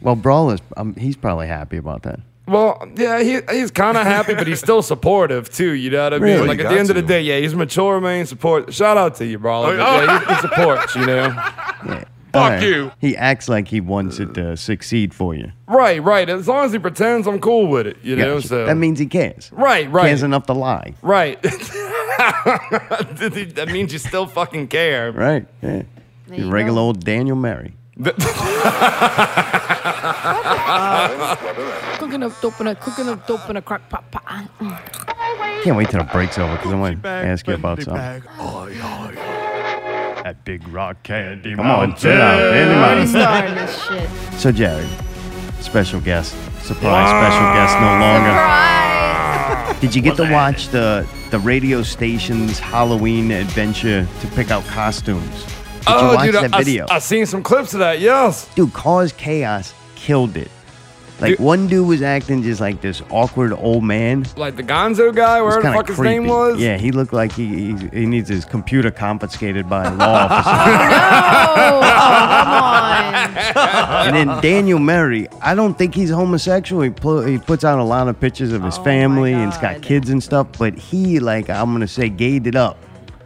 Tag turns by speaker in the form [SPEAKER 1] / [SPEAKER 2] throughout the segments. [SPEAKER 1] Well, Brawl is um, he's probably happy about that.
[SPEAKER 2] Well, yeah, he, he's kind of happy, but he's still supportive too. You know what I mean?
[SPEAKER 3] Really?
[SPEAKER 2] like at
[SPEAKER 3] Got
[SPEAKER 2] the end of the
[SPEAKER 3] to.
[SPEAKER 2] day, yeah, he's mature, man. Support. Shout out to you, Brawler. but yeah, he, he supports. You know.
[SPEAKER 1] Yeah.
[SPEAKER 4] Fuck
[SPEAKER 1] Alright.
[SPEAKER 4] you.
[SPEAKER 1] He acts like he wants it to succeed for you.
[SPEAKER 2] Right, right. As long as he pretends, I'm cool with it. You know.
[SPEAKER 1] Gotcha.
[SPEAKER 2] So
[SPEAKER 4] uh,
[SPEAKER 1] That means he cares.
[SPEAKER 2] Right, right.
[SPEAKER 1] Cares enough to lie.
[SPEAKER 2] Right. that means you still fucking care.
[SPEAKER 1] Right. Yeah.
[SPEAKER 5] There
[SPEAKER 1] You
[SPEAKER 5] you
[SPEAKER 1] regular
[SPEAKER 5] go.
[SPEAKER 1] old Daniel Mary.
[SPEAKER 5] Cooking up dope in a cooking up dope in a crack pot pot.
[SPEAKER 1] Can't wait till the break's over because I want to
[SPEAKER 4] Bag,
[SPEAKER 1] ask you about
[SPEAKER 4] bag,
[SPEAKER 1] something.
[SPEAKER 4] bag. Oi, oi, oi.
[SPEAKER 1] That big rock candy Come on, sit down, Danny
[SPEAKER 5] Already
[SPEAKER 1] Mountain.
[SPEAKER 5] starting this shit.
[SPEAKER 1] So, Jared, special guest, surprise special guest no longer. Did you get to watch the the radio station's Halloween adventure to pick out costumes? Did you watch that
[SPEAKER 2] Oh, I,
[SPEAKER 1] video?
[SPEAKER 2] I, seen some clips of that. Yes.
[SPEAKER 1] dude, Cause Chaos killed it. Like
[SPEAKER 2] Dude.
[SPEAKER 1] one dude was acting just like this awkward old man.
[SPEAKER 2] Like the Gonzo guy,
[SPEAKER 1] It was
[SPEAKER 2] where the
[SPEAKER 1] kinda
[SPEAKER 2] fuck his
[SPEAKER 1] creepy.
[SPEAKER 2] name was.
[SPEAKER 1] Yeah, he looked like he, he he needs his computer confiscated by a law officer.
[SPEAKER 5] Oh, come
[SPEAKER 1] and
[SPEAKER 5] on.
[SPEAKER 1] then Daniel Murray, I don't think he's homosexual. He, pl- he puts out a lot of pictures of his
[SPEAKER 5] Oh my
[SPEAKER 1] family and he's got
[SPEAKER 5] God.
[SPEAKER 1] kids and stuff, but he, like, I'm going to say, gayed it up.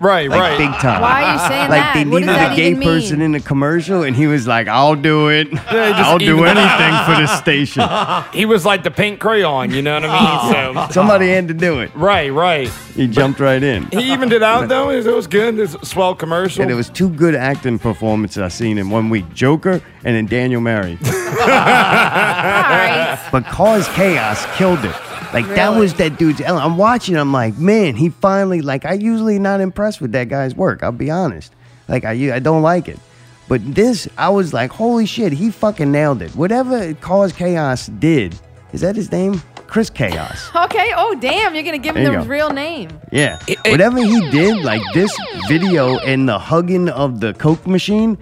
[SPEAKER 2] Right,
[SPEAKER 1] Like,
[SPEAKER 2] right.
[SPEAKER 1] big time.
[SPEAKER 5] Why are you saying
[SPEAKER 1] Like,
[SPEAKER 5] that?
[SPEAKER 1] they
[SPEAKER 5] what
[SPEAKER 1] needed
[SPEAKER 5] does that
[SPEAKER 1] a gay
[SPEAKER 5] even mean?
[SPEAKER 1] person in the commercial, and he was like, I'll do it.
[SPEAKER 2] just
[SPEAKER 1] I'll do
[SPEAKER 2] even-
[SPEAKER 1] anything for this station.
[SPEAKER 2] He was like the pink crayon. You know what I mean? so,
[SPEAKER 1] Somebody had to do it.
[SPEAKER 2] right, right.
[SPEAKER 1] He jumped right in.
[SPEAKER 2] He even did out though. It was good. It was a swell commercial.
[SPEAKER 1] And it was two good acting performances I seen in one week Joker and then Daniel Murray.
[SPEAKER 5] All right.
[SPEAKER 1] but Cause Chaos killed it. Like that was that dude's. ele- I'm watching. I'm like, man, he finally. Like I usually not impressed with that guy's work. I'll be honest. Like I, u- I don't like it. But this, I was like, holy shit, he fucking nailed it. Whatever Cause Chaos did, is that his name? Chris Chaos.
[SPEAKER 5] Okay. Oh, damn. You're going to give him
[SPEAKER 1] There you
[SPEAKER 5] the
[SPEAKER 1] go.
[SPEAKER 5] real name.
[SPEAKER 1] Yeah. Whatever he did, like this video and the hugging of the Coke machine,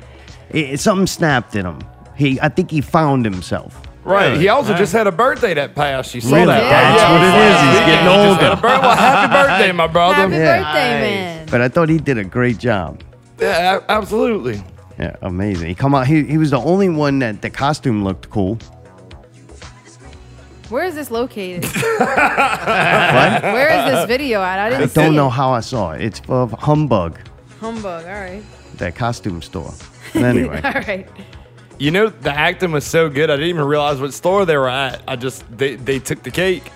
[SPEAKER 1] it, it- something snapped in him. He, I think he found himself.
[SPEAKER 2] right. He also just had a birthday that passed. You saw
[SPEAKER 1] Really?
[SPEAKER 2] that?
[SPEAKER 1] That's
[SPEAKER 2] right?
[SPEAKER 1] what it is. He's
[SPEAKER 2] Yeah,
[SPEAKER 1] getting
[SPEAKER 2] he just had
[SPEAKER 1] older.
[SPEAKER 2] a bir- well, happy birthday, my brother.
[SPEAKER 5] Happy
[SPEAKER 1] Yeah.
[SPEAKER 5] birthday, man.
[SPEAKER 1] But I thought he did a great job.
[SPEAKER 2] Yeah, a- absolutely.
[SPEAKER 1] Yeah, amazing. He come out. He, he was the only one that the costume looked cool.
[SPEAKER 5] Where is this located?
[SPEAKER 1] What?
[SPEAKER 5] Where is this video at? I didn't
[SPEAKER 1] I
[SPEAKER 5] see
[SPEAKER 1] don't
[SPEAKER 5] it.
[SPEAKER 1] know how I saw it. It's of Humbug,
[SPEAKER 5] Humbug. All right.
[SPEAKER 1] that costume store. But anyway,
[SPEAKER 5] All right.
[SPEAKER 2] You know, the acting was so good. I didn't even realize what store they were at. I just they they took the cake.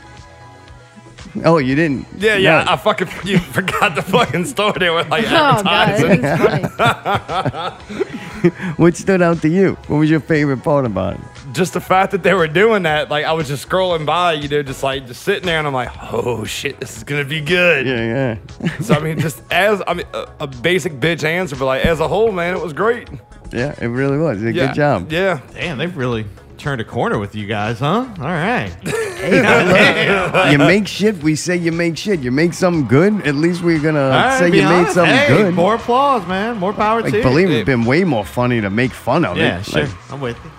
[SPEAKER 1] oh, you didn't?
[SPEAKER 2] Yeah, yeah.
[SPEAKER 1] No.
[SPEAKER 2] I fucking you forgot the fucking store they were like
[SPEAKER 5] Oh, God.
[SPEAKER 2] advertising.
[SPEAKER 5] This is funny.
[SPEAKER 1] what stood out to you? What was your favorite part about it?
[SPEAKER 2] just the fact that they were doing that, like I was just scrolling by, you know, just like just sitting there, and I'm like, oh shit, this is gonna be good.
[SPEAKER 1] Yeah, yeah,
[SPEAKER 2] So I mean, just as I mean, a, a basic bitch answer, but like as a whole, man, it was great.
[SPEAKER 1] yeah. It really was. It was a
[SPEAKER 2] Yeah.
[SPEAKER 1] good job.
[SPEAKER 2] Yeah.
[SPEAKER 4] Damn, they've really turned a corner with you guys, huh? All right.
[SPEAKER 1] You make shit. We say you make shit. You make something good. At least we're gonna
[SPEAKER 4] All right,
[SPEAKER 1] say
[SPEAKER 4] be
[SPEAKER 1] you made
[SPEAKER 4] honest.
[SPEAKER 1] something
[SPEAKER 4] Hey,
[SPEAKER 1] good.
[SPEAKER 4] More applause, man. More power to
[SPEAKER 1] like,
[SPEAKER 4] you.
[SPEAKER 1] believe me, it's been way more funny to make fun of
[SPEAKER 4] Yeah,
[SPEAKER 1] it.
[SPEAKER 4] sure.
[SPEAKER 1] Like,
[SPEAKER 4] I'm with you.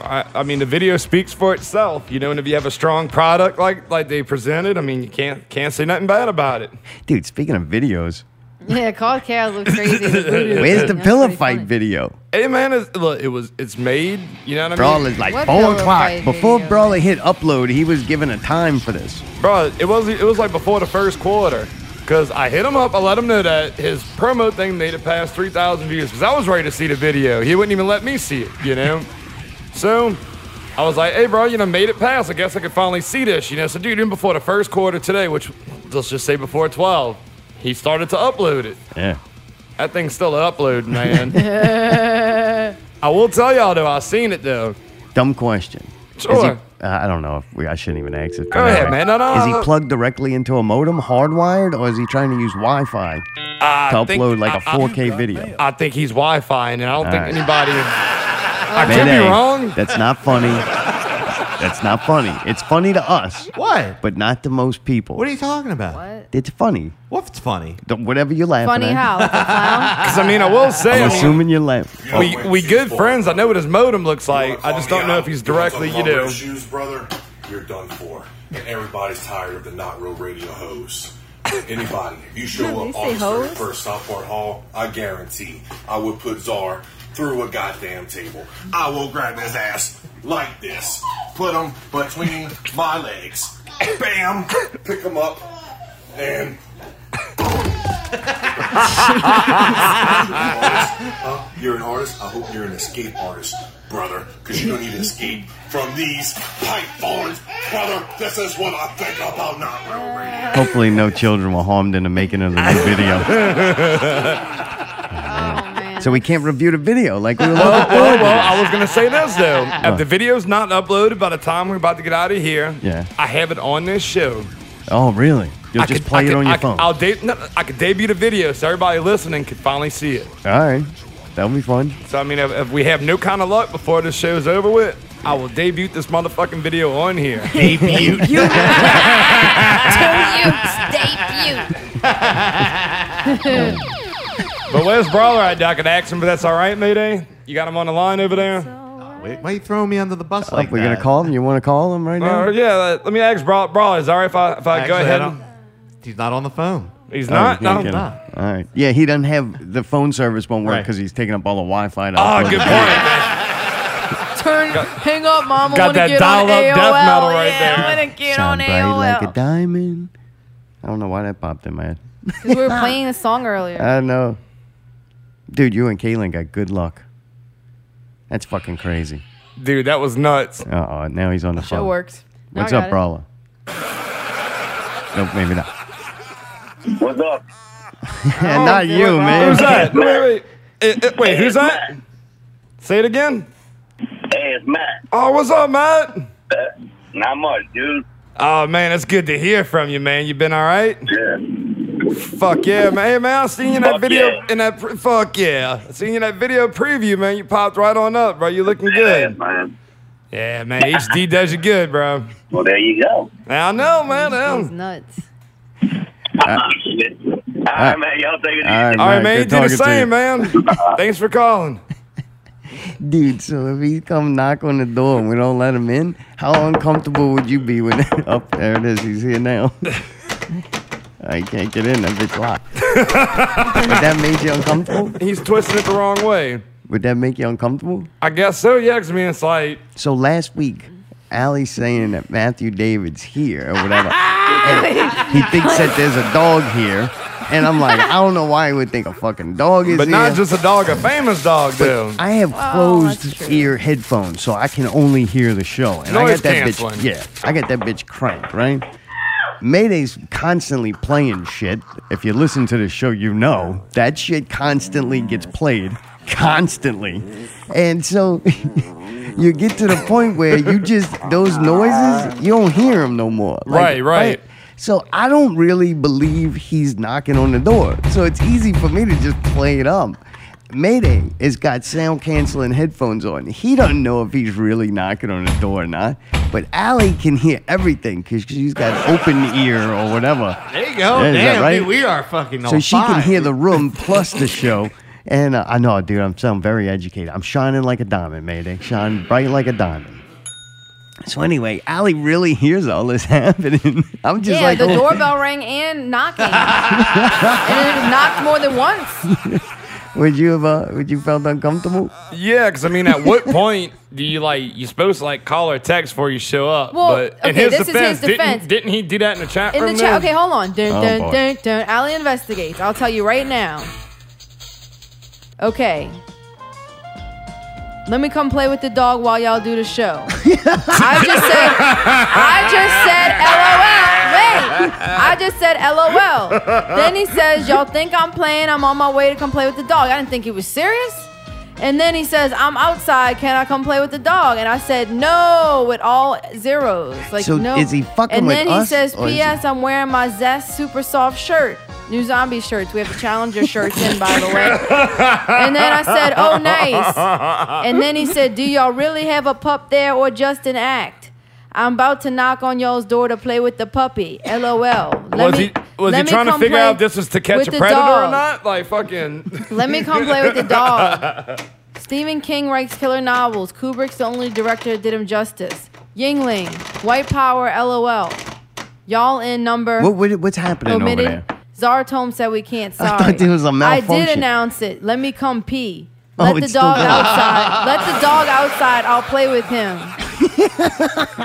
[SPEAKER 2] I, I mean, the video speaks for itself, you know. And if you have a strong product like like they presented, I mean, you can't can't say nothing bad about it.
[SPEAKER 1] dude. Speaking of videos,
[SPEAKER 5] Yeah, Call Chaos looks crazy.
[SPEAKER 1] where's the
[SPEAKER 5] That's
[SPEAKER 1] pillow
[SPEAKER 5] pretty
[SPEAKER 1] fight
[SPEAKER 5] funny.
[SPEAKER 1] video?
[SPEAKER 2] Hey, man, it's, look, it was it's made. You know what I
[SPEAKER 1] Brawl
[SPEAKER 2] mean?
[SPEAKER 1] is like
[SPEAKER 5] What
[SPEAKER 1] four
[SPEAKER 5] pillow
[SPEAKER 1] o'clock.
[SPEAKER 5] fight
[SPEAKER 1] Before
[SPEAKER 5] video?
[SPEAKER 1] Brawler hit upload, he was given a time for this.
[SPEAKER 2] Bro, it was it was like before the first quarter. Cause I hit him up, I let him know that his promo thing made it past three thousand views. Cause I was ready to see the video. He wouldn't even let me see it, you know? so I was like, hey bro, you know, made it past. I guess I could finally see this, you know. So dude, even before the first quarter today, which let's just say before twelve, he started to upload it.
[SPEAKER 1] Yeah.
[SPEAKER 2] That thing's still an upload, man. I will tell y'all though, I seen it though.
[SPEAKER 1] Dumb question. Is he-
[SPEAKER 2] Sure.
[SPEAKER 1] uh, I don't know if we, I shouldn't even ask it.
[SPEAKER 2] Go ahead, man. No, no,
[SPEAKER 1] Is he
[SPEAKER 2] no.
[SPEAKER 1] plugged directly into a modem, hardwired, or is he trying to use Wi-Fi to
[SPEAKER 2] I think-
[SPEAKER 1] upload like a
[SPEAKER 2] I- I-
[SPEAKER 1] 4K video?
[SPEAKER 2] I think he's Wi-Fi, and I don't think
[SPEAKER 1] right.
[SPEAKER 2] anybody. I could
[SPEAKER 1] Man,
[SPEAKER 2] be
[SPEAKER 1] hey,
[SPEAKER 2] wrong.
[SPEAKER 1] That's not funny. That's not funny. It's funny to us,
[SPEAKER 4] What?
[SPEAKER 1] but not to most people.
[SPEAKER 4] What are you talking about?
[SPEAKER 5] What?
[SPEAKER 1] it's funny.
[SPEAKER 4] What's funny?
[SPEAKER 1] The- Whatever you're laughing
[SPEAKER 5] Funny
[SPEAKER 1] at.
[SPEAKER 5] how? Like a clown?
[SPEAKER 2] Because I mean, I will say,
[SPEAKER 1] I'm
[SPEAKER 2] I mean,
[SPEAKER 1] assuming you're laughing.
[SPEAKER 2] we we good friends. I know what his modem looks like. I just don't know if he's directly, you know.
[SPEAKER 6] Shoes, brother, you're done for. And everybody's tired of the not real radio hoes. Anybody, if you show
[SPEAKER 5] Did he
[SPEAKER 6] up
[SPEAKER 5] say
[SPEAKER 6] August
[SPEAKER 5] hoes?
[SPEAKER 6] 31st, Southport Hall, I guarantee I would put Czar through a goddamn table. I will grab his ass like this. Put them between my legs. Bam! Pick them up and. Boom. you're an artist. Huh? You're an artist. I hope you're an escape artist, brother, because you don't need to escape from these pipe forms, brother. This is what I think about not real radio.
[SPEAKER 1] Hopefully, no children were harmed in the making of the new video.
[SPEAKER 5] Oh man.
[SPEAKER 1] So we can't review the video like we were.
[SPEAKER 2] Well, Oh, well, well, I was gonna say this though. If the video's not uploaded by the time we're about to get out of here,
[SPEAKER 1] Yeah.
[SPEAKER 2] I have it on this show.
[SPEAKER 1] Oh, really? You'll
[SPEAKER 2] I
[SPEAKER 1] just
[SPEAKER 2] could-
[SPEAKER 1] play
[SPEAKER 2] I
[SPEAKER 1] it
[SPEAKER 2] could-
[SPEAKER 1] on your
[SPEAKER 2] I could-
[SPEAKER 1] phone.
[SPEAKER 2] I'll de- no, I could debut the video so everybody listening could finally see it.
[SPEAKER 1] All right, that'll be fun.
[SPEAKER 2] So I mean, if, if we have no kind of luck before this show's over with, I will debut this motherfucking video on here.
[SPEAKER 5] Debut.
[SPEAKER 2] but where's Brawler at? Doc? I could ask him, but that's all right, Mayday. You got him on the line over there.
[SPEAKER 4] Wait, why you throwing me under the bus
[SPEAKER 1] Oh,
[SPEAKER 4] like
[SPEAKER 1] we're
[SPEAKER 4] that?
[SPEAKER 1] gonna call him. You want to call him right now?
[SPEAKER 2] Uh, yeah, let- let me ask Braw- Brawler. Is it all right if I, if I
[SPEAKER 4] Actually,
[SPEAKER 2] go
[SPEAKER 4] I
[SPEAKER 2] ahead?
[SPEAKER 4] don't-
[SPEAKER 2] and
[SPEAKER 4] He's not on the phone.
[SPEAKER 2] He's
[SPEAKER 1] Oh,
[SPEAKER 2] not.
[SPEAKER 1] you can't
[SPEAKER 2] Uh, No.
[SPEAKER 1] get him.
[SPEAKER 4] not.
[SPEAKER 1] All right. Yeah, he doesn't have the phone service won't work
[SPEAKER 4] Right.
[SPEAKER 1] because he's taking up all the Wi-Fi.
[SPEAKER 2] Oh, good point.
[SPEAKER 5] Turn. hang up, mom. I
[SPEAKER 2] got
[SPEAKER 5] wanna
[SPEAKER 2] that
[SPEAKER 5] get on
[SPEAKER 2] dial-up death
[SPEAKER 5] AOL.
[SPEAKER 2] metal right
[SPEAKER 5] yeah,
[SPEAKER 2] there.
[SPEAKER 5] I want to get
[SPEAKER 1] Sound
[SPEAKER 5] on
[SPEAKER 1] bright like a
[SPEAKER 5] AOL.
[SPEAKER 1] diamond. I don't know why that popped in my head.
[SPEAKER 5] 'Cause we were playing a song earlier.
[SPEAKER 1] I know. Dude, you and Kaylin got good luck. That's fucking crazy.
[SPEAKER 2] Dude, that was nuts.
[SPEAKER 1] Uh oh, now he's on the phone.
[SPEAKER 5] Show worked. Now
[SPEAKER 1] What's
[SPEAKER 5] I
[SPEAKER 1] up,
[SPEAKER 5] got it.
[SPEAKER 1] Brawler? nope, maybe not.
[SPEAKER 3] What's up?
[SPEAKER 1] not you,
[SPEAKER 5] Brawler.
[SPEAKER 1] man.
[SPEAKER 2] Who's that? Wait, wait, wait. Eh, eh, wait, who's that? Say it again.
[SPEAKER 3] Hey, it's Matt.
[SPEAKER 2] Oh, what's up, Matt?
[SPEAKER 3] Not much, dude.
[SPEAKER 2] Oh man, it's good to hear from you, man. You been all right?
[SPEAKER 3] Yeah.
[SPEAKER 2] Fuck yeah, man. Hey man, I seen you in that
[SPEAKER 3] Fuck
[SPEAKER 2] video
[SPEAKER 3] yeah.
[SPEAKER 2] in that pre- fuck yeah. I seen you in that video preview, man. You popped right on up, bro. You looking
[SPEAKER 3] Yeah,
[SPEAKER 2] good.
[SPEAKER 3] man.
[SPEAKER 2] Yeah, man. HD does you good, bro.
[SPEAKER 3] Well, there you go.
[SPEAKER 2] Now I know, man. I
[SPEAKER 5] He's
[SPEAKER 2] know.
[SPEAKER 5] nuts. Uh,
[SPEAKER 3] Shit. All right, man. Y'all take it easy.
[SPEAKER 1] All right,
[SPEAKER 2] All right,
[SPEAKER 1] Matt,
[SPEAKER 2] man. You
[SPEAKER 1] good
[SPEAKER 2] do
[SPEAKER 1] talking to you.
[SPEAKER 2] the same, man. Thanks for calling.
[SPEAKER 1] Dude, so if he come knock on the door and we don't let him in, how uncomfortable would you be when up there it is, he's here now. I can't get in, that bitch locked. Would that make you uncomfortable?
[SPEAKER 2] He's twisting it the wrong way.
[SPEAKER 1] Would that make you uncomfortable?
[SPEAKER 2] I guess so, yeah, 'cause I mean, it's like,
[SPEAKER 1] So last week, Allie's saying that Matthew David's here or whatever. And he thinks that there's a dog here. And I'm like, I don't know why he would think a fucking dog is
[SPEAKER 2] but
[SPEAKER 1] here.
[SPEAKER 2] not just a dog, a famous dog, though.
[SPEAKER 1] I have
[SPEAKER 5] Oh, that's
[SPEAKER 1] closed
[SPEAKER 5] true.
[SPEAKER 1] ear headphones, so I can only hear the show. And I
[SPEAKER 2] Noise
[SPEAKER 1] got that
[SPEAKER 2] canceling.
[SPEAKER 1] bitch. Yeah, I got that bitch cranked, right? Mayday's constantly playing shit. If you listen to the show, you know that shit constantly gets played, constantly, and so. You get to the point where you just those noises you don't hear them no more.
[SPEAKER 2] Right, right.
[SPEAKER 1] So I don't really believe he's knocking on the door. So it's easy for me to just play it up. Mayday has got sound canceling headphones on. He doesn't know if he's really knocking on the door or not. But Allie can hear everything because she's got open ear or whatever.
[SPEAKER 4] There you go.
[SPEAKER 1] Yeah, is that
[SPEAKER 4] Damn,
[SPEAKER 1] right?
[SPEAKER 4] dude, we are fucking
[SPEAKER 1] So
[SPEAKER 4] on
[SPEAKER 1] she can
[SPEAKER 4] fire.
[SPEAKER 1] hear the room plus the show. And uh, I know, dude, I'm sound very educated. I'm shining like a diamond, Mayday. Shine bright like a diamond. So anyway, Allie really hears all this happening. I'm just
[SPEAKER 5] yeah,
[SPEAKER 1] like,
[SPEAKER 5] the
[SPEAKER 1] oh,
[SPEAKER 5] doorbell rang and knocking, and it was knocked more than once.
[SPEAKER 1] would you have, uh, would you felt uncomfortable?
[SPEAKER 2] Yeah, because I mean, at what point do you like you're supposed to like call or text before you show up?
[SPEAKER 5] Well,
[SPEAKER 2] but in
[SPEAKER 5] okay,
[SPEAKER 2] his
[SPEAKER 5] this is his
[SPEAKER 2] defense,
[SPEAKER 5] defense.
[SPEAKER 2] Didn't, didn't he do that in the chat
[SPEAKER 5] In
[SPEAKER 2] room?
[SPEAKER 5] the chat.
[SPEAKER 2] then?
[SPEAKER 5] Okay, hold on. Dun,
[SPEAKER 1] Oh,
[SPEAKER 5] dun,
[SPEAKER 1] boy.
[SPEAKER 5] dun, dun. Allie investigates. I'll tell you right now. Okay. Let me come play with the dog while y'all do the show. I just said, I just said, LOL. Wait, I just said, LOL. Then he says, y'all think I'm playing? I'm on my way to come play with the dog. I didn't think he was serious. And then he says, I'm outside. Can I come play with the dog? And I said, no, with all zeros. Like,
[SPEAKER 1] So
[SPEAKER 5] no.
[SPEAKER 1] is he fucking
[SPEAKER 5] And
[SPEAKER 1] with
[SPEAKER 5] then he
[SPEAKER 1] us,
[SPEAKER 5] says,
[SPEAKER 1] or is he-
[SPEAKER 5] P.S. I'm wearing my Zest Super Soft shirt. New zombie shirts. We have the Challenger shirts in, by the way. And then I said, oh, nice. And then he said, Do y'all really have a pup there or just an act? I'm about to knock on y'all's door to play with the puppy. LOL. Let
[SPEAKER 2] Was
[SPEAKER 5] me-
[SPEAKER 2] he was he
[SPEAKER 5] let me
[SPEAKER 2] trying to
[SPEAKER 5] come
[SPEAKER 2] figure
[SPEAKER 5] play
[SPEAKER 2] out if this was to catch
[SPEAKER 5] with
[SPEAKER 2] a
[SPEAKER 5] the
[SPEAKER 2] predator or
[SPEAKER 5] dog.
[SPEAKER 2] not? Like fucking.
[SPEAKER 5] Let me come play with the dog. Stephen King writes killer novels. Kubrick's the only director that did him justice. Yingling, White Power, LOL. Y'all in number
[SPEAKER 1] What, what what's happening over
[SPEAKER 5] omitted.
[SPEAKER 1] there?
[SPEAKER 5] Zartome said we can't. Sorry.
[SPEAKER 1] I thought there was a
[SPEAKER 5] I did
[SPEAKER 1] malfunction.
[SPEAKER 5] announce it. Let me come pee. Let
[SPEAKER 1] Oh,
[SPEAKER 5] the
[SPEAKER 1] it's
[SPEAKER 5] dog
[SPEAKER 1] still going.
[SPEAKER 5] outside. Let the dog outside. I'll play with him.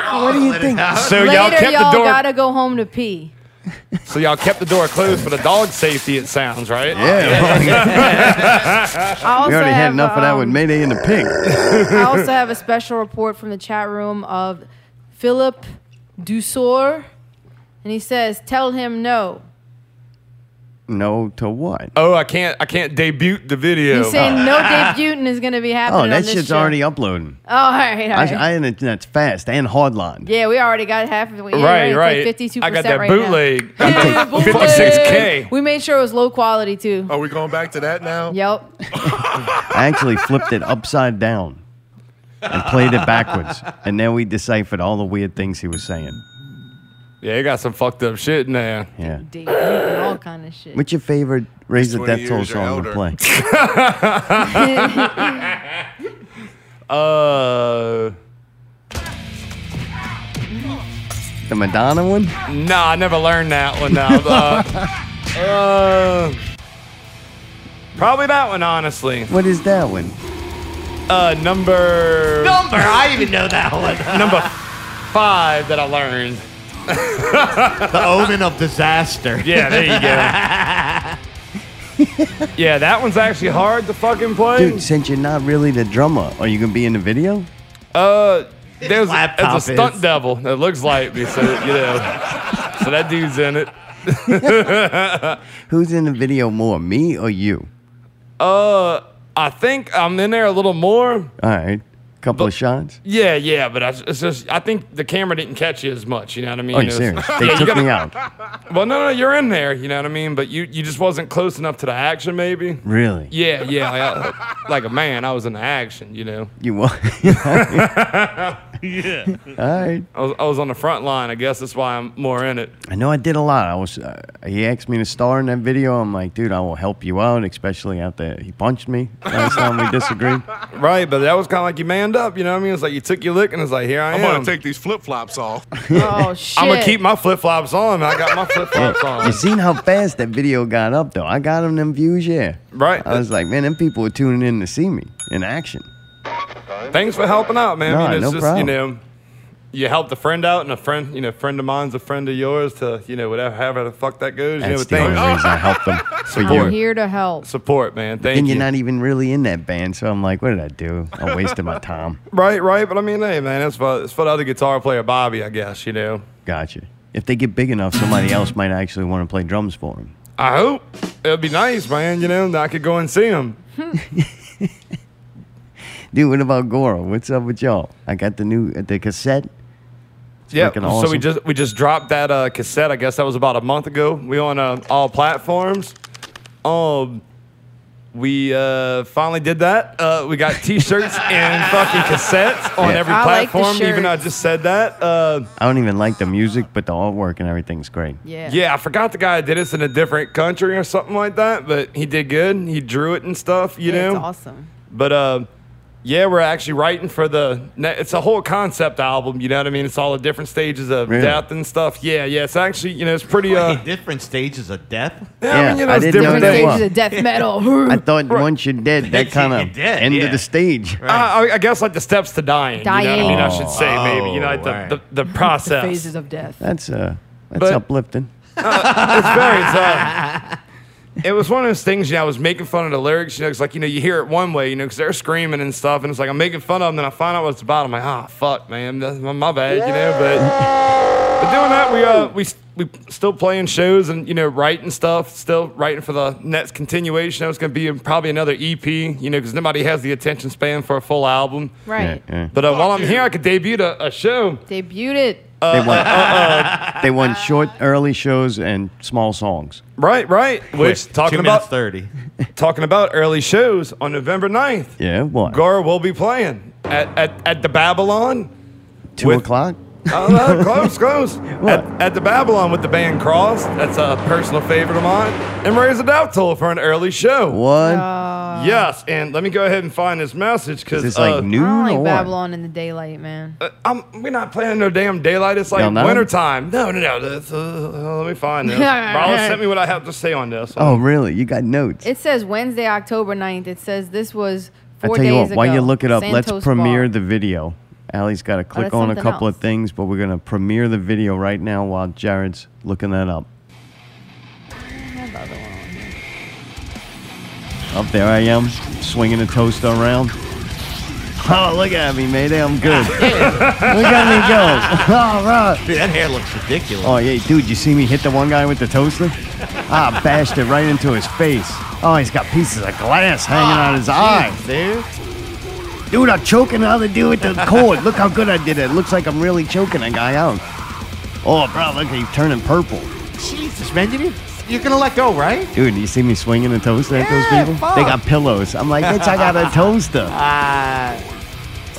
[SPEAKER 1] What do you think?
[SPEAKER 2] So y'all
[SPEAKER 5] Later,
[SPEAKER 2] kept
[SPEAKER 5] y'all
[SPEAKER 2] the door.
[SPEAKER 5] gotta go home to pee.
[SPEAKER 2] so y'all kept the door closed for the dog safety. It sounds right.
[SPEAKER 1] Yeah,
[SPEAKER 5] I also
[SPEAKER 1] we already
[SPEAKER 5] have
[SPEAKER 1] had enough of that with
[SPEAKER 5] um,
[SPEAKER 1] Mayday and the Pig.
[SPEAKER 5] I also have a special report from the chat room of Philip Dusor, and he says, "Tell him no."
[SPEAKER 1] No to what?
[SPEAKER 2] Oh, I can't. I can't debut the video.
[SPEAKER 5] He's saying no debuting is gonna be happening.
[SPEAKER 1] Oh,
[SPEAKER 5] on
[SPEAKER 1] that
[SPEAKER 5] this
[SPEAKER 1] shit's
[SPEAKER 5] show.
[SPEAKER 1] already uploading.
[SPEAKER 5] Oh, all right, all
[SPEAKER 1] I,
[SPEAKER 5] right.
[SPEAKER 1] I and it- that's fast and hardline.
[SPEAKER 5] yeah, we already got half of it. Yeah,
[SPEAKER 2] right, right.
[SPEAKER 5] Fifty-two
[SPEAKER 2] I
[SPEAKER 5] percent
[SPEAKER 2] got that
[SPEAKER 5] right
[SPEAKER 2] bootleg.
[SPEAKER 5] Now. Yeah,
[SPEAKER 1] Bootleg.
[SPEAKER 5] bootleg.
[SPEAKER 2] 56K.
[SPEAKER 5] We made sure it was low quality too.
[SPEAKER 6] Are we going back to that now?
[SPEAKER 5] Yep.
[SPEAKER 1] I actually flipped it upside down and played it backwards, and then we deciphered all the weird things he was saying.
[SPEAKER 2] Yeah, you got some fucked up shit in there.
[SPEAKER 1] Yeah.
[SPEAKER 5] Debut and all kind of shit.
[SPEAKER 1] What's your favorite Razor
[SPEAKER 6] 20
[SPEAKER 1] Death Toll
[SPEAKER 6] years or
[SPEAKER 1] song to
[SPEAKER 6] elder.
[SPEAKER 1] play?
[SPEAKER 2] Uh,
[SPEAKER 1] The Madonna one?
[SPEAKER 2] nah, I never learned that one. Now, uh, uh, probably that one, honestly.
[SPEAKER 1] What is that one?
[SPEAKER 2] Uh, number
[SPEAKER 4] Number, I even know that one.
[SPEAKER 2] number five that I learned.
[SPEAKER 4] the omen of disaster.
[SPEAKER 2] Yeah, there you go. yeah, that one's actually hard to fucking play.
[SPEAKER 1] Dude, since you're not really the drummer, are you gonna be in the video?
[SPEAKER 2] Uh, there's a,
[SPEAKER 4] laptop
[SPEAKER 2] it's a stunt
[SPEAKER 4] is.
[SPEAKER 2] devil that looks like me, so you know, so that dude's in it.
[SPEAKER 1] Who's in the video more, me or you?
[SPEAKER 2] Uh, I think I'm in there a little more.
[SPEAKER 1] All right, couple of shots.
[SPEAKER 2] Yeah, yeah, but I, it's just I think the camera didn't catch you as much. You know what I mean?
[SPEAKER 1] Oh, you
[SPEAKER 2] It was-
[SPEAKER 1] serious?
[SPEAKER 2] Yeah,
[SPEAKER 1] They
[SPEAKER 2] you
[SPEAKER 1] took
[SPEAKER 2] gotta-
[SPEAKER 1] me out.
[SPEAKER 2] Well, no, no, you're in there. You know what I mean? But you you just wasn't close enough to the action, maybe.
[SPEAKER 1] Really?
[SPEAKER 2] Yeah, yeah, like, I- like a man, I was in the action. You know,
[SPEAKER 1] You won. yeah. All right.
[SPEAKER 2] I was I was on the front line. I guess that's why I'm more in it.
[SPEAKER 1] I know I did a lot. I was. Uh, he asked me to star in that video. I'm like, dude, I will help you out, especially after he punched me last time we disagreed.
[SPEAKER 2] Right, but that was kind of like you manned up. You know what I mean? It's like you took your lick, and it's like here I
[SPEAKER 6] I'm
[SPEAKER 2] am.
[SPEAKER 6] gonna take these flip flops off.
[SPEAKER 5] Oh shit.
[SPEAKER 2] I'm gonna keep my flip flops on. I got my flip flops on.
[SPEAKER 1] You seen how fast that video got up though? I got him them views, yeah.
[SPEAKER 2] Right.
[SPEAKER 1] I was like, man, them people were tuning in to see me in action.
[SPEAKER 2] Thanks for helping out, man. I
[SPEAKER 1] Nah,
[SPEAKER 2] mean, it's
[SPEAKER 1] no
[SPEAKER 2] just you
[SPEAKER 1] problem.
[SPEAKER 2] know, you helped a friend out, and a friend, you know, friend of mine's a friend of yours. To you know, whatever, however the fuck that goes. you know,
[SPEAKER 1] That's the only
[SPEAKER 2] thanks.
[SPEAKER 1] reason I helped them. For
[SPEAKER 5] I'm
[SPEAKER 1] you.
[SPEAKER 5] here to help.
[SPEAKER 2] Support, man. Thank
[SPEAKER 1] And
[SPEAKER 2] you.
[SPEAKER 1] you're not even really in that band, so I'm like, what did I do? I wasted my time.
[SPEAKER 2] right, right. But I mean, hey, man, it's for it's for the other guitar player, Bobby. I guess you know.
[SPEAKER 1] Gotcha. If they get big enough, somebody else might actually want to play drums for them.
[SPEAKER 2] I hope it'd be nice, man. You know, that I could go and see him.
[SPEAKER 1] Dude, what about Goro? What's up with y'all? I got the new uh, the cassette.
[SPEAKER 2] Yeah.
[SPEAKER 1] freaking
[SPEAKER 2] So we
[SPEAKER 1] awesome.
[SPEAKER 2] just we just dropped that uh, cassette. I guess that was about a month ago. We on uh, all platforms. Um, we uh, finally did that. Uh, we got T-shirts and fucking cassettes on
[SPEAKER 1] Yeah.
[SPEAKER 2] every
[SPEAKER 5] I like the
[SPEAKER 2] platform. even though I
[SPEAKER 5] shirts.
[SPEAKER 2] just said that. Uh,
[SPEAKER 1] I don't even like the music, but the artwork and everything's great.
[SPEAKER 5] Yeah.
[SPEAKER 2] yeah. I forgot the guy that did this in a different country or something like that, but he did good. He drew it and stuff. You
[SPEAKER 5] Yeah,
[SPEAKER 2] know.
[SPEAKER 5] It's awesome.
[SPEAKER 2] But uh, yeah, we're actually writing for the. ne- It's a whole concept album. You know what I mean? It's all the different stages of
[SPEAKER 1] Really?
[SPEAKER 2] death and stuff. Yeah, yeah. It's actually you know it's pretty.
[SPEAKER 4] Wait,
[SPEAKER 2] Uh,
[SPEAKER 4] different stages of death.
[SPEAKER 2] yeah, I mean,
[SPEAKER 1] Yeah,
[SPEAKER 2] you know,
[SPEAKER 1] I
[SPEAKER 2] it's
[SPEAKER 1] didn't know
[SPEAKER 5] Different
[SPEAKER 2] different
[SPEAKER 1] that
[SPEAKER 2] than-
[SPEAKER 1] was.
[SPEAKER 5] stages of death metal.
[SPEAKER 1] I thought once you're dead, that
[SPEAKER 4] Once
[SPEAKER 1] kind
[SPEAKER 4] you're
[SPEAKER 1] of
[SPEAKER 4] dead,
[SPEAKER 1] ended
[SPEAKER 4] yeah.
[SPEAKER 1] the stage.
[SPEAKER 2] I, I- I guess like the steps to dying. You know what I mean? I
[SPEAKER 5] Dying.
[SPEAKER 2] should say maybe. You know, like the,
[SPEAKER 4] Oh, right.
[SPEAKER 2] the, the process.
[SPEAKER 5] Phases of death.
[SPEAKER 1] That's uh, that's
[SPEAKER 2] But-
[SPEAKER 1] uplifting.
[SPEAKER 2] it's very sad. It was one of those things, you know, I was making fun of the lyrics, you know, it's like, you know, you hear it one way, you know, because they're screaming and stuff, and it's like, I'm making fun of them, then I find out what it's about, I'm like, ah, fuck, man, that's my, my bad, you know, but, but doing that, we, uh, we, s- we still playing shows and, you know, writing stuff, still writing for the next continuation, that was going to be in probably another EP, you know, because nobody has the attention span for a full album,
[SPEAKER 5] Right.
[SPEAKER 1] Yeah, yeah.
[SPEAKER 2] but uh, while I'm here, I could debut a, a show,
[SPEAKER 5] Debuted it.
[SPEAKER 2] Uh,
[SPEAKER 1] they won. they won short, early shows and small songs.
[SPEAKER 2] right, right, which,
[SPEAKER 4] Quick,
[SPEAKER 2] talking
[SPEAKER 4] two minutes
[SPEAKER 2] about,
[SPEAKER 4] thirty.
[SPEAKER 2] talking about early shows on November 9th,
[SPEAKER 1] Yeah, what?
[SPEAKER 2] Gora will be playing at, at, at the Babylon.
[SPEAKER 1] Two
[SPEAKER 2] with-
[SPEAKER 1] o'clock.
[SPEAKER 2] Oh, no, close, close.
[SPEAKER 1] What?
[SPEAKER 2] At, at the Babylon with the band Cross. That's a personal favorite of mine. And Raise a Doubt Toll for an early show.
[SPEAKER 1] What?
[SPEAKER 2] Yes, and let me go ahead and find this message because
[SPEAKER 1] Is this like
[SPEAKER 5] I
[SPEAKER 1] noon
[SPEAKER 5] don't like
[SPEAKER 1] or what? Uh,
[SPEAKER 5] Babylon in the daylight, man.
[SPEAKER 2] I'm, we're not planning no damn daylight. It's like
[SPEAKER 1] Y'all know?
[SPEAKER 2] wintertime. No, no, no. That's, uh, let me find this. Brawler sent me what I have to say on this.
[SPEAKER 1] Oh, really? You got notes.
[SPEAKER 5] It says Wednesday, October 9th. It says this was
[SPEAKER 1] I
[SPEAKER 5] four
[SPEAKER 1] tell you
[SPEAKER 5] days
[SPEAKER 1] what,
[SPEAKER 5] ago.
[SPEAKER 1] while you look it up,
[SPEAKER 5] Santos
[SPEAKER 1] let's premiere
[SPEAKER 5] Bar.
[SPEAKER 1] the video. Allie's got to click
[SPEAKER 5] that's
[SPEAKER 1] on a
[SPEAKER 5] something
[SPEAKER 1] couple of
[SPEAKER 5] else.
[SPEAKER 1] things, but we're going to premiere the video right now while Jared's looking that up. Up there I am, swinging a toaster around. Oh, look at me, Mayday. I'm good. look at me go. All right.
[SPEAKER 4] Dude, that hair looks ridiculous.
[SPEAKER 1] Oh, yeah, dude, you see me hit the one guy with the toaster? I bashed it right into his face. Oh, he's got pieces of glass hanging out his eye.
[SPEAKER 4] dude.
[SPEAKER 1] Dude, I'm choking another dude with the cord. Look how good I did it. Looks like I'm really choking a guy out. Oh, bro, look, he's turning purple.
[SPEAKER 4] Jesus, man, you, you're gonna let go, right?
[SPEAKER 1] Dude, you see me swinging a toaster at those
[SPEAKER 4] Yeah,
[SPEAKER 1] people?
[SPEAKER 4] fuck.
[SPEAKER 1] They got pillows. I'm like, bitch, I got a toaster.
[SPEAKER 4] Uh,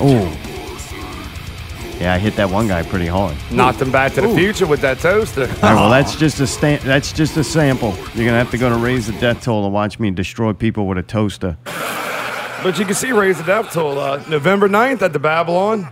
[SPEAKER 1] Oh. Yeah, I hit that one guy pretty hard.
[SPEAKER 2] Knocked him back to the future with that toaster.
[SPEAKER 1] All right, well, that's
[SPEAKER 2] Oh.
[SPEAKER 1] just a stan- that's just a sample. You're gonna have to go to raise the death toll to watch me destroy people with a toaster.
[SPEAKER 2] But you can see Raise the Death Toll uh, November 9th at the Babylon.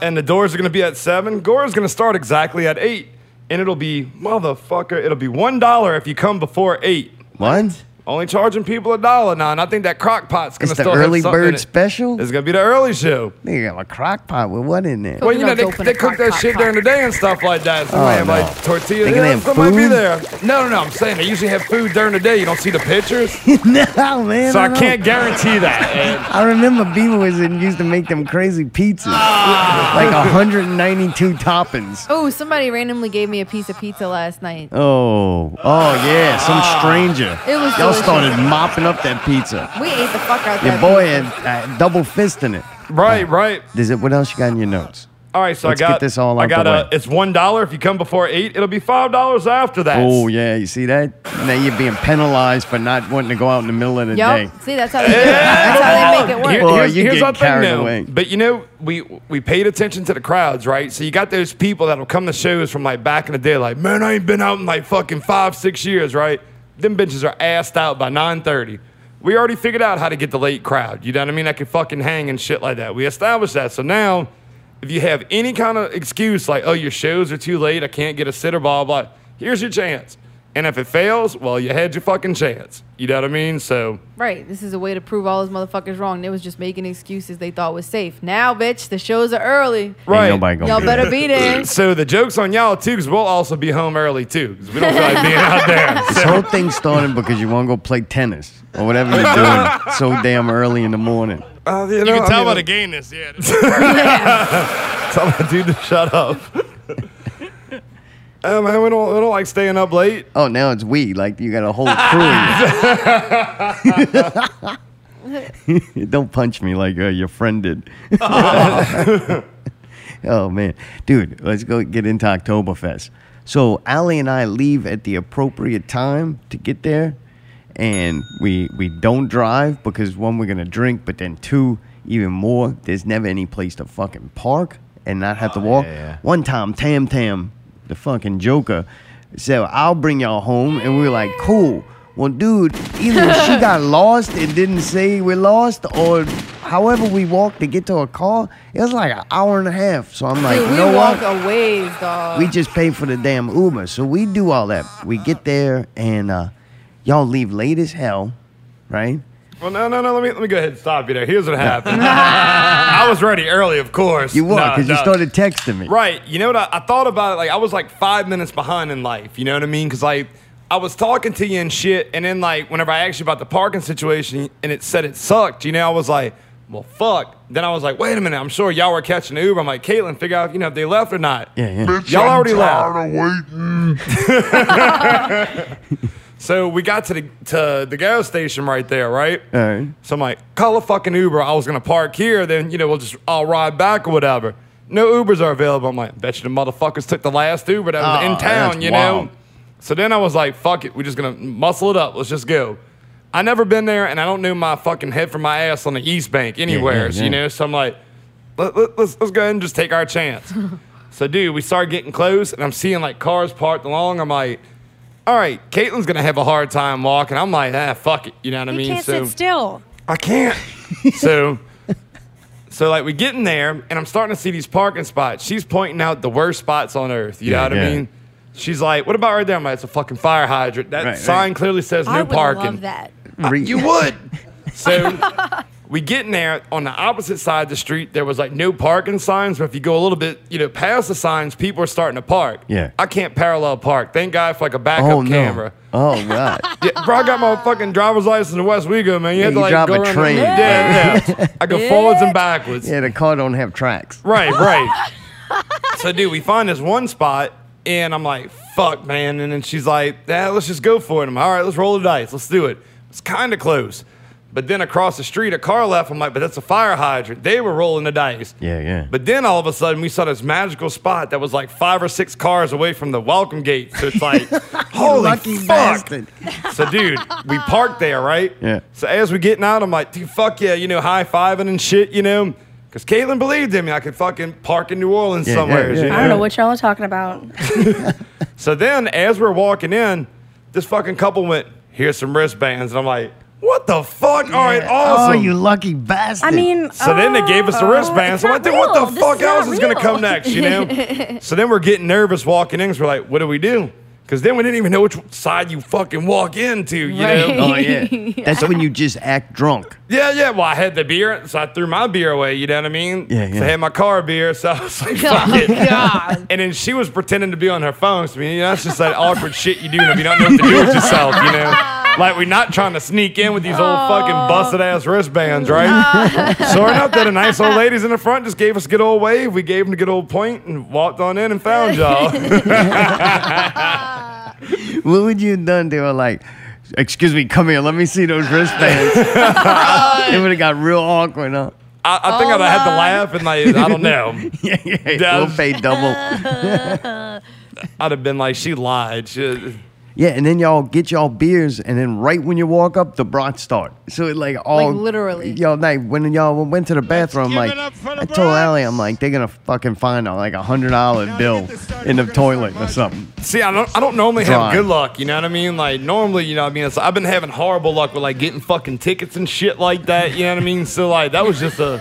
[SPEAKER 2] And the doors are going to be at 7. Gore is going to start exactly at 8. And it'll be, motherfucker, it'll be $1 if you come before 8.
[SPEAKER 1] What?
[SPEAKER 2] Only charging people a dollar now. And I think that crock pot's going to
[SPEAKER 1] It's the
[SPEAKER 2] still have
[SPEAKER 1] early
[SPEAKER 2] something in
[SPEAKER 1] bird
[SPEAKER 2] it.
[SPEAKER 1] special.
[SPEAKER 2] It's going to be the early show.
[SPEAKER 1] They got a crock pot with what in there?
[SPEAKER 2] Well, you know,
[SPEAKER 5] Coconut
[SPEAKER 2] they,
[SPEAKER 5] dope in
[SPEAKER 2] they
[SPEAKER 5] a
[SPEAKER 2] cook
[SPEAKER 5] crock
[SPEAKER 2] that
[SPEAKER 5] pot,
[SPEAKER 2] shit during the
[SPEAKER 5] crock.
[SPEAKER 2] day and stuff like that. So
[SPEAKER 1] Oh,
[SPEAKER 2] they have
[SPEAKER 1] no.
[SPEAKER 2] like tortillas.
[SPEAKER 1] They can have
[SPEAKER 2] so it might be
[SPEAKER 1] food?
[SPEAKER 2] there. No, no, no. I'm saying they usually have food during the day. You don't see the pictures.
[SPEAKER 1] no, man.
[SPEAKER 2] So I
[SPEAKER 1] don't know.
[SPEAKER 2] can't guarantee that. And-
[SPEAKER 1] I remember Beamer was in, used to make them crazy pizzas,
[SPEAKER 5] Ah.
[SPEAKER 1] like 192 toppings.
[SPEAKER 5] Oh, somebody randomly gave me a piece of pizza last night.
[SPEAKER 1] Oh, oh yeah, some stranger.
[SPEAKER 5] Ah. It was
[SPEAKER 1] Y'all
[SPEAKER 5] delicious.
[SPEAKER 1] started mopping up that pizza.
[SPEAKER 5] We ate the fuck out
[SPEAKER 1] Your
[SPEAKER 5] that
[SPEAKER 1] boy
[SPEAKER 5] pizza.
[SPEAKER 1] had uh, double fisting it.
[SPEAKER 2] right, right.
[SPEAKER 1] Is it? What else you got in your notes?
[SPEAKER 2] All right, so
[SPEAKER 1] Let's
[SPEAKER 2] I
[SPEAKER 1] get
[SPEAKER 2] got
[SPEAKER 1] this all
[SPEAKER 2] I
[SPEAKER 1] out the
[SPEAKER 2] got
[SPEAKER 1] way.
[SPEAKER 2] a. It's one dollar if you come before eight. It'll be five dollars after that.
[SPEAKER 1] Oh yeah, you see that? Now you're being penalized for not wanting to go out in the middle of the
[SPEAKER 5] Yup.
[SPEAKER 1] day.
[SPEAKER 5] See, that's how they, do it. that's how they make it
[SPEAKER 2] Here-
[SPEAKER 5] work.
[SPEAKER 1] Boy,
[SPEAKER 2] here's
[SPEAKER 1] you
[SPEAKER 2] here's
[SPEAKER 1] get
[SPEAKER 2] our thing
[SPEAKER 1] carried
[SPEAKER 2] now.
[SPEAKER 1] away.
[SPEAKER 2] But you know, we we paid attention to the crowds, right? So you got those people that'll come to shows from like back in the day, like, man, I ain't been out in like fucking five, six years, right? Them bitches are assed out by 9:30. We already figured out how to get the late crowd. You know what I mean? I can fucking hang and shit like that. We established that. So now, if you have any kind of excuse like, oh, your shows are too late, I can't get a sitter, blah, blah, blah, here's your chance. And if it fails, well, you had your fucking chance. You know what I mean? So
[SPEAKER 5] Right. This is a way to prove all those motherfuckers wrong. They was just making excuses they thought was safe. Now, bitch, the shows are early.
[SPEAKER 2] Right.
[SPEAKER 1] Ain't nobody gonna
[SPEAKER 5] Y'all
[SPEAKER 1] do
[SPEAKER 5] better
[SPEAKER 1] that.
[SPEAKER 5] be there.
[SPEAKER 2] So the joke's on y'all too, because we'll also be home early too, because we don't feel like being out there.
[SPEAKER 1] This whole thing started because you want to go play tennis or whatever you're doing so damn early in the morning.
[SPEAKER 2] Uh, you,
[SPEAKER 7] can tell by the
[SPEAKER 2] game this, yeah. tell my dude to shut up. Oh man, we don't, we don't like staying up late.
[SPEAKER 1] Oh, now it's we. Like you got a whole crew. Don't punch me like uh, your friend did. oh man, dude, let's go get into Oktoberfest. So Allie and I leave at the appropriate time to get there, and we we don't drive because one we're gonna drink, but then two even more. There's never any place to fucking park and not have to walk.
[SPEAKER 4] Oh, yeah.
[SPEAKER 1] One time, Tam Tam, the fucking Joker, said, "I'll bring y'all home," and we were like, "Cool." Well, dude, either she got lost and didn't say we're lost, or however we walked to get to her car, it was like an hour and a half. So I'm like,
[SPEAKER 5] Dude,
[SPEAKER 1] you
[SPEAKER 5] we
[SPEAKER 1] know
[SPEAKER 5] walk
[SPEAKER 1] what?
[SPEAKER 5] a ways, dog.
[SPEAKER 1] We just pay for the damn Uber. So we do all that. We get there and uh, y'all leave late as hell, right?
[SPEAKER 2] Well, no, no, no. Let me let me go ahead and stop you there. Here's what happened. I was ready early, of course.
[SPEAKER 1] You were
[SPEAKER 2] No,
[SPEAKER 1] because
[SPEAKER 2] no.
[SPEAKER 1] you started texting me.
[SPEAKER 2] Right. You know what? I, I thought about it. Like, I was like five minutes behind in life. You know what I mean? Because, like, I was talking to you and shit. And then, like, whenever I asked you about the parking situation and it said it sucked, you know, I was like, well, fuck. Then I was like, wait a minute. I'm sure y'all were catching the Uber. I'm like, Caitlin, figure out, you know, if they left or not.
[SPEAKER 1] Yeah, yeah.
[SPEAKER 2] Y'all already left.
[SPEAKER 7] Tired of waiting.
[SPEAKER 2] So we got to the, to the gas station right there, right?
[SPEAKER 1] All right.
[SPEAKER 2] So I'm like, call a fucking Uber. I was gonna park here, then you know we'll just I'll ride back or whatever. No Ubers are available. I'm like, bet you the motherfuckers took the last Uber that was
[SPEAKER 1] Oh,
[SPEAKER 2] in town,
[SPEAKER 1] that's
[SPEAKER 2] you
[SPEAKER 1] wild.
[SPEAKER 2] know. So then I was like, fuck it, we're just gonna muscle it up. Let's just go. I never been there, and I don't know my fucking head from my ass on the East Bank anywhere,
[SPEAKER 1] yeah,
[SPEAKER 2] so,
[SPEAKER 1] yeah.
[SPEAKER 2] you know. So I'm like, let, let, let's let's go ahead and just take our chance. so dude, we start getting close, and I'm seeing like cars parked along. I'm like all right, Caitlin's gonna have a hard time walking. I'm like, ah, fuck it. You know what I
[SPEAKER 7] You
[SPEAKER 2] mean?
[SPEAKER 7] can't
[SPEAKER 2] so
[SPEAKER 7] sit still.
[SPEAKER 2] I can't. so, so like we get in there, and I'm starting to see these parking spots. She's pointing out the worst spots on earth. You know
[SPEAKER 4] Yeah,
[SPEAKER 2] what
[SPEAKER 4] yeah.
[SPEAKER 2] I mean? She's like, "What about right there?" I'm like, "It's a fucking fire hydrant. That
[SPEAKER 1] Right, right.
[SPEAKER 2] sign clearly says
[SPEAKER 7] I
[SPEAKER 2] no
[SPEAKER 7] would
[SPEAKER 2] parking."
[SPEAKER 7] love that.
[SPEAKER 1] Re-
[SPEAKER 2] You would. So we get in there on the opposite side of the street. There was like no parking signs, but if you go a little bit, you know, past the signs, people are starting to park.
[SPEAKER 1] Yeah.
[SPEAKER 2] I can't parallel park. Thank God for like a backup
[SPEAKER 1] oh no.
[SPEAKER 2] camera.
[SPEAKER 1] Oh god.
[SPEAKER 2] Yeah, bro, I got my fucking driver's license in West Wego, man. You
[SPEAKER 1] Yeah,
[SPEAKER 2] have to
[SPEAKER 1] you
[SPEAKER 2] like
[SPEAKER 1] drive
[SPEAKER 2] go
[SPEAKER 1] a
[SPEAKER 2] around the-
[SPEAKER 1] train.
[SPEAKER 2] Yeah, yeah. I go forwards and backwards.
[SPEAKER 1] yeah, the car don't have tracks.
[SPEAKER 2] Right, right. so, dude, we find this one spot, and I'm like, fuck, man. And then she's like, yeah, let's just go for it. I'm like, all right, let's roll the dice. Let's do it. It's kind of close. But then across the street, a car left. I'm like, but that's a fire hydrant. They were rolling the dice.
[SPEAKER 1] Yeah, yeah.
[SPEAKER 2] But then all of a sudden, we saw this magical spot that was like five or six cars away from the welcome gate. So it's like, holy
[SPEAKER 1] Lucky
[SPEAKER 2] fuck.
[SPEAKER 1] bastard.
[SPEAKER 2] So, dude, we parked there, right?
[SPEAKER 1] Yeah.
[SPEAKER 2] So as we getting out, I'm like, dude, fuck yeah, you know, high fiving and shit, you know, because Caitlin believed in me. I could fucking park in New Orleans
[SPEAKER 1] Yeah,
[SPEAKER 2] somewhere.
[SPEAKER 1] yeah, yeah.
[SPEAKER 2] you
[SPEAKER 1] I
[SPEAKER 8] I don't know what y'all are talking about.
[SPEAKER 2] So then, as we're walking in, this fucking couple went, "Here's some wristbands," and I'm like, "What the fuck? All right, awesome."
[SPEAKER 1] Oh, you lucky bastard.
[SPEAKER 8] I mean,
[SPEAKER 2] So then they gave us the
[SPEAKER 8] oh, it's
[SPEAKER 2] wristbands. So I
[SPEAKER 8] not
[SPEAKER 2] think, what the
[SPEAKER 8] real. This
[SPEAKER 2] fuck
[SPEAKER 8] not
[SPEAKER 2] else is going to
[SPEAKER 8] real.
[SPEAKER 2] come next, you know? so then we're getting nervous walking in because we're like, what do we do? Because then we didn't even know which side you fucking walk into, you know?
[SPEAKER 1] Oh yeah. That's when you just act drunk.
[SPEAKER 2] Yeah, yeah. Well, I had the beer, so I threw my beer away. You know what I mean?
[SPEAKER 1] Yeah, yeah.
[SPEAKER 2] So I had my car beer, so I was like,
[SPEAKER 7] Oh
[SPEAKER 2] fuck it. And then she was pretending to be on her phone. So, I mean, you know, that's just that awkward shit you do if you don't know what to do with yourself, you know? Like, we're not trying to sneak in with these old
[SPEAKER 1] Oh.
[SPEAKER 2] fucking busted ass wristbands, right? Sure enough, that the nice old ladies in the front just gave us a good old wave. We gave them a good old point and walked on in and found y'all.
[SPEAKER 1] What would you have done? They were like, "Excuse me, come here. Let me see those wristbands." it would have got real awkward, huh?
[SPEAKER 2] I, I
[SPEAKER 1] Oh
[SPEAKER 2] think I'd have had to laugh and, like, I don't know.
[SPEAKER 1] yeah, yeah.
[SPEAKER 2] Does-
[SPEAKER 1] We'll pay double.
[SPEAKER 2] I'd have been like, she lied. She,
[SPEAKER 1] Yeah, and then y'all get y'all beers, and then right when you walk up, the brats start. So it like all
[SPEAKER 5] Like, literally.
[SPEAKER 1] y'all like when y'all went to the bathroom,
[SPEAKER 9] give
[SPEAKER 1] like
[SPEAKER 9] it up for
[SPEAKER 1] I
[SPEAKER 9] the
[SPEAKER 1] told Allie,
[SPEAKER 9] brats.
[SPEAKER 1] I'm like they're gonna fucking find a, like a hundred dollar
[SPEAKER 9] Now
[SPEAKER 1] bill
[SPEAKER 9] you get to start
[SPEAKER 1] in the
[SPEAKER 9] looking for
[SPEAKER 1] toilet or
[SPEAKER 9] money.
[SPEAKER 1] something.
[SPEAKER 2] See, I don't, I don't normally
[SPEAKER 1] Dry.
[SPEAKER 2] have good luck, you know what I mean? Like, normally, you know what I mean? It's, I've been having horrible luck with, like, getting fucking tickets and shit like that, you know what I mean? So, like, that was just a.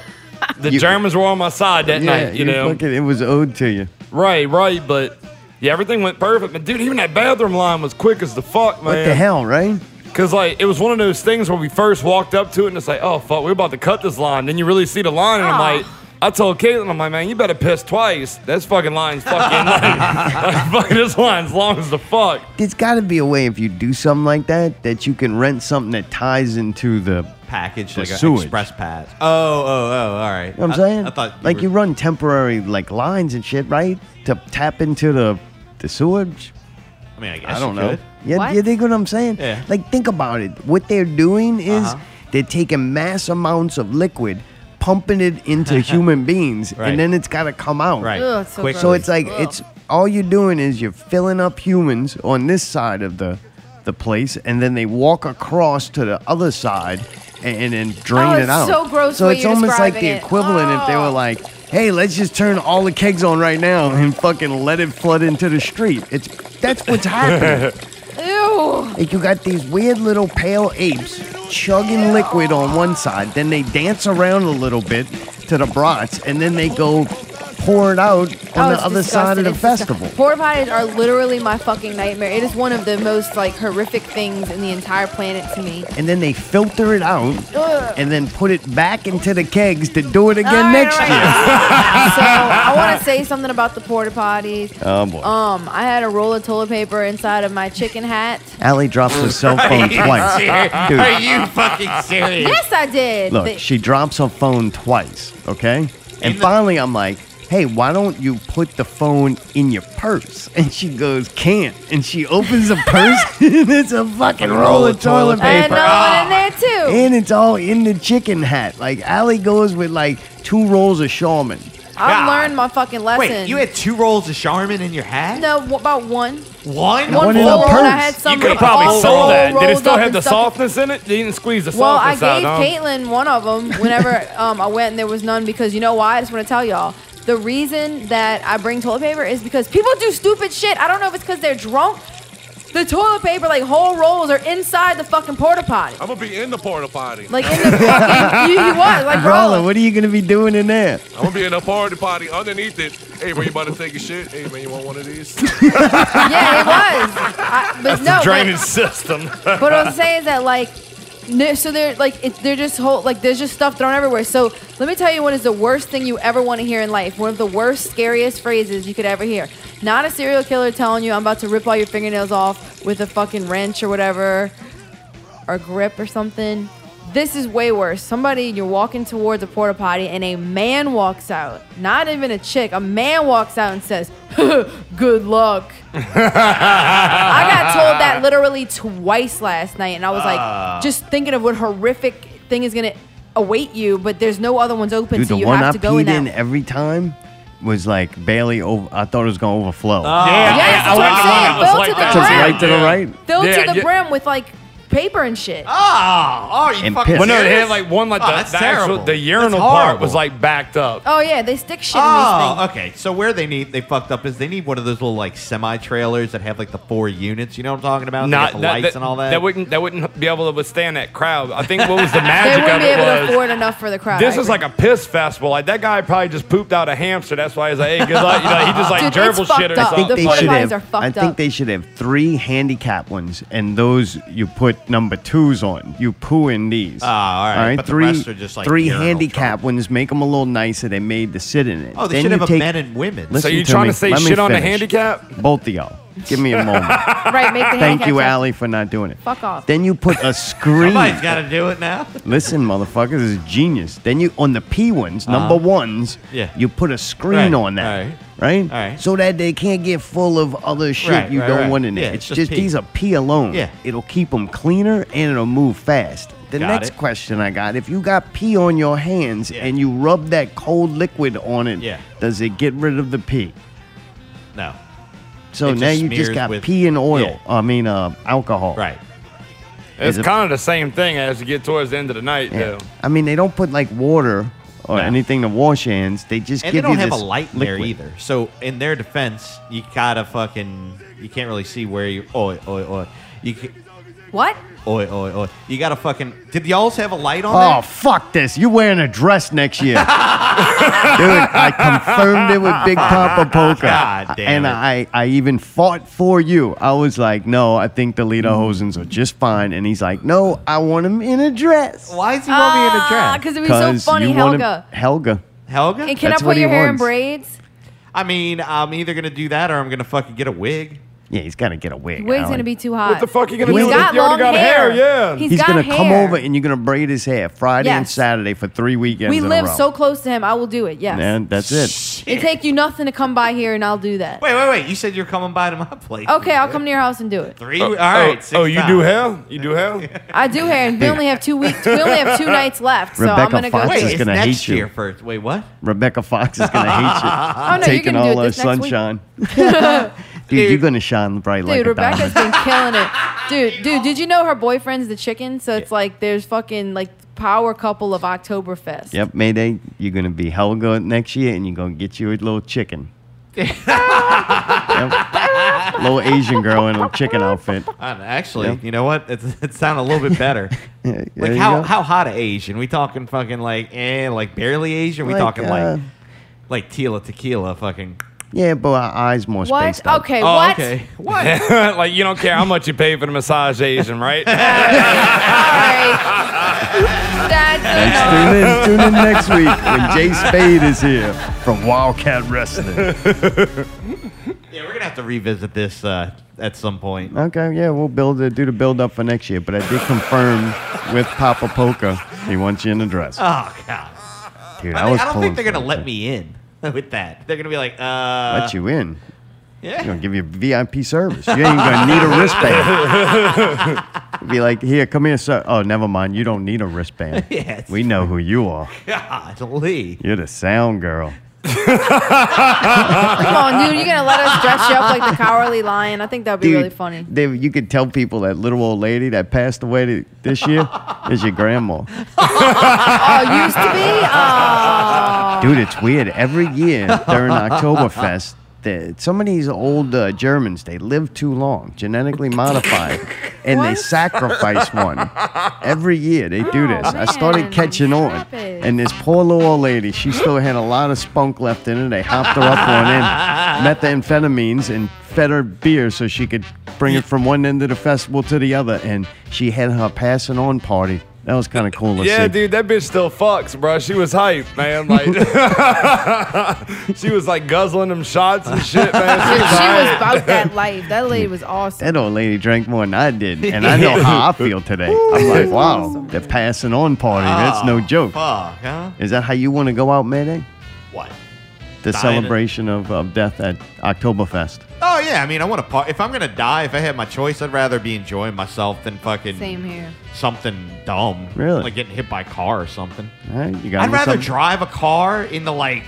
[SPEAKER 2] The
[SPEAKER 1] You-
[SPEAKER 2] Germans were on my side that
[SPEAKER 1] yeah,
[SPEAKER 2] night, you know?
[SPEAKER 1] fucking, it was owed to you.
[SPEAKER 2] Right, right, but. Yeah, everything went perfect, but dude, even that bathroom line was quick as the fuck, man.
[SPEAKER 1] What the hell, right?
[SPEAKER 2] Cause like it was one of those things where we first walked up to it and it's like, oh fuck, we're about to cut this line. Then you really see the line, and I'm like, I told Caitlin, I'm like, man, you better piss twice. This fucking line's fucking like, fucking this line's long as the fuck.
[SPEAKER 1] There's got to be a way if you do something like that that you can rent something that ties into the.
[SPEAKER 4] Package
[SPEAKER 1] The
[SPEAKER 4] like an
[SPEAKER 1] sewage.
[SPEAKER 4] express pass. Oh, oh, oh! All
[SPEAKER 1] You
[SPEAKER 4] right.
[SPEAKER 1] know what I'm
[SPEAKER 4] I-
[SPEAKER 1] saying?
[SPEAKER 4] I, thought
[SPEAKER 1] like you
[SPEAKER 4] were-
[SPEAKER 1] run temporary like lines and shit, right? To tap into the the sewage.
[SPEAKER 4] I mean, I guess
[SPEAKER 1] I don't
[SPEAKER 4] you
[SPEAKER 1] know.
[SPEAKER 4] could.
[SPEAKER 1] Yeah,
[SPEAKER 5] What?
[SPEAKER 1] you think what I'm saying?
[SPEAKER 4] Yeah. Uh-huh.
[SPEAKER 1] Like, think about it. What they're doing is they're taking mass amounts of liquid, pumping it into human beings,
[SPEAKER 4] Right.
[SPEAKER 1] and then it's got to come out.
[SPEAKER 4] Right.
[SPEAKER 5] Ugh, it's so
[SPEAKER 4] Quick.
[SPEAKER 5] gross.
[SPEAKER 1] So it's like it's all you're doing is you're filling up humans on this side of the the place, and then they walk across to the other side and, and then drain
[SPEAKER 5] Oh,
[SPEAKER 1] it
[SPEAKER 5] it's
[SPEAKER 1] out.
[SPEAKER 5] so gross
[SPEAKER 1] So
[SPEAKER 5] the way
[SPEAKER 1] it's
[SPEAKER 5] you're
[SPEAKER 1] almost like the
[SPEAKER 5] describing it.
[SPEAKER 1] equivalent if they were
[SPEAKER 5] Oh.
[SPEAKER 1] like, "Hey, let's just turn all the kegs on right now and fucking let it flood into the street." It's that's what's happening.
[SPEAKER 5] Ew.
[SPEAKER 1] Like you got these weird little pale apes chugging liquid on one side, then they dance around a little bit to the brats, and then they go pour it out on
[SPEAKER 5] Oh,
[SPEAKER 1] the
[SPEAKER 5] it's
[SPEAKER 1] other side of
[SPEAKER 5] disgusting.
[SPEAKER 1] the
[SPEAKER 5] It's disgusting.
[SPEAKER 1] festival.
[SPEAKER 5] Porta potties are literally my fucking nightmare. It is one of the most like horrific things in the entire planet to me.
[SPEAKER 1] And then they filter it out
[SPEAKER 5] Ugh.
[SPEAKER 1] and then put it back into the kegs to do it again
[SPEAKER 5] All right,
[SPEAKER 1] next
[SPEAKER 5] all
[SPEAKER 1] year.
[SPEAKER 5] So I want to say something about the porta potties.
[SPEAKER 1] Oh boy.
[SPEAKER 5] Um, I had a roll of toilet paper inside of my chicken hat.
[SPEAKER 1] Allie drops her cell phone twice. Dude,
[SPEAKER 4] you fucking serious?
[SPEAKER 5] Yes, I did.
[SPEAKER 1] look,
[SPEAKER 5] The-
[SPEAKER 1] she drops her phone twice, okay? And finally I'm like, hey, why don't you put the phone in your purse? And she goes, can't. And she opens the purse and it's a fucking roll of toilet
[SPEAKER 5] I had
[SPEAKER 1] paper.
[SPEAKER 5] another one
[SPEAKER 2] Ah.
[SPEAKER 5] in there too.
[SPEAKER 1] And it's all in the chicken hat. Like Allie goes with like two rolls of Charmin.
[SPEAKER 5] I've
[SPEAKER 4] God.
[SPEAKER 5] learned my fucking lesson.
[SPEAKER 4] Wait, you had two rolls of Charmin in your hat?
[SPEAKER 5] no wh- about one.
[SPEAKER 1] One
[SPEAKER 4] One?
[SPEAKER 5] One
[SPEAKER 1] in
[SPEAKER 5] full
[SPEAKER 1] a
[SPEAKER 5] roll, and I
[SPEAKER 1] purse.
[SPEAKER 5] had some.
[SPEAKER 2] you could have
[SPEAKER 5] like,
[SPEAKER 2] probably
[SPEAKER 5] all
[SPEAKER 2] sold that.
[SPEAKER 5] rolled
[SPEAKER 2] Did it still
[SPEAKER 5] up
[SPEAKER 2] have
[SPEAKER 5] and
[SPEAKER 2] the
[SPEAKER 5] stuff-
[SPEAKER 2] softness in it? They didn't squeeze the
[SPEAKER 5] Well, I
[SPEAKER 2] softness
[SPEAKER 5] gave
[SPEAKER 2] out. huh?
[SPEAKER 5] Caitlin one of them whenever um, I went and there was none because you know why? I just want to tell y'all. The reason that I bring toilet paper is because people do stupid shit. I don't know if it's because they're drunk. The toilet paper, like whole rolls, are inside the fucking porta potty.
[SPEAKER 6] I'm gonna be in the porta potty.
[SPEAKER 5] Like in the fucking, you, you was like
[SPEAKER 1] Rolla,
[SPEAKER 5] Rolla.
[SPEAKER 1] what are you going to be doing in there?
[SPEAKER 6] I'm gonna be in the porta potty underneath it. Hey, man, you about to take a shit? Hey, man, you want one of these?
[SPEAKER 5] Yeah, it was. I, but no, but-
[SPEAKER 2] Drainage system.
[SPEAKER 5] But what I'm saying is that like, n- so they're like it, they're just whole like there's just stuff thrown everywhere. So let me tell you what is the worst thing you ever want to hear in life. One of the worst, scariest phrases you could ever hear. Not a serial killer telling you I'm about to rip all your fingernails off with a fucking wrench or whatever, or grip or something. This is way worse. Somebody you're walking towards a porta potty and a man walks out. Not even a chick. A man walks out and says, "Good luck." I got told that literally twice last night, and I was
[SPEAKER 2] Ah.
[SPEAKER 5] like, just thinking of what horrific thing is gonna await you, but there's no other ones open,
[SPEAKER 1] Dude,
[SPEAKER 5] so
[SPEAKER 1] the
[SPEAKER 5] you
[SPEAKER 1] one
[SPEAKER 5] have
[SPEAKER 1] I
[SPEAKER 5] to go in
[SPEAKER 1] peed
[SPEAKER 5] that.
[SPEAKER 1] in every time was like barely over. I thought it was going to overflow.
[SPEAKER 5] Ah.
[SPEAKER 2] Yeah,
[SPEAKER 5] Yes,
[SPEAKER 2] I,
[SPEAKER 5] that's
[SPEAKER 2] I
[SPEAKER 5] what
[SPEAKER 2] went
[SPEAKER 5] I'm
[SPEAKER 2] to one
[SPEAKER 5] saying.
[SPEAKER 2] that was
[SPEAKER 5] Built
[SPEAKER 2] like
[SPEAKER 5] to
[SPEAKER 2] that.
[SPEAKER 5] the
[SPEAKER 1] Just
[SPEAKER 5] ground.
[SPEAKER 1] right to the right.
[SPEAKER 5] Filled
[SPEAKER 2] Yeah,
[SPEAKER 5] to the
[SPEAKER 2] yeah.
[SPEAKER 5] brim with like paper and shit.
[SPEAKER 4] Ah, oh, are you
[SPEAKER 1] And
[SPEAKER 4] fucking
[SPEAKER 1] piss.
[SPEAKER 2] Well, no, they
[SPEAKER 4] serious?
[SPEAKER 2] had like one like
[SPEAKER 4] Oh,
[SPEAKER 2] the,
[SPEAKER 4] that's
[SPEAKER 2] the actual
[SPEAKER 4] terrible.
[SPEAKER 2] the urinal
[SPEAKER 4] That's
[SPEAKER 2] part was
[SPEAKER 4] horrible.
[SPEAKER 2] like backed up.
[SPEAKER 5] Oh yeah, they stick shit
[SPEAKER 2] Ah,
[SPEAKER 5] in
[SPEAKER 4] Oh,
[SPEAKER 5] these things.
[SPEAKER 4] okay. So where they need they fucked up is they need one of those little like semi trailers that have like the four units. You know what I'm talking about? They got the lights and all that.
[SPEAKER 2] That wouldn't that wouldn't be able to withstand that crowd. I think what was the
[SPEAKER 5] They
[SPEAKER 2] magic
[SPEAKER 5] wouldn't be
[SPEAKER 2] of
[SPEAKER 5] able to
[SPEAKER 2] it was.
[SPEAKER 5] afford enough for the crowd.
[SPEAKER 2] This
[SPEAKER 5] I
[SPEAKER 2] is
[SPEAKER 5] agree.
[SPEAKER 2] like a piss festival. Like that guy probably just pooped out a hamster. That's why he's like, hey, good luck. You know, he just like
[SPEAKER 5] Dude, it's
[SPEAKER 2] gerbil shit
[SPEAKER 5] fucked
[SPEAKER 2] or
[SPEAKER 5] up.
[SPEAKER 1] I think
[SPEAKER 5] The
[SPEAKER 2] something.
[SPEAKER 1] they
[SPEAKER 5] porta
[SPEAKER 1] should
[SPEAKER 5] potties
[SPEAKER 1] have.
[SPEAKER 5] are fucked
[SPEAKER 1] I think
[SPEAKER 5] up.
[SPEAKER 1] they should have three handicap ones, and those you put number twos on. You poo in these.
[SPEAKER 4] Ah, all right, but the
[SPEAKER 1] three
[SPEAKER 4] rest are just, like,
[SPEAKER 1] three
[SPEAKER 4] urinal
[SPEAKER 1] handicap ones. Make them a little nicer. They made the sit in it.
[SPEAKER 4] oh, they
[SPEAKER 1] Then
[SPEAKER 4] should
[SPEAKER 1] you
[SPEAKER 4] have a
[SPEAKER 1] take-
[SPEAKER 4] men and women.
[SPEAKER 2] so
[SPEAKER 1] Listen
[SPEAKER 2] you
[SPEAKER 1] to
[SPEAKER 2] trying
[SPEAKER 1] me.
[SPEAKER 2] to say
[SPEAKER 1] Let me
[SPEAKER 2] shit on the
[SPEAKER 1] finish.
[SPEAKER 2] handicap?
[SPEAKER 1] Both of y'all, give me a moment.
[SPEAKER 5] right. Make the
[SPEAKER 1] Thank you,
[SPEAKER 5] handicap-
[SPEAKER 1] Allie, for not doing it.
[SPEAKER 5] Fuck off.
[SPEAKER 1] Then you put a screen.
[SPEAKER 4] Somebody's got to do it now.
[SPEAKER 1] Listen, motherfuckers, this is genius. Then you on the P ones, number ones,
[SPEAKER 4] Uh-huh. Yeah.
[SPEAKER 1] you put a screen
[SPEAKER 4] Right,
[SPEAKER 1] on that.
[SPEAKER 4] right.
[SPEAKER 1] Right?
[SPEAKER 4] Right.
[SPEAKER 1] So that they can't get full of other shit
[SPEAKER 4] Right,
[SPEAKER 1] you
[SPEAKER 4] right,
[SPEAKER 1] don't
[SPEAKER 4] right.
[SPEAKER 1] want in there.
[SPEAKER 4] Yeah,
[SPEAKER 1] it's
[SPEAKER 4] it's
[SPEAKER 1] just,
[SPEAKER 4] just pee.
[SPEAKER 1] these are pee alone.
[SPEAKER 4] Yeah.
[SPEAKER 1] It'll keep them cleaner and it'll move fast. The
[SPEAKER 4] Got
[SPEAKER 1] next
[SPEAKER 4] it.
[SPEAKER 1] question I got if you got pee on your hands
[SPEAKER 4] Yeah.
[SPEAKER 1] and you rub that cold liquid on it,
[SPEAKER 4] Yeah.
[SPEAKER 1] does it get rid of the pee?
[SPEAKER 4] No.
[SPEAKER 1] So
[SPEAKER 4] It just
[SPEAKER 1] now you just
[SPEAKER 4] smears
[SPEAKER 1] got
[SPEAKER 4] with-
[SPEAKER 1] pee and oil.
[SPEAKER 4] yeah.
[SPEAKER 1] I mean, uh, alcohol.
[SPEAKER 4] Right.
[SPEAKER 1] Is
[SPEAKER 2] It's
[SPEAKER 1] it-
[SPEAKER 2] kind of the same thing as you get towards the end of the night,
[SPEAKER 1] Yeah.
[SPEAKER 2] though.
[SPEAKER 1] I mean, they don't put like water or
[SPEAKER 4] No.
[SPEAKER 1] anything to wash hands. They just
[SPEAKER 4] And they
[SPEAKER 1] give
[SPEAKER 4] don't
[SPEAKER 1] you
[SPEAKER 4] have a
[SPEAKER 1] this
[SPEAKER 4] light in
[SPEAKER 1] liquid.
[SPEAKER 4] there either. So in their defense, you gotta fucking you can't really see where you. Oi, oi, oi. You. ca-
[SPEAKER 5] What?
[SPEAKER 4] Oi, oi, oi. You gotta fucking. Did y'all have a light on
[SPEAKER 1] Oh
[SPEAKER 4] there?
[SPEAKER 1] fuck this! You're wearing a dress next year, dude. I confirmed it with Big Papa Polka,
[SPEAKER 4] God
[SPEAKER 1] and
[SPEAKER 4] damn it.
[SPEAKER 1] I I even fought for you. I was like, no, I think the lederhosens are just fine, and he's like, no, I want him in a dress.
[SPEAKER 4] Why is he want me in
[SPEAKER 5] Uh,
[SPEAKER 4] a dress?
[SPEAKER 5] because Ah, it'd be so funny,
[SPEAKER 1] you want him-
[SPEAKER 5] Helga.
[SPEAKER 1] Helga.
[SPEAKER 4] Helga.
[SPEAKER 5] And can I
[SPEAKER 1] That's what
[SPEAKER 5] put
[SPEAKER 1] he
[SPEAKER 5] your hair in
[SPEAKER 1] wants.
[SPEAKER 5] braids?
[SPEAKER 4] I mean, I'm either gonna do that or I'm gonna fucking get a wig.
[SPEAKER 1] Yeah, he's gotta get a wig.
[SPEAKER 5] Wig's
[SPEAKER 1] Alan.
[SPEAKER 5] gonna be too hot.
[SPEAKER 2] What the fuck you gonna
[SPEAKER 1] He's
[SPEAKER 2] do? with
[SPEAKER 5] got
[SPEAKER 2] it? You already
[SPEAKER 5] long
[SPEAKER 2] got
[SPEAKER 5] hair.
[SPEAKER 2] hair, yeah.
[SPEAKER 5] He's
[SPEAKER 1] He's
[SPEAKER 5] got
[SPEAKER 1] gonna come
[SPEAKER 5] hair.
[SPEAKER 1] over, and you're gonna braid his hair Friday and
[SPEAKER 5] Yes.
[SPEAKER 1] Saturday for three weekends.
[SPEAKER 5] We
[SPEAKER 1] in a
[SPEAKER 5] live
[SPEAKER 1] row.
[SPEAKER 5] so close to him. I will do it. Yes.
[SPEAKER 1] And that's it.
[SPEAKER 5] It take you nothing to come by here, and I'll do that.
[SPEAKER 4] Wait, wait, wait. You said you're coming by to my place.
[SPEAKER 5] Okay, I'll come to your house and do it.
[SPEAKER 4] Three. all right.
[SPEAKER 2] Oh,
[SPEAKER 4] six
[SPEAKER 2] oh, you
[SPEAKER 4] times.
[SPEAKER 2] do hell? You do hell?
[SPEAKER 5] I do hair, and we only have two weeks. We only have two nights left, so I'm
[SPEAKER 1] Rebecca
[SPEAKER 5] gonna go.
[SPEAKER 1] Fox
[SPEAKER 5] do
[SPEAKER 1] is
[SPEAKER 4] Wait,
[SPEAKER 5] it.
[SPEAKER 4] it's
[SPEAKER 1] gonna
[SPEAKER 4] next
[SPEAKER 1] hate you.
[SPEAKER 4] year first. Wait, what?
[SPEAKER 1] Rebecca Fox is gonna hate you.
[SPEAKER 5] Oh no,
[SPEAKER 1] taking
[SPEAKER 5] you're gonna
[SPEAKER 1] all
[SPEAKER 5] do it
[SPEAKER 1] our
[SPEAKER 5] this next
[SPEAKER 1] sunshine. dude, you're
[SPEAKER 4] Dude.
[SPEAKER 1] gonna shine bright
[SPEAKER 5] week.
[SPEAKER 1] like
[SPEAKER 5] Dude,
[SPEAKER 1] a diamond.
[SPEAKER 5] Rebecca's been killing it. Dude, dude, did you know her boyfriend's the chicken? So it's like there's fucking like power couple of Oktoberfest.
[SPEAKER 1] Yep, Mayday, you're gonna be Helga next year, and you're gonna get you a little chicken. Yep. Little Asian girl in a chicken outfit.
[SPEAKER 4] Uh, actually,
[SPEAKER 1] Yeah.
[SPEAKER 4] you know what? It, it sounded a little bit better.
[SPEAKER 1] There
[SPEAKER 4] like
[SPEAKER 1] you
[SPEAKER 4] how,
[SPEAKER 1] go.
[SPEAKER 4] how hot a Asian? We talking fucking like eh, like barely Asian. We
[SPEAKER 1] Like,
[SPEAKER 4] talking
[SPEAKER 1] uh,
[SPEAKER 4] like like Tila tequila fucking.
[SPEAKER 1] Yeah, but our eyes more
[SPEAKER 5] What?
[SPEAKER 1] spaced out.
[SPEAKER 5] Okay,
[SPEAKER 4] Oh,
[SPEAKER 5] what?
[SPEAKER 4] okay. What?
[SPEAKER 2] like you don't care how much you pay for the massage Asian, right?
[SPEAKER 1] Oh,
[SPEAKER 5] All right. That's
[SPEAKER 1] Tune in,
[SPEAKER 5] enough.
[SPEAKER 1] tune in next week when Jay Spade is here from Wildcat Wrestling.
[SPEAKER 4] yeah, we're gonna have to revisit this uh, at some point.
[SPEAKER 1] Okay, yeah, we'll build it, do the build up for next year. But I did confirm with Papa Polka, he wants you in the dress.
[SPEAKER 4] Oh god.
[SPEAKER 1] Dude,
[SPEAKER 4] I,
[SPEAKER 1] I, was
[SPEAKER 4] I don't
[SPEAKER 1] pulling
[SPEAKER 4] think they're
[SPEAKER 1] for
[SPEAKER 4] gonna
[SPEAKER 1] it,
[SPEAKER 4] let
[SPEAKER 1] but-
[SPEAKER 4] me in with that. They're gonna be like, uh,
[SPEAKER 1] let you in. I'm
[SPEAKER 4] yeah.
[SPEAKER 1] gonna give you VIP service. You ain't gonna need a wristband. Be like, here, come here, sir. Oh, never mind. You don't need a wristband.
[SPEAKER 4] Yes.
[SPEAKER 1] We know who you are.
[SPEAKER 4] God, Lee.
[SPEAKER 1] You're the sound girl.
[SPEAKER 5] Come on, dude. You're gonna let us dress you up like the cowardly lion? I think that'd be really
[SPEAKER 1] Dude,
[SPEAKER 5] funny.
[SPEAKER 1] They, you could tell people that little old lady that passed away th- this year is your grandma.
[SPEAKER 5] Oh, used to be. Oh.
[SPEAKER 1] Dude, it's weird. Every year during Oktoberfest, the, some of these old uh, Germans they live too long, genetically modified, and they
[SPEAKER 5] What?
[SPEAKER 1] sacrifice one every year. They do this. I started
[SPEAKER 5] Oh, man.
[SPEAKER 1] catching on,
[SPEAKER 5] Stop it.
[SPEAKER 1] and this poor little old lady, she still had a lot of spunk left in her. They hopped her up on in methamphetamines and fed her beer so she could bring it from one end of the festival to the other, and she had her passing on party. That was kind of cool. to
[SPEAKER 2] Yeah,
[SPEAKER 1] see.
[SPEAKER 2] dude, that bitch still fucks, bro. She was hype, man. Like, she was like guzzling them shots and shit, man. She
[SPEAKER 5] She, she
[SPEAKER 2] was
[SPEAKER 5] was
[SPEAKER 2] hype.
[SPEAKER 5] about that life. That lady was awesome.
[SPEAKER 1] That old lady drank more than I did, and I know how I feel today. I'm like, wow, the passing on party. That's no joke.
[SPEAKER 4] Ah, Fuck, huh?
[SPEAKER 1] Is that how you want to go out, Mayday?
[SPEAKER 4] What?
[SPEAKER 1] The
[SPEAKER 4] Dying.
[SPEAKER 1] celebration of, of death at Oktoberfest.
[SPEAKER 4] Oh yeah, I mean, I want to. Par- if I'm gonna die, if I had my choice, I'd rather be enjoying myself than fucking
[SPEAKER 5] Same here.
[SPEAKER 4] something dumb.
[SPEAKER 1] Really?
[SPEAKER 4] like getting hit by a car or something.
[SPEAKER 1] All right, you got
[SPEAKER 4] I'd
[SPEAKER 1] me
[SPEAKER 4] rather
[SPEAKER 1] something?
[SPEAKER 4] drive a car into like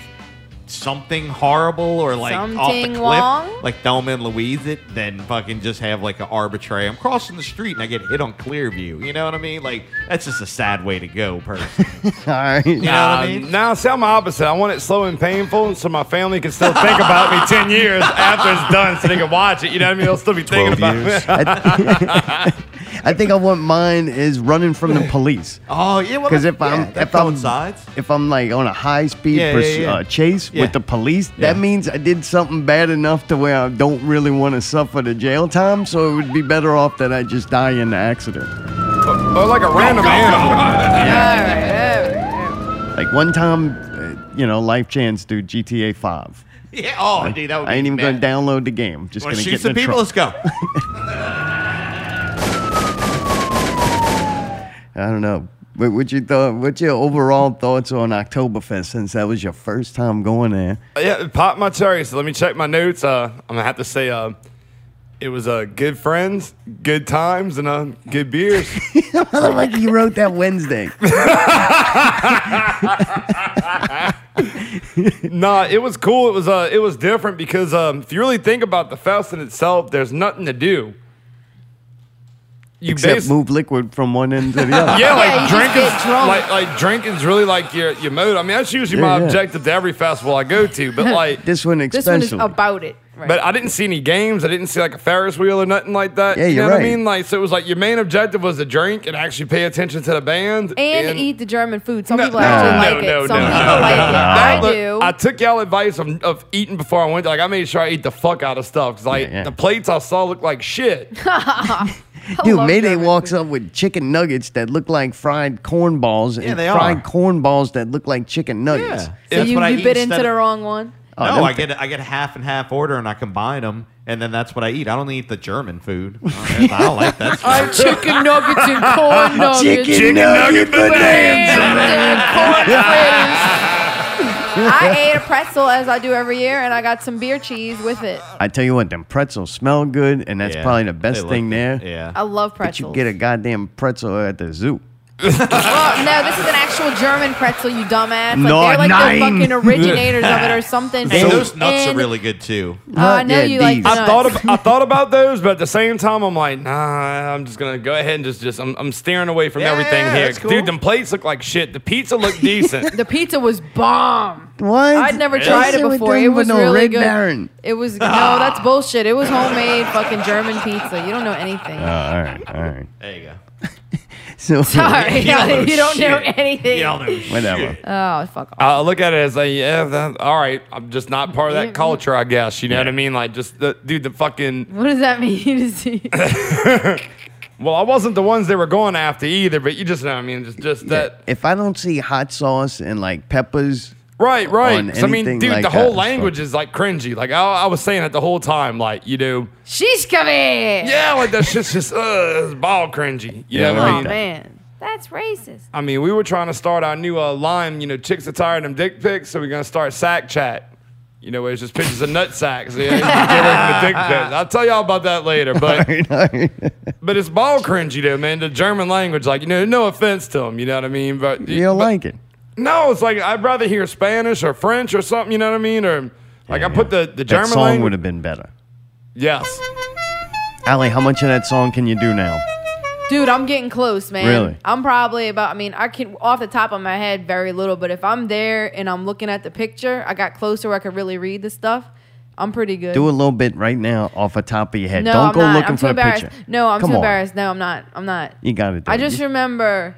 [SPEAKER 4] something horrible or like off the
[SPEAKER 5] Something
[SPEAKER 4] cliff,
[SPEAKER 5] wrong?
[SPEAKER 4] like Thelma and Louise it, than fucking just have like an arbitrary. I'm crossing the street and I get hit on Clearview. You know what I mean? Like that's just a sad way to go, person.
[SPEAKER 1] All right.
[SPEAKER 4] You know what I mean?
[SPEAKER 2] Now, Um, see, I'm opposite. I want it slow and painful so my family can still think about me 10 years after it's done so they can watch it. You know what I mean? They'll still be thinking
[SPEAKER 4] 12
[SPEAKER 2] about
[SPEAKER 4] years.
[SPEAKER 2] me.
[SPEAKER 1] I think I want mine is running from the police.
[SPEAKER 4] Oh yeah, well,
[SPEAKER 1] Because
[SPEAKER 4] that-
[SPEAKER 1] if I'm
[SPEAKER 4] yeah, that
[SPEAKER 1] if I'm
[SPEAKER 4] coincides.
[SPEAKER 1] if I'm like on a high speed
[SPEAKER 4] Yeah, yeah,
[SPEAKER 1] pursu-
[SPEAKER 4] yeah.
[SPEAKER 1] Uh, chase
[SPEAKER 4] Yeah.
[SPEAKER 1] with the police,
[SPEAKER 4] Yeah.
[SPEAKER 1] that means I did something bad enough to where I don't really want to suffer the jail time. So it would be better off that I just die in the accident.
[SPEAKER 2] Or Oh, like a random animal.
[SPEAKER 1] Like one time, uh, you know, Life Chance do GTA Five.
[SPEAKER 4] yeah, oh dude, that would
[SPEAKER 1] I ain't
[SPEAKER 4] be
[SPEAKER 1] even
[SPEAKER 4] mad.
[SPEAKER 1] gonna download the game. Just
[SPEAKER 4] Want
[SPEAKER 1] gonna
[SPEAKER 4] to
[SPEAKER 1] get
[SPEAKER 4] shoot some
[SPEAKER 1] in the
[SPEAKER 4] people?
[SPEAKER 1] truck.
[SPEAKER 4] Let's go.
[SPEAKER 1] I don't know. But what you thought? What your overall thoughts on Oktoberfest since that was your first time going there?
[SPEAKER 2] Yeah, pop my cherry. So let me check my notes. Uh, I'm gonna have to say, uh, it was uh, good friends, good times, and uh, good beers.
[SPEAKER 1] I don't like you wrote that Wednesday.
[SPEAKER 2] nah, it was cool. It was uh, it was different because um, if you really think about the fest in itself, there's nothing to do. You
[SPEAKER 1] Except
[SPEAKER 2] basi-
[SPEAKER 1] move liquid from one end to the other.
[SPEAKER 2] Yeah, like
[SPEAKER 5] Yeah, you just
[SPEAKER 2] drinking,
[SPEAKER 5] get drunk.
[SPEAKER 2] like like drinking's really like your your mode. I mean, that's usually
[SPEAKER 1] Yeah,
[SPEAKER 2] my
[SPEAKER 1] yeah.
[SPEAKER 2] objective to every festival I go to. But like,
[SPEAKER 1] This one
[SPEAKER 5] This one is
[SPEAKER 1] especially.
[SPEAKER 5] about it. Right.
[SPEAKER 2] but I didn't see any games. I didn't see like a Ferris wheel or nothing like that.
[SPEAKER 1] Yeah,
[SPEAKER 2] you
[SPEAKER 1] you're
[SPEAKER 2] know what I
[SPEAKER 1] right.
[SPEAKER 2] mean. Like, so it was like your main objective was to drink and actually pay attention to the band
[SPEAKER 5] and, eat the German food. Some
[SPEAKER 2] No,
[SPEAKER 5] people
[SPEAKER 2] no,
[SPEAKER 5] actually like
[SPEAKER 2] no,
[SPEAKER 5] it.
[SPEAKER 2] no,
[SPEAKER 5] Some
[SPEAKER 2] no,
[SPEAKER 5] people like
[SPEAKER 2] no,
[SPEAKER 5] it. I
[SPEAKER 2] Look,
[SPEAKER 5] do.
[SPEAKER 2] I took y'all advice of, of eating before I went. Like I made sure I ate the fuck out of stuff. 'cause, like
[SPEAKER 1] Yeah, yeah.
[SPEAKER 2] the plates I saw looked like shit.
[SPEAKER 1] Dude,
[SPEAKER 5] love
[SPEAKER 1] Mayday
[SPEAKER 5] German
[SPEAKER 1] walks up with chicken nuggets that look like fried corn balls and
[SPEAKER 4] they
[SPEAKER 1] fried
[SPEAKER 4] are.
[SPEAKER 1] corn balls that look like chicken nuggets.
[SPEAKER 5] so
[SPEAKER 4] That's
[SPEAKER 5] you,
[SPEAKER 4] what I
[SPEAKER 5] you
[SPEAKER 4] eat
[SPEAKER 5] bit
[SPEAKER 4] instead
[SPEAKER 5] into the
[SPEAKER 4] of-
[SPEAKER 5] wrong one.
[SPEAKER 1] Oh,
[SPEAKER 4] no,
[SPEAKER 1] them
[SPEAKER 4] I get I get a half and half order and I combine them, and then that's what I eat. I don't eat the German food. I don't like that. stuff.
[SPEAKER 5] I chicken nuggets and corn nuggets.
[SPEAKER 1] nugget
[SPEAKER 5] I ate a pretzel as I do every year, and I got some beer cheese with it.
[SPEAKER 1] I tell you what, them pretzels smell good, and that's
[SPEAKER 4] Yeah,
[SPEAKER 1] probably the
[SPEAKER 4] they
[SPEAKER 1] best
[SPEAKER 4] look
[SPEAKER 1] thing there.
[SPEAKER 4] good. Yeah.
[SPEAKER 5] I love
[SPEAKER 1] But
[SPEAKER 5] pretzels.
[SPEAKER 1] you get a goddamn pretzel at the zoo.
[SPEAKER 5] Well, Uh, no, this is an actual German pretzel, you dumbass. Like,
[SPEAKER 1] No,
[SPEAKER 5] they're like
[SPEAKER 1] nein.
[SPEAKER 5] the fucking originators of it or something.
[SPEAKER 4] Hey, those nuts are
[SPEAKER 5] And-
[SPEAKER 4] really good too.
[SPEAKER 5] Oh, I know
[SPEAKER 1] Yeah,
[SPEAKER 5] you like
[SPEAKER 1] these.
[SPEAKER 5] the
[SPEAKER 1] I
[SPEAKER 2] I
[SPEAKER 5] nuts.
[SPEAKER 2] thought ab- I thought about those, but at the same time, I'm like, nah. I'm just gonna go ahead and just just I'm, I'm steering away from
[SPEAKER 4] Yeah,
[SPEAKER 2] everything
[SPEAKER 4] yeah,
[SPEAKER 2] here.
[SPEAKER 4] that's cool.
[SPEAKER 2] Dude, them plates look like shit. The pizza looked decent.
[SPEAKER 5] the pizza was bomb.
[SPEAKER 1] What?
[SPEAKER 5] I'd never tried it before. It was
[SPEAKER 1] no
[SPEAKER 5] really
[SPEAKER 1] Red
[SPEAKER 5] good.
[SPEAKER 1] Baron.
[SPEAKER 5] It was no, that's bullshit. It was homemade fucking German pizza. You don't know anything.
[SPEAKER 1] Oh, all right, all right.
[SPEAKER 4] There you go.
[SPEAKER 1] So
[SPEAKER 5] Sorry, you
[SPEAKER 4] don't know
[SPEAKER 5] don't, know
[SPEAKER 4] shit.
[SPEAKER 5] anything.
[SPEAKER 1] whatever.
[SPEAKER 5] Oh fuck off.
[SPEAKER 2] I look at it as like, yeah, that, all right. I'm just not part of that culture, I guess. You know what I mean? Like, just the dude, the fucking
[SPEAKER 5] What does that mean? You just-
[SPEAKER 2] Well, I wasn't the ones they were going after either, but you just know, I mean, just just that.
[SPEAKER 1] If I don't see hot sauce and like peppers,
[SPEAKER 2] Right,
[SPEAKER 1] On
[SPEAKER 2] right. 'Cause, I mean,
[SPEAKER 1] anything
[SPEAKER 2] dude,
[SPEAKER 1] like
[SPEAKER 2] the whole
[SPEAKER 1] that,
[SPEAKER 2] language
[SPEAKER 1] so-
[SPEAKER 2] is like cringy. Like I, I was saying it the whole time. Like you know,
[SPEAKER 5] She's coming.
[SPEAKER 2] yeah, like that shit's just uh, it's ball cringy. You
[SPEAKER 1] Yeah,
[SPEAKER 2] know what I
[SPEAKER 5] Oh
[SPEAKER 1] right.
[SPEAKER 2] mean?
[SPEAKER 5] man, that's racist.
[SPEAKER 2] I mean, we were trying to start our new uh, line. You know, chicks are tired of them dick pics, so we're gonna start sack chat. You know, where it's just pictures of nut sacks. Yeah, you can get away from the dick pics. I'll tell y'all about that later, but. But it's ball cringy though, man. The German language, like you know, no offense to them, you know what I mean. But
[SPEAKER 1] you don't
[SPEAKER 2] but-
[SPEAKER 1] like it.
[SPEAKER 2] No, it's like I'd rather hear Spanish or French or something. You know what I mean? Or like I put the
[SPEAKER 1] That
[SPEAKER 2] the German
[SPEAKER 1] song would
[SPEAKER 2] language.
[SPEAKER 1] have been better.
[SPEAKER 2] Yes.
[SPEAKER 1] Allie, how much of that song can you do now?
[SPEAKER 5] Dude, I'm getting close, man.
[SPEAKER 1] Really?
[SPEAKER 5] I'm probably about. I mean, I can off the top of my head very little, but if I'm there and I'm looking at the picture, I got closer where I could really read the stuff. I'm pretty good.
[SPEAKER 1] Do a little bit right now off the top of your head.
[SPEAKER 5] no,
[SPEAKER 1] Don't
[SPEAKER 5] I'm
[SPEAKER 1] go
[SPEAKER 5] not.
[SPEAKER 1] looking
[SPEAKER 5] I'm
[SPEAKER 1] for
[SPEAKER 5] too
[SPEAKER 1] the
[SPEAKER 5] embarrassed.
[SPEAKER 1] picture.
[SPEAKER 5] No, I'm
[SPEAKER 1] Come
[SPEAKER 5] too
[SPEAKER 1] on.
[SPEAKER 5] embarrassed. No, I'm not. I'm not.
[SPEAKER 1] You got to do
[SPEAKER 5] I
[SPEAKER 1] it.
[SPEAKER 5] just
[SPEAKER 1] You-
[SPEAKER 5] remember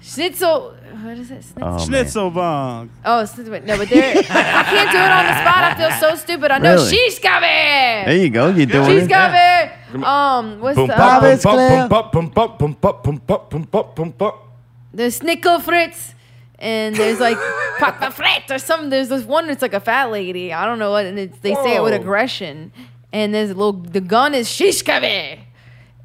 [SPEAKER 5] schnitzel. What is it? Schnitzel.
[SPEAKER 1] oh, man.
[SPEAKER 7] Schnitzel bong.
[SPEAKER 5] Oh, schnitzel. no, but there. I can't do it on the spot. I feel so stupid. I know
[SPEAKER 1] Really?
[SPEAKER 5] she's
[SPEAKER 1] There
[SPEAKER 5] coming.
[SPEAKER 1] you go. You're doing
[SPEAKER 5] She's
[SPEAKER 1] it.
[SPEAKER 5] coming. Um, what's
[SPEAKER 2] Boom,
[SPEAKER 5] the
[SPEAKER 2] pop,
[SPEAKER 5] other
[SPEAKER 2] boom,
[SPEAKER 1] Bobby's
[SPEAKER 2] pop,
[SPEAKER 1] Claire.
[SPEAKER 2] pop, boom, pop, boom, pop, boom, pop, boom, pop, boom, pop.
[SPEAKER 5] the Snickle Fritz, and there's like Papa Fritz or something. There's this one that's like a fat lady. I don't know what, and it's, they say it with
[SPEAKER 2] Whoa.
[SPEAKER 5] aggression. And there's a little the gun is shishkabe,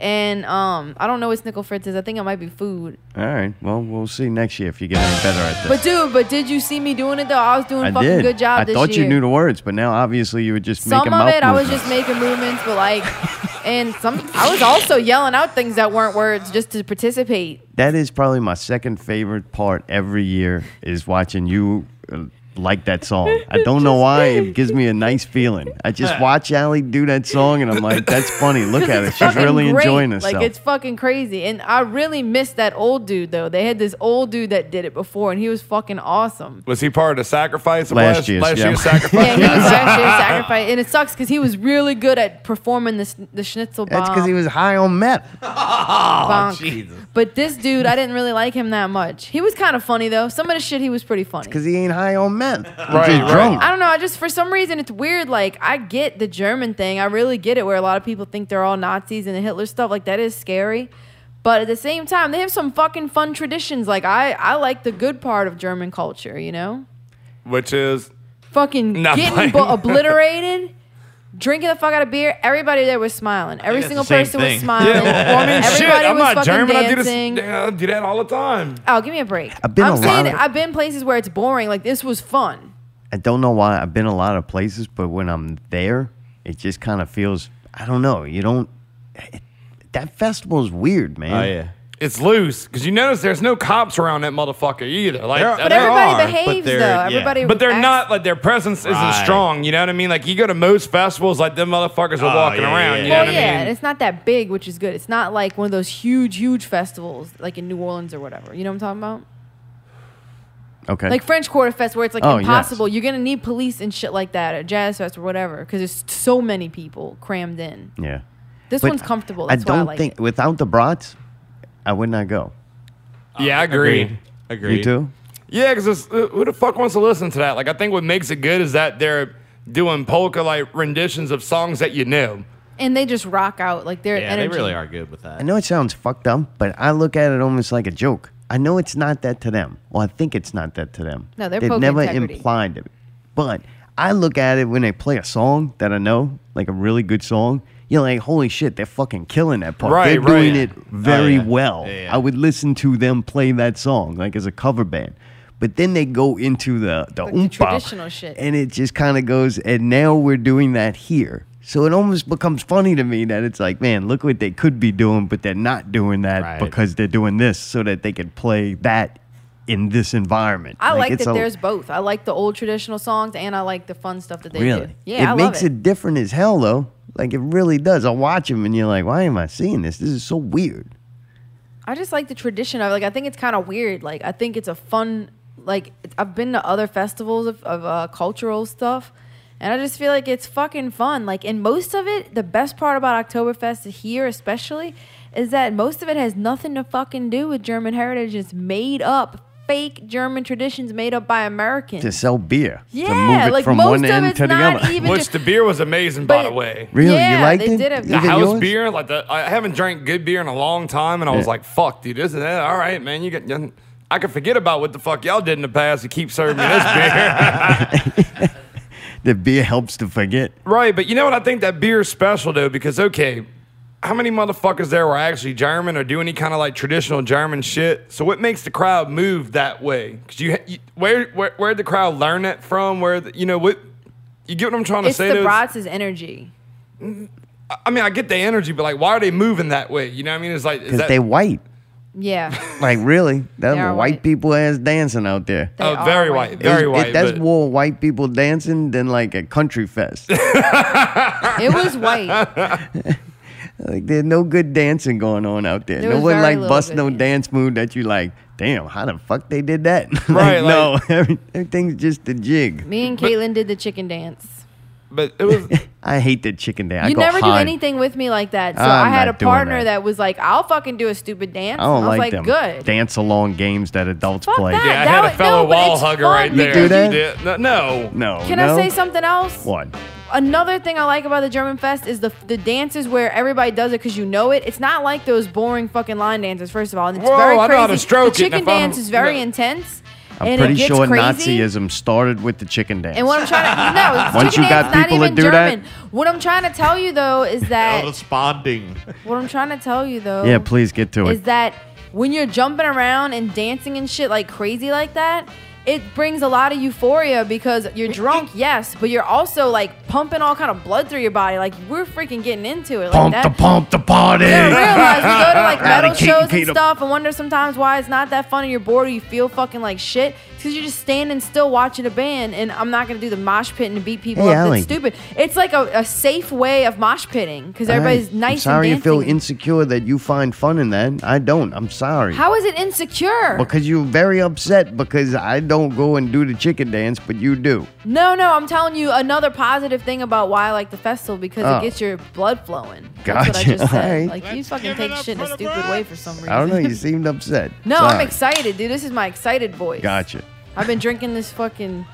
[SPEAKER 5] and um I don't know what Snickle Fritz is. I think it might be food.
[SPEAKER 1] All right. Well, we'll see next year if you get any better at this.
[SPEAKER 5] But dude, but did you see me doing it though? I was doing
[SPEAKER 1] I
[SPEAKER 5] fucking
[SPEAKER 1] did.
[SPEAKER 5] good job
[SPEAKER 1] I
[SPEAKER 5] this
[SPEAKER 1] thought
[SPEAKER 5] year.
[SPEAKER 1] you knew the words, but now obviously you were just
[SPEAKER 5] some
[SPEAKER 1] making
[SPEAKER 5] of
[SPEAKER 1] mouth
[SPEAKER 5] it I was
[SPEAKER 1] movements.
[SPEAKER 5] just making movements, but like, and some I was also yelling out things that weren't words just to participate.
[SPEAKER 1] That is probably my second favorite part every year is watching you uh, like that song. I don't know why it gives me a nice feeling. I just watch Allie do that song and I'm like, that's funny. Look at her.
[SPEAKER 5] It's
[SPEAKER 1] She's
[SPEAKER 5] fucking
[SPEAKER 1] really
[SPEAKER 5] great.
[SPEAKER 1] enjoying herself.
[SPEAKER 5] Like it's fucking crazy, and I really miss that old dude though. They had this old dude that did it before, and he was fucking awesome.
[SPEAKER 2] Was he part of the sacrifice of
[SPEAKER 1] Last
[SPEAKER 2] last,
[SPEAKER 1] year's,
[SPEAKER 2] last
[SPEAKER 1] yeah.
[SPEAKER 2] year's
[SPEAKER 5] Yeah,
[SPEAKER 2] sacrifice?
[SPEAKER 5] he was last year's sacrifice, and it sucks because he was really good at performing this the schnitzel bomb.
[SPEAKER 1] that's because he was high on meth.
[SPEAKER 5] bonk.
[SPEAKER 4] Jesus.
[SPEAKER 5] But this dude, I didn't really like him that much. He was kind of funny though. Some of the shit he was pretty funny.
[SPEAKER 1] Because he ain't high on meth.
[SPEAKER 2] Right,
[SPEAKER 1] He's just
[SPEAKER 2] right.
[SPEAKER 1] drunk.
[SPEAKER 5] I don't know. I just for some reason it's weird. Like I get the German thing. I really get it. Where a lot of people think they're all Nazis and the Hitler stuff. Like that is scary. But at the same time, they have some fucking fun traditions. Like I, I like the good part of German culture. You know,
[SPEAKER 2] Which is
[SPEAKER 5] fucking
[SPEAKER 2] Not
[SPEAKER 5] getting
[SPEAKER 2] mine.
[SPEAKER 5] bu- obliterated. Drinking the fuck out of beer. Everybody there was smiling. Every
[SPEAKER 4] that's
[SPEAKER 5] single
[SPEAKER 4] the same
[SPEAKER 5] person
[SPEAKER 4] thing.
[SPEAKER 5] was smiling.
[SPEAKER 2] Well, I mean, shit.
[SPEAKER 5] Everybody
[SPEAKER 2] I'm
[SPEAKER 5] was
[SPEAKER 2] not
[SPEAKER 5] fucking
[SPEAKER 2] German.
[SPEAKER 5] dancing.
[SPEAKER 2] I do this. I do that all the time.
[SPEAKER 5] Oh, give me a break.
[SPEAKER 1] I've been
[SPEAKER 5] I'm
[SPEAKER 1] a
[SPEAKER 5] saying
[SPEAKER 1] lot of-
[SPEAKER 5] I've been places where it's boring. Like this was fun.
[SPEAKER 1] I don't know why I've been a lot of places, but when I'm there, it just kind of feels I don't know. You don't it, that festival's weird, man.
[SPEAKER 4] Oh yeah.
[SPEAKER 2] It's loose because you notice there's no cops around that motherfucker either. Like,
[SPEAKER 4] There-
[SPEAKER 2] there
[SPEAKER 5] But
[SPEAKER 4] There
[SPEAKER 5] everybody
[SPEAKER 4] are, but
[SPEAKER 5] behaves
[SPEAKER 4] they're-
[SPEAKER 5] though.
[SPEAKER 4] yeah.
[SPEAKER 5] Everybody.
[SPEAKER 2] But they're
[SPEAKER 5] acts-
[SPEAKER 2] not like their presence
[SPEAKER 4] Right.
[SPEAKER 2] isn't strong. You know what I mean? Like you go to most festivals, like them motherfuckers are
[SPEAKER 4] Oh,
[SPEAKER 2] walking
[SPEAKER 4] yeah,
[SPEAKER 2] around.
[SPEAKER 4] yeah,
[SPEAKER 2] You know
[SPEAKER 4] yeah.
[SPEAKER 5] Well,
[SPEAKER 2] what
[SPEAKER 5] yeah,
[SPEAKER 2] I
[SPEAKER 5] and
[SPEAKER 2] mean?
[SPEAKER 5] it's not that big, which is good. It's not like one of those huge, huge festivals like in New Orleans or whatever. You know what I'm talking about?
[SPEAKER 1] Okay.
[SPEAKER 5] Like French Quarter Fest, where it's like
[SPEAKER 1] Oh, yes.
[SPEAKER 5] impossible. You're gonna need police and shit like that, or Jazz Fest or whatever, because there's so many people crammed in.
[SPEAKER 1] yeah.
[SPEAKER 5] This
[SPEAKER 1] But
[SPEAKER 5] one's comfortable.
[SPEAKER 1] I
[SPEAKER 5] That's
[SPEAKER 1] don't
[SPEAKER 5] why I like
[SPEAKER 1] think
[SPEAKER 5] it.
[SPEAKER 1] without the brats, I would not go.
[SPEAKER 2] yeah, I agree.
[SPEAKER 4] Agreed.
[SPEAKER 1] You too?
[SPEAKER 2] Yeah, because uh, who the fuck wants to listen to that? Like, I think what makes it good is that they're doing polka like renditions of songs that you know.
[SPEAKER 5] And they just rock out like they're
[SPEAKER 4] Yeah,
[SPEAKER 5] energy.
[SPEAKER 4] they really are good with
[SPEAKER 1] I
[SPEAKER 4] that.
[SPEAKER 1] know it sounds fucked up, but I look at it almost like a joke. I know it's not that to them. Well, I think it's not that to them.
[SPEAKER 5] No, they're
[SPEAKER 1] They've
[SPEAKER 5] poking
[SPEAKER 1] never
[SPEAKER 5] integrity.
[SPEAKER 1] implied it. But I look at it when they play a song that I know, like a really good song. You're like, holy shit, they're fucking killing that part.
[SPEAKER 2] Right,
[SPEAKER 1] they're
[SPEAKER 2] right.
[SPEAKER 1] doing it very
[SPEAKER 4] Oh, yeah.
[SPEAKER 1] well.
[SPEAKER 4] Yeah, yeah.
[SPEAKER 1] I would listen to them play that song, like as a cover band. But then they go into the the,
[SPEAKER 5] Like the
[SPEAKER 1] oompa,
[SPEAKER 5] traditional shit.
[SPEAKER 1] and it just kind of goes. And now we're doing that here, so it almost becomes funny to me that it's like, man, look what they could be doing, but they're not doing that
[SPEAKER 4] Right.
[SPEAKER 1] because they're doing this so that they can play that in this environment.
[SPEAKER 5] I like,
[SPEAKER 1] it's
[SPEAKER 5] that
[SPEAKER 1] a-
[SPEAKER 5] there's both. I like the old traditional songs, and I like the fun stuff that they do.
[SPEAKER 1] really,
[SPEAKER 5] Yeah,
[SPEAKER 1] it
[SPEAKER 5] I
[SPEAKER 1] makes
[SPEAKER 5] love it.
[SPEAKER 1] it different as hell though. Like it really does. I watch them and you're like, why am I seeing this? This is so weird.
[SPEAKER 5] I just like the tradition of it. like I think it's kind of weird. Like I think it's a fun like it's- I've been to other festivals of, of uh, cultural stuff, and I just feel like it's fucking fun. Like and most of it, the best part about Oktoberfest here especially is that most of it has nothing to fucking do with German heritage. It's made up fake German traditions made up by Americans.
[SPEAKER 1] To sell beer,
[SPEAKER 5] yeah,
[SPEAKER 1] to move it
[SPEAKER 5] like
[SPEAKER 1] from
[SPEAKER 5] most
[SPEAKER 1] one
[SPEAKER 5] of
[SPEAKER 1] end
[SPEAKER 5] it's
[SPEAKER 1] to the
[SPEAKER 5] not
[SPEAKER 1] other.
[SPEAKER 5] even.
[SPEAKER 2] Which
[SPEAKER 5] just-
[SPEAKER 2] the beer was amazing, by
[SPEAKER 5] but-
[SPEAKER 2] the way.
[SPEAKER 1] Really,
[SPEAKER 5] Yeah,
[SPEAKER 1] you liked
[SPEAKER 5] they
[SPEAKER 1] it?
[SPEAKER 5] did it.
[SPEAKER 1] You
[SPEAKER 5] The
[SPEAKER 2] The
[SPEAKER 1] did
[SPEAKER 2] house
[SPEAKER 1] yours?
[SPEAKER 2] beer, like the, I haven't drank good beer in a long time, and I was
[SPEAKER 1] Yeah.
[SPEAKER 2] like, "Fuck, dude, this is that all right, man? You get, I could forget about what the fuck y'all did in the past to keep serving me this beer,
[SPEAKER 1] The beer helps to forget.
[SPEAKER 2] right? But you know what? I think that beer is special though, because okay, how many motherfuckers there were actually German or do any kind of like traditional German shit? So what makes the crowd move that way? Because you, you where where where would the crowd learn that from? Where the, you know what? You get what I'm trying to
[SPEAKER 5] it's
[SPEAKER 2] say?
[SPEAKER 5] the
[SPEAKER 2] though?
[SPEAKER 5] brats' energy.
[SPEAKER 2] I mean, I get the energy, but like, why are they moving that way? You know what I mean? It's like is
[SPEAKER 1] Because
[SPEAKER 2] that,
[SPEAKER 1] they white.
[SPEAKER 5] Yeah,
[SPEAKER 1] Like really, that's
[SPEAKER 5] They are
[SPEAKER 1] white,
[SPEAKER 5] white.
[SPEAKER 1] people ass dancing out there.
[SPEAKER 5] they
[SPEAKER 2] Oh,
[SPEAKER 5] are
[SPEAKER 2] very
[SPEAKER 5] white.
[SPEAKER 2] white,
[SPEAKER 1] It was-
[SPEAKER 2] very
[SPEAKER 1] it-
[SPEAKER 2] white.
[SPEAKER 1] that's
[SPEAKER 2] but-
[SPEAKER 1] more white people dancing than like a country fest.
[SPEAKER 5] it was white.
[SPEAKER 1] like there's no good dancing going on out there.
[SPEAKER 5] There
[SPEAKER 1] no
[SPEAKER 5] was
[SPEAKER 1] one
[SPEAKER 5] very
[SPEAKER 1] like
[SPEAKER 5] little
[SPEAKER 1] bust
[SPEAKER 5] good
[SPEAKER 1] no
[SPEAKER 5] dancing.
[SPEAKER 1] dance move that you like. damn, how the fuck they did that? Like,
[SPEAKER 2] Right, like-
[SPEAKER 1] no, every- everything's just a jig.
[SPEAKER 5] Me and Caitlin did the chicken dance.
[SPEAKER 2] But it was
[SPEAKER 1] I hate that chicken day. I
[SPEAKER 5] you
[SPEAKER 1] go
[SPEAKER 5] never do
[SPEAKER 1] hard.
[SPEAKER 5] anything with me like that. So
[SPEAKER 1] I'm
[SPEAKER 5] I had a
[SPEAKER 1] not doing
[SPEAKER 5] partner
[SPEAKER 1] that.
[SPEAKER 5] that. was like, I'll fucking do a stupid dance.
[SPEAKER 1] I don't
[SPEAKER 5] was
[SPEAKER 1] like,
[SPEAKER 5] like,
[SPEAKER 1] them.
[SPEAKER 5] good.
[SPEAKER 1] Dance along games that adults
[SPEAKER 5] Fuck
[SPEAKER 1] play.
[SPEAKER 5] that.
[SPEAKER 2] yeah, I had
[SPEAKER 5] would-
[SPEAKER 2] a
[SPEAKER 5] no,
[SPEAKER 2] fellow
[SPEAKER 5] but
[SPEAKER 2] wall
[SPEAKER 5] it's
[SPEAKER 2] hugger
[SPEAKER 5] fun.
[SPEAKER 2] right
[SPEAKER 5] You
[SPEAKER 2] there.
[SPEAKER 1] do that?
[SPEAKER 2] did- No, no.
[SPEAKER 1] No.
[SPEAKER 5] Can
[SPEAKER 1] no?
[SPEAKER 5] I say something else?
[SPEAKER 1] What?
[SPEAKER 5] Another thing I like about the German Fest is the the dances where everybody does it because you know it. It's not like those boring fucking line dances. First of all, and it's
[SPEAKER 2] Whoa,
[SPEAKER 5] very
[SPEAKER 2] I know
[SPEAKER 5] crazy.
[SPEAKER 2] how to stroke it
[SPEAKER 5] the chicken
[SPEAKER 2] if I'm-
[SPEAKER 5] dance is very
[SPEAKER 2] no.
[SPEAKER 5] intense.
[SPEAKER 1] I'm
[SPEAKER 5] and
[SPEAKER 1] pretty
[SPEAKER 5] it gets
[SPEAKER 1] sure
[SPEAKER 5] crazy.
[SPEAKER 1] Nazism started with the chicken dance.
[SPEAKER 5] And what I'm trying to no,
[SPEAKER 1] Once
[SPEAKER 5] chicken
[SPEAKER 1] you
[SPEAKER 5] dance
[SPEAKER 1] got
[SPEAKER 5] is not
[SPEAKER 1] people to
[SPEAKER 5] even
[SPEAKER 1] do that-
[SPEAKER 5] German. What I'm trying to tell you though is that
[SPEAKER 4] Corresponding.
[SPEAKER 5] what I'm trying to tell you though.
[SPEAKER 1] yeah, please get to
[SPEAKER 5] is
[SPEAKER 1] it.
[SPEAKER 5] that when you're jumping around and dancing and shit like crazy like that, it brings a lot of euphoria because you're drunk, yes, but you're also like pumping all kind of blood through your body. Like we're freaking getting into it. Like
[SPEAKER 1] Pump
[SPEAKER 5] that.
[SPEAKER 1] the pump the party.
[SPEAKER 5] I didn't realize we go to like
[SPEAKER 1] Outta
[SPEAKER 5] metal
[SPEAKER 1] Keaton,
[SPEAKER 5] shows and
[SPEAKER 1] Keaton.
[SPEAKER 5] stuff and wonder sometimes why it's not that fun and you're bored or you feel fucking like shit. It's because you're just standing still watching a band and I'm not going to do the mosh pit and beat people
[SPEAKER 1] Hey,
[SPEAKER 5] up.
[SPEAKER 1] Allie.
[SPEAKER 5] That's stupid. It's like a, a safe way of mosh pitting because
[SPEAKER 1] All right.
[SPEAKER 5] everybody's nice
[SPEAKER 1] I'm sorry
[SPEAKER 5] and
[SPEAKER 1] you feel
[SPEAKER 5] dancing.
[SPEAKER 1] insecure that you find fun in that. I don't. I'm sorry.
[SPEAKER 5] How is it insecure?
[SPEAKER 1] because you're very upset because I don't go and do the chicken dance, but you do.
[SPEAKER 5] No, no, I'm telling you another positive thing about why I like the festival because
[SPEAKER 1] Oh.
[SPEAKER 5] it gets your blood flowing. That's what
[SPEAKER 1] Gotcha.
[SPEAKER 5] I just said.
[SPEAKER 1] Alright.
[SPEAKER 5] Like you fucking take shit in a stupid way for some reason.
[SPEAKER 1] I don't know. You seemed upset.
[SPEAKER 5] no,
[SPEAKER 1] sorry.
[SPEAKER 5] I'm excited, dude. This is my excited voice.
[SPEAKER 1] Gotcha.
[SPEAKER 5] I've been drinking this fucking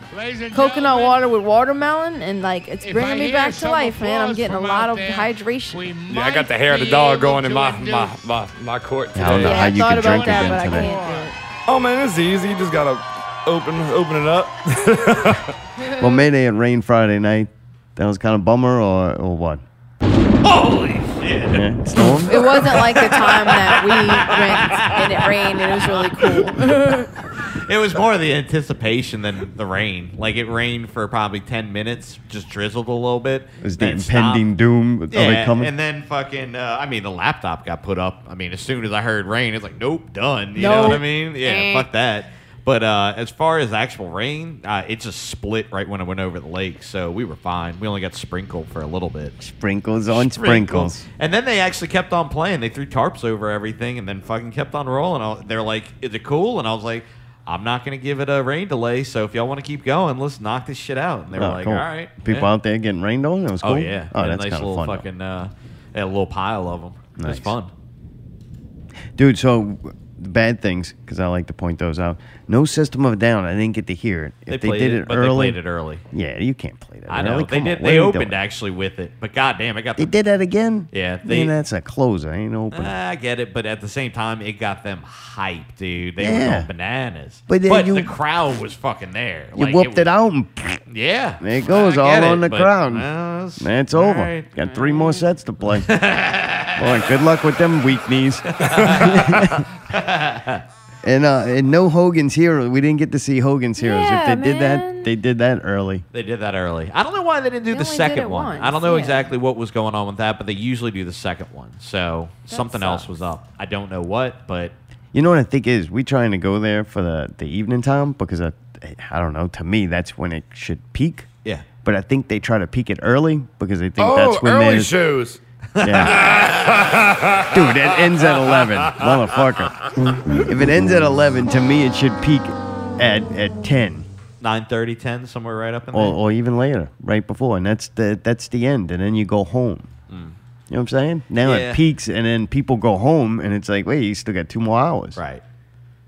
[SPEAKER 5] coconut water with watermelon, and like it's bringing me back to life, man. I'm getting a lot of hydration.
[SPEAKER 2] Yeah, I got the hair of the dog going in my my, my my court today.
[SPEAKER 1] I don't know
[SPEAKER 5] Yeah,
[SPEAKER 1] how
[SPEAKER 5] I
[SPEAKER 1] you
[SPEAKER 5] thought
[SPEAKER 1] can drink
[SPEAKER 5] about that, but
[SPEAKER 1] again
[SPEAKER 5] I
[SPEAKER 1] today.
[SPEAKER 5] can't do it.
[SPEAKER 2] Oh man, it's easy. You just gotta open open it up.
[SPEAKER 1] Well, Mayday it rained Friday night. That was kind of bummer, or or what?
[SPEAKER 4] Holy shit.
[SPEAKER 1] Yeah, storm.
[SPEAKER 5] It wasn't like the time that we went and it rained and it was really cool.
[SPEAKER 4] It was more the anticipation than the rain. Like it rained for probably ten minutes, just drizzled a little bit.
[SPEAKER 1] It was the
[SPEAKER 4] then
[SPEAKER 1] impending
[SPEAKER 4] stopped.
[SPEAKER 1] doom of it
[SPEAKER 4] Yeah,
[SPEAKER 1] coming.
[SPEAKER 4] and then fucking, uh, I mean, the laptop got put up. I mean, as soon as I heard rain, it's like, nope, done. You know
[SPEAKER 5] Nope.
[SPEAKER 4] what I mean? Yeah,
[SPEAKER 5] Eh.
[SPEAKER 4] fuck that. But uh, as far as actual rain, uh, it just split right when I went over the lake, so we were fine. We only got sprinkled for a little bit.
[SPEAKER 1] sprinkles on sprinkles.
[SPEAKER 4] And then they actually kept on playing. They threw tarps over everything and then fucking kept on rolling. I- They're like, is it cool? And I was like, I'm not going to give it a rain delay. So if y'all want to keep going, let's knock this shit out. And they were
[SPEAKER 1] Oh,
[SPEAKER 4] like,
[SPEAKER 1] cool.
[SPEAKER 4] all right.
[SPEAKER 1] People
[SPEAKER 4] yeah.
[SPEAKER 1] out there getting rained on. It was cool.
[SPEAKER 4] Oh, yeah.
[SPEAKER 1] Oh,
[SPEAKER 4] Had
[SPEAKER 1] that's
[SPEAKER 4] a nice
[SPEAKER 1] kind
[SPEAKER 4] little
[SPEAKER 1] of fun. though.
[SPEAKER 4] fucking, uh, had a little pile of them. It
[SPEAKER 1] Nice.
[SPEAKER 4] was fun.
[SPEAKER 1] Dude, so the bad things, because I like to point those out. No System of a Down. I didn't get to hear it. If they,
[SPEAKER 4] played
[SPEAKER 1] did it,
[SPEAKER 4] but
[SPEAKER 1] early,
[SPEAKER 4] they played it early.
[SPEAKER 1] yeah, you can't play that.
[SPEAKER 4] I know.
[SPEAKER 1] early.
[SPEAKER 4] They
[SPEAKER 1] Come
[SPEAKER 4] did.
[SPEAKER 1] on, what
[SPEAKER 4] they
[SPEAKER 1] are you
[SPEAKER 4] opened
[SPEAKER 1] doing?
[SPEAKER 4] actually with it, but goddamn, I got
[SPEAKER 1] They
[SPEAKER 4] the
[SPEAKER 1] did that again.
[SPEAKER 4] Yeah,
[SPEAKER 1] I mean,
[SPEAKER 4] they-
[SPEAKER 1] that's a closer. I ain't open.
[SPEAKER 4] I get it, but at the same time, it got them hyped, dude. They
[SPEAKER 1] Yeah.
[SPEAKER 4] were going bananas.
[SPEAKER 1] But
[SPEAKER 4] But,
[SPEAKER 1] then you-
[SPEAKER 4] the crowd was fucking there.
[SPEAKER 1] you
[SPEAKER 4] Like,
[SPEAKER 1] whooped it,
[SPEAKER 4] was-
[SPEAKER 1] out, and
[SPEAKER 4] Yeah.
[SPEAKER 1] There it goes,
[SPEAKER 4] I get
[SPEAKER 1] all on the
[SPEAKER 4] but,
[SPEAKER 1] crowd.
[SPEAKER 4] uh, it's-
[SPEAKER 1] that's
[SPEAKER 4] all
[SPEAKER 1] over.
[SPEAKER 4] right.
[SPEAKER 1] Got three more sets to play. Boy, good luck with them weak knees. and uh, and no Hogan's Heroes. We didn't get to see Hogan's Heroes.
[SPEAKER 5] Yeah,
[SPEAKER 1] if they did that,
[SPEAKER 5] man.
[SPEAKER 1] they did that early.
[SPEAKER 4] They did that early. I don't know why they didn't do
[SPEAKER 5] They
[SPEAKER 4] the
[SPEAKER 5] only did
[SPEAKER 4] second
[SPEAKER 5] it
[SPEAKER 4] one.
[SPEAKER 5] once,
[SPEAKER 4] I don't know
[SPEAKER 5] yeah.
[SPEAKER 4] exactly what was going on with that, but they usually do the second one. So something else
[SPEAKER 5] sucks.
[SPEAKER 4] was up. I don't know what, but
[SPEAKER 1] You know what I think is we trying to go there for the, the evening time because I, I don't know. To me, that's when it should peak.
[SPEAKER 4] yeah.
[SPEAKER 1] But I think they try to peak it early because they think
[SPEAKER 2] Oh,
[SPEAKER 1] that's when
[SPEAKER 2] early
[SPEAKER 1] there's
[SPEAKER 2] shows.
[SPEAKER 1] yeah. dude. It ends at eleven, motherfucker. if it ends at eleven, to me it should peak at at ten
[SPEAKER 4] 9:30, 10, somewhere right up in there.
[SPEAKER 1] or, or even later, right before, and that's the that's the end, and then you go home. You know what I'm saying? Now
[SPEAKER 4] Mm. Yeah.
[SPEAKER 1] it peaks, and then people go home, and it's like, wait, you still got two more hours.
[SPEAKER 4] Right.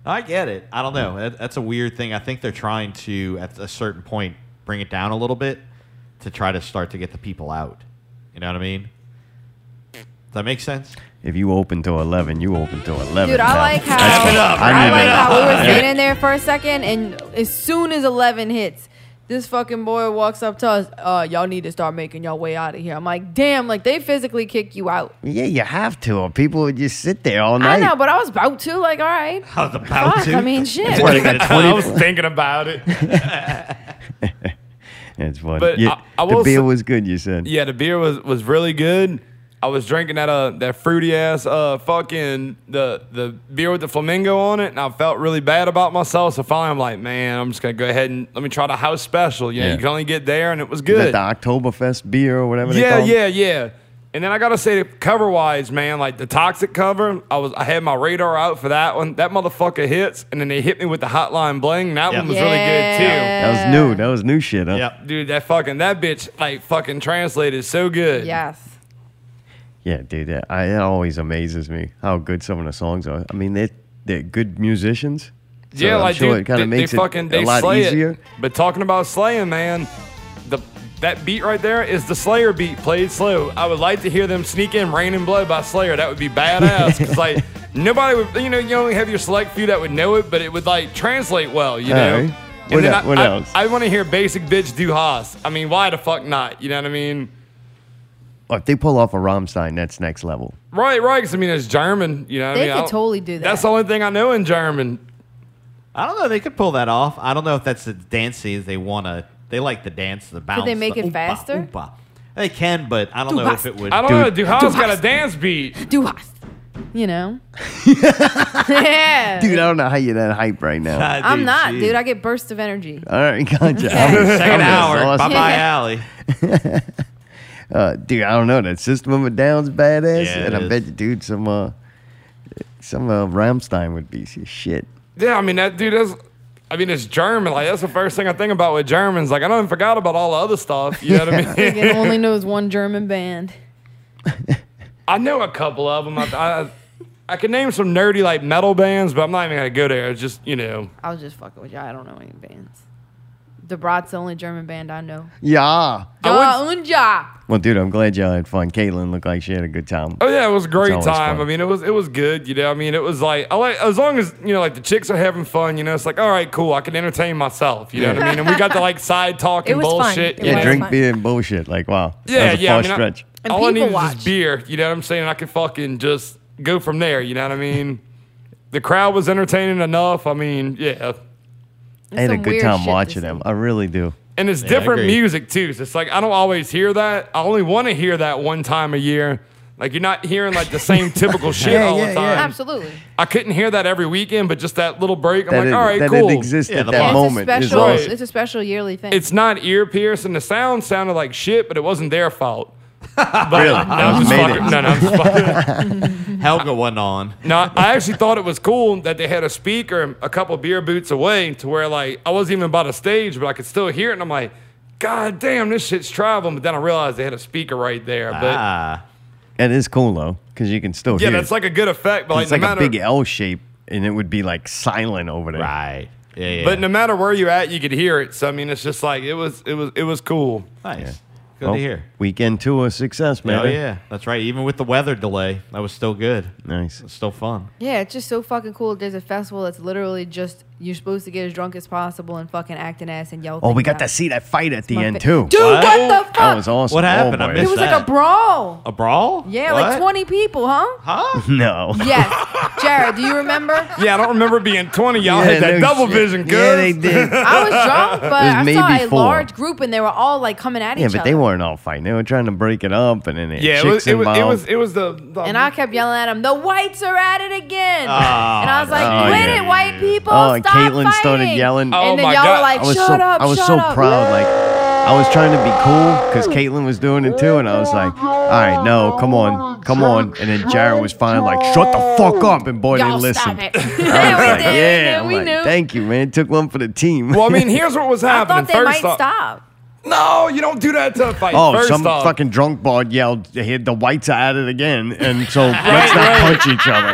[SPEAKER 4] I get it. I don't know. That, that's a weird thing. I think they're trying to, at a certain point, bring it down a little bit to try to start to get the people out. You know what I mean? Does that make sense?
[SPEAKER 1] If you open till eleven, you open till eleven.
[SPEAKER 5] Dude, I
[SPEAKER 1] pal.
[SPEAKER 5] like how
[SPEAKER 1] That's- I
[SPEAKER 5] I
[SPEAKER 1] need
[SPEAKER 5] like
[SPEAKER 1] it.
[SPEAKER 5] how we were standing there for a second, and as soon as eleven hits, this fucking boy walks up to us. Uh, y'all need to start making y'all way out of here. I'm like, damn, like they physically kick you out.
[SPEAKER 1] Yeah, you have to, or people would just sit there all
[SPEAKER 5] I
[SPEAKER 1] night.
[SPEAKER 5] know, but I was about to. Like, all right,
[SPEAKER 4] I was about
[SPEAKER 5] fuck.
[SPEAKER 4] to.
[SPEAKER 5] I mean, shit.
[SPEAKER 1] What, you got
[SPEAKER 2] I
[SPEAKER 1] 20
[SPEAKER 2] was thinking about it.
[SPEAKER 1] It's funny.
[SPEAKER 2] But
[SPEAKER 1] You-
[SPEAKER 2] I- I
[SPEAKER 1] the
[SPEAKER 2] will
[SPEAKER 1] beer
[SPEAKER 2] say-
[SPEAKER 1] was good, you said.
[SPEAKER 2] Yeah, the beer was was really good. I was drinking that uh that fruity ass uh fucking the the beer with the flamingo on it, and I felt really bad about myself. So finally, I'm like, man, I'm just gonna go ahead and let me try the house special. You know,
[SPEAKER 1] Yeah.
[SPEAKER 2] you can only get there, and it was
[SPEAKER 1] Is
[SPEAKER 2] good.
[SPEAKER 1] that the Oktoberfest beer or whatever they
[SPEAKER 2] yeah,
[SPEAKER 1] call it?
[SPEAKER 2] yeah, yeah. And then I gotta say, cover wise, man, like the toxic cover, I was I had my radar out for that one. That motherfucker hits, and then they hit me with the hotline bling. That
[SPEAKER 4] Yep.
[SPEAKER 2] one was really good too.
[SPEAKER 1] That was new. That was new shit, huh?
[SPEAKER 4] Yep.
[SPEAKER 2] Dude, that fucking that bitch like fucking translated so good.
[SPEAKER 5] Yes.
[SPEAKER 1] Yeah, dude, that, I, that always amazes me how good some of the songs are. I mean, they're, they're good musicians. So
[SPEAKER 2] yeah,
[SPEAKER 1] I'm
[SPEAKER 2] like
[SPEAKER 1] sure
[SPEAKER 2] dude,
[SPEAKER 1] it kind
[SPEAKER 2] they,
[SPEAKER 1] of makes
[SPEAKER 2] they
[SPEAKER 1] it
[SPEAKER 2] fucking they
[SPEAKER 1] a lot
[SPEAKER 2] slay
[SPEAKER 1] easier.
[SPEAKER 2] it. But talking about slaying, man, the that beat right there is the Slayer beat played slow. I would like to hear them sneak in "Rain and Blood" by Slayer. That would be badass. 'cause, like nobody would, you know, you only have your select few that would know it, but it would like translate well, you
[SPEAKER 1] All
[SPEAKER 2] know.
[SPEAKER 1] right.
[SPEAKER 2] And
[SPEAKER 1] What
[SPEAKER 2] then
[SPEAKER 1] el-
[SPEAKER 2] I-
[SPEAKER 1] what
[SPEAKER 2] I-
[SPEAKER 1] else?
[SPEAKER 2] I want to hear "Basic Bitch Do Haas." I mean, why the fuck not? You know what I mean?
[SPEAKER 1] Oh, if they pull off a Rammstein, that's next level.
[SPEAKER 2] Right, right. 'cause, I mean, it's German. You know, what I
[SPEAKER 5] They
[SPEAKER 2] mean? I
[SPEAKER 5] could
[SPEAKER 2] don't-
[SPEAKER 5] totally do that.
[SPEAKER 2] That's the only thing I know in German.
[SPEAKER 4] I don't know. They could pull that off. I don't know if that's the dancey they want to. They like the dance, the bounce.
[SPEAKER 5] they make
[SPEAKER 4] the
[SPEAKER 5] it
[SPEAKER 4] oompa,
[SPEAKER 5] faster?
[SPEAKER 4] oompa. They can, but I don't know if it would.
[SPEAKER 2] I don't
[SPEAKER 1] Dude.
[SPEAKER 2] know. Duhal's got a dance beat.
[SPEAKER 5] Do us. You know? yeah.
[SPEAKER 1] Dude, I don't know how you're that hype right now.
[SPEAKER 4] God,
[SPEAKER 5] I'm not,
[SPEAKER 4] jeez.
[SPEAKER 5] dude. I get bursts of energy.
[SPEAKER 1] All right, gotcha.
[SPEAKER 4] Second hour. Bye
[SPEAKER 1] Awesome.
[SPEAKER 4] bye, Allie.
[SPEAKER 1] Uh, dude, I don't know. That System of a Down's badass.
[SPEAKER 4] Yeah, it
[SPEAKER 1] and I
[SPEAKER 4] is.
[SPEAKER 1] bet you, dude, some, uh, some uh, Rammstein would be shit.
[SPEAKER 2] Yeah, I mean that dude is. I mean, it's German. Like that's the first thing I think about with Germans. Like I don't even forgot about all the other stuff. You know what I mean?
[SPEAKER 5] It only knows one German band.
[SPEAKER 2] I know a couple of them. I, I, I can name some nerdy like metal bands, but I'm not even gonna go there. It's just you know.
[SPEAKER 5] I was just fucking with you. I don't know any bands. The Brat's the only German band I know.
[SPEAKER 1] Yeah.
[SPEAKER 5] Ja und ja.
[SPEAKER 1] Well, dude, I'm glad y'all had fun. Caitlin looked like she had a good time.
[SPEAKER 2] Oh yeah, it was a great
[SPEAKER 1] always
[SPEAKER 2] time.
[SPEAKER 1] fun.
[SPEAKER 2] I mean, it was it was good. You know, I mean, it was like I like as long as you know, like the chicks are having fun. You know, it's like all right, cool. I can entertain myself. You know what I mean? And we got to like side talk
[SPEAKER 7] It
[SPEAKER 2] and
[SPEAKER 7] was fun. It
[SPEAKER 2] bullshit. you
[SPEAKER 1] yeah,
[SPEAKER 7] was
[SPEAKER 2] know?
[SPEAKER 1] drink
[SPEAKER 7] fun.
[SPEAKER 1] beer and bullshit. Like, wow.
[SPEAKER 2] Yeah,
[SPEAKER 1] that was a
[SPEAKER 2] yeah.
[SPEAKER 1] far
[SPEAKER 2] I mean, I-
[SPEAKER 1] stretch.
[SPEAKER 7] And
[SPEAKER 2] all I
[SPEAKER 7] people
[SPEAKER 2] need is
[SPEAKER 7] watch.
[SPEAKER 2] just beer. You know what I'm saying? I could fucking just go from there. You know what I mean? the crowd was entertaining enough. I mean, yeah.
[SPEAKER 1] I had a
[SPEAKER 5] some
[SPEAKER 1] good
[SPEAKER 5] weird
[SPEAKER 1] time
[SPEAKER 5] shit to
[SPEAKER 1] watching
[SPEAKER 5] see.
[SPEAKER 1] them. I really do.
[SPEAKER 2] And it's
[SPEAKER 4] I
[SPEAKER 2] different
[SPEAKER 4] agree.
[SPEAKER 2] music too. So it's like I don't always hear that. I only want to hear that one time a year. Like you're not hearing like the same typical shit
[SPEAKER 1] Yeah,
[SPEAKER 2] all
[SPEAKER 1] yeah,
[SPEAKER 2] the
[SPEAKER 1] yeah.
[SPEAKER 2] time.
[SPEAKER 5] Absolutely.
[SPEAKER 2] I couldn't hear that every weekend, but just that little break, I'm
[SPEAKER 1] That,
[SPEAKER 2] like,
[SPEAKER 1] it,
[SPEAKER 2] all right,
[SPEAKER 1] that
[SPEAKER 2] cool.
[SPEAKER 1] it existed
[SPEAKER 4] Yeah,
[SPEAKER 1] at
[SPEAKER 4] the
[SPEAKER 1] that
[SPEAKER 4] It's a
[SPEAKER 5] it's, a
[SPEAKER 1] moment. is
[SPEAKER 5] special,
[SPEAKER 1] awesome.
[SPEAKER 2] awesome.
[SPEAKER 5] it's a special yearly thing.
[SPEAKER 2] It's not ear piercing. The sound sounded like shit, but it wasn't their fault. But really? No, I'm just
[SPEAKER 1] Made
[SPEAKER 2] fucking,
[SPEAKER 1] it.
[SPEAKER 2] no, no, I'm just fucking.
[SPEAKER 4] Helga went on.
[SPEAKER 2] No, I actually thought it was cool that they had a speaker a couple beer boots away to where like I wasn't even by the stage, but I could still hear it, and I'm like, God damn, this shit's traveling. But then I realized they had a speaker right there. But
[SPEAKER 4] Ah,
[SPEAKER 1] That is cool though, because you can still
[SPEAKER 2] yeah,
[SPEAKER 1] hear.
[SPEAKER 2] that's
[SPEAKER 1] it.
[SPEAKER 2] like a good effect. But like,
[SPEAKER 1] it's like
[SPEAKER 2] no
[SPEAKER 1] a
[SPEAKER 2] matter,
[SPEAKER 1] big L shape, and it would be like silent over there.
[SPEAKER 4] right. Yeah, yeah.
[SPEAKER 2] but no matter where you're at, you could hear it. So I mean, it's just like it was, it was, it was cool.
[SPEAKER 4] nice.
[SPEAKER 1] Yeah. Oh,
[SPEAKER 4] Good
[SPEAKER 1] Well,
[SPEAKER 4] to hear.
[SPEAKER 1] Weekend tour success, man.
[SPEAKER 4] Oh yeah, that's right. Even with the weather delay, that was still good.
[SPEAKER 1] Nice.
[SPEAKER 4] It's still fun.
[SPEAKER 5] yeah, it's just so fucking cool. There's a festival that's literally just you're supposed to get as drunk as possible and fucking act an ass and yell.
[SPEAKER 1] Oh, we
[SPEAKER 5] things
[SPEAKER 1] got
[SPEAKER 5] out.
[SPEAKER 1] to see that fight at the
[SPEAKER 5] My
[SPEAKER 1] end
[SPEAKER 5] fa-
[SPEAKER 1] too.
[SPEAKER 5] Dude, what,
[SPEAKER 4] What?
[SPEAKER 5] the fuck?
[SPEAKER 1] That was awesome.
[SPEAKER 4] What
[SPEAKER 1] Oh,
[SPEAKER 4] happened? I
[SPEAKER 1] boy.
[SPEAKER 5] it
[SPEAKER 4] missed
[SPEAKER 5] was like a
[SPEAKER 4] that.
[SPEAKER 5] brawl.
[SPEAKER 4] A brawl?
[SPEAKER 5] Yeah,
[SPEAKER 4] What?
[SPEAKER 5] like 20 people, huh?
[SPEAKER 4] Huh?
[SPEAKER 1] No.
[SPEAKER 5] Yes. Jared, do you remember?
[SPEAKER 2] Yeah, I don't remember being 20. Y'all
[SPEAKER 1] Yeah,
[SPEAKER 2] had that
[SPEAKER 1] no
[SPEAKER 2] double
[SPEAKER 1] shit.
[SPEAKER 2] vision, cuz.
[SPEAKER 1] Yeah, they did. yeah,
[SPEAKER 5] I was drunk, but
[SPEAKER 1] was
[SPEAKER 5] I
[SPEAKER 1] maybe
[SPEAKER 5] saw a
[SPEAKER 1] four.
[SPEAKER 5] large group and they were all like coming at each
[SPEAKER 1] but
[SPEAKER 5] other.
[SPEAKER 1] they weren't all fighting. They were trying to break it up, and then they had
[SPEAKER 2] Yeah, it
[SPEAKER 1] chicks
[SPEAKER 2] was, it was,
[SPEAKER 1] involved.
[SPEAKER 2] it was, it was the, the
[SPEAKER 5] And I kept yelling at him, the whites are at it again. and I was like,
[SPEAKER 1] Oh,
[SPEAKER 5] quit
[SPEAKER 1] yeah.
[SPEAKER 5] it, white people.
[SPEAKER 1] Oh, and
[SPEAKER 5] stop
[SPEAKER 1] Caitlyn
[SPEAKER 5] fighting.
[SPEAKER 1] started yelling.
[SPEAKER 2] Oh
[SPEAKER 5] and then
[SPEAKER 2] my
[SPEAKER 5] y'all
[SPEAKER 2] God.
[SPEAKER 5] were like,
[SPEAKER 1] I was
[SPEAKER 5] shut
[SPEAKER 1] so
[SPEAKER 5] up,
[SPEAKER 1] I was
[SPEAKER 5] shut
[SPEAKER 1] so
[SPEAKER 5] up.
[SPEAKER 1] proud. Like I was trying to be cool because Caitlin was doing it too, and I was like, "All right, no, come on, come on." And then Jared was finally like, "Shut the fuck up!" And boy, they
[SPEAKER 5] Y'all
[SPEAKER 1] listened.
[SPEAKER 5] stop it.
[SPEAKER 1] I was
[SPEAKER 5] yeah,
[SPEAKER 1] like,
[SPEAKER 5] we did.
[SPEAKER 1] yeah,
[SPEAKER 5] Yeah,
[SPEAKER 1] I'm
[SPEAKER 5] we
[SPEAKER 1] like,
[SPEAKER 5] knew.
[SPEAKER 1] Thank you, man. Took one for the team.
[SPEAKER 2] well, I mean, here's what was
[SPEAKER 5] I
[SPEAKER 2] happening.
[SPEAKER 5] thought they
[SPEAKER 2] First
[SPEAKER 5] might
[SPEAKER 2] off-
[SPEAKER 5] stop.
[SPEAKER 2] No, you don't do that to a fight.
[SPEAKER 1] oh,
[SPEAKER 2] First
[SPEAKER 1] some
[SPEAKER 2] off,
[SPEAKER 1] fucking drunk bard yelled, "Hey, "The whites are at it again!" And so let's not punch each other.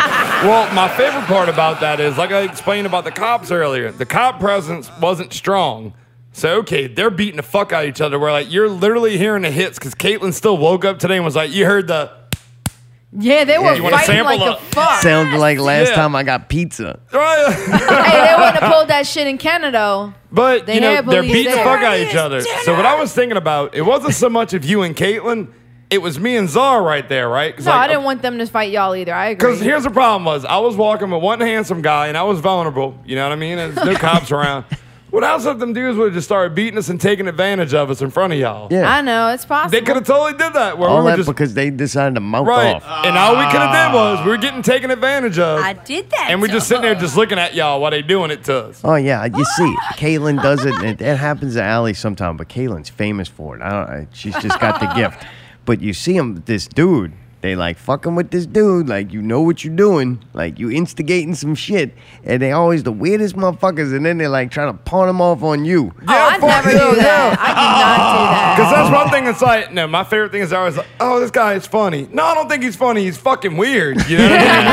[SPEAKER 2] Well, my favorite part about that is, like I explained about the cops earlier, the cop presence wasn't strong. So, okay, they're beating the fuck out of each other. We're like, you're literally hearing the hits because Caitlin still woke up today and was like, you heard the.
[SPEAKER 5] Yeah, they were
[SPEAKER 1] you
[SPEAKER 2] wanna
[SPEAKER 5] fighting
[SPEAKER 2] sample
[SPEAKER 5] like
[SPEAKER 2] up?
[SPEAKER 5] the fuck.
[SPEAKER 1] Sounded like last
[SPEAKER 2] Yeah.
[SPEAKER 1] time I got pizza.
[SPEAKER 5] hey, they wouldn't have pulled that shit in Canada.
[SPEAKER 2] But,
[SPEAKER 5] They
[SPEAKER 2] you know,
[SPEAKER 5] had
[SPEAKER 2] they're
[SPEAKER 5] police
[SPEAKER 2] beating the
[SPEAKER 5] there.
[SPEAKER 2] fuck out of each other. So, what I was thinking about, it wasn't so much of you and Caitlin, it was me and Czar right there, right?
[SPEAKER 5] No, I didn't want them to fight y'all either. I agree.
[SPEAKER 2] Because here's the problem was I was walking with one handsome guy and I was vulnerable. You know what I mean? There's no cops around. What else if them dudes would have just started beating us and taking advantage of us in front of y'all?
[SPEAKER 1] Yeah,
[SPEAKER 5] I know it's possible.
[SPEAKER 2] They could have totally did that. Where
[SPEAKER 1] all
[SPEAKER 2] we were
[SPEAKER 1] that
[SPEAKER 2] just
[SPEAKER 1] because they decided to mouth
[SPEAKER 2] right,
[SPEAKER 1] off.
[SPEAKER 2] and all we could have did was we were getting taken advantage of,
[SPEAKER 7] I did that.
[SPEAKER 2] and we're
[SPEAKER 7] to
[SPEAKER 2] just sitting there
[SPEAKER 7] her.
[SPEAKER 2] just looking at y'all while they doing it to us.
[SPEAKER 1] Oh yeah, you see, Caitlin does it, and it, it happens to Allie sometime. But Caitlin's famous for it. I don't. I- She's just got the gift. But you see him, this dude. They like fucking with this dude. Like you know what you're doing. Like you instigating some shit, and they always the weirdest motherfuckers. And then they like trying to pawn them off on you.
[SPEAKER 5] Oh, I never do that. I do not
[SPEAKER 2] Because
[SPEAKER 5] do that.
[SPEAKER 2] that's one thing that's like, no, my favorite thing is always like, oh, this guy is funny. No, I don't think he's funny. He's fucking weird. You know what I mean?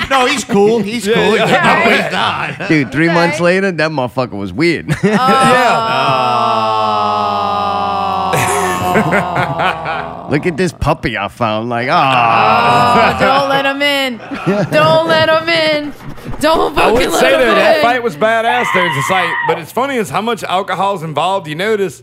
[SPEAKER 2] Like,
[SPEAKER 4] No, he's cool. He's
[SPEAKER 2] Yeah,
[SPEAKER 4] cool. Oh,
[SPEAKER 2] yeah.
[SPEAKER 4] No, he's not.
[SPEAKER 1] Dude, three
[SPEAKER 5] Okay.
[SPEAKER 1] months later, that motherfucker was weird.
[SPEAKER 2] yeah.
[SPEAKER 1] Look at this puppy I found. Like, ah,
[SPEAKER 5] Oh, don't let him in. Don't let him in. Don't
[SPEAKER 2] I
[SPEAKER 5] fucking
[SPEAKER 2] would
[SPEAKER 5] let
[SPEAKER 2] say
[SPEAKER 5] him
[SPEAKER 2] that
[SPEAKER 5] in.
[SPEAKER 2] that fight was badass. There's just like, but it's funny is how much alcohol's involved. You notice,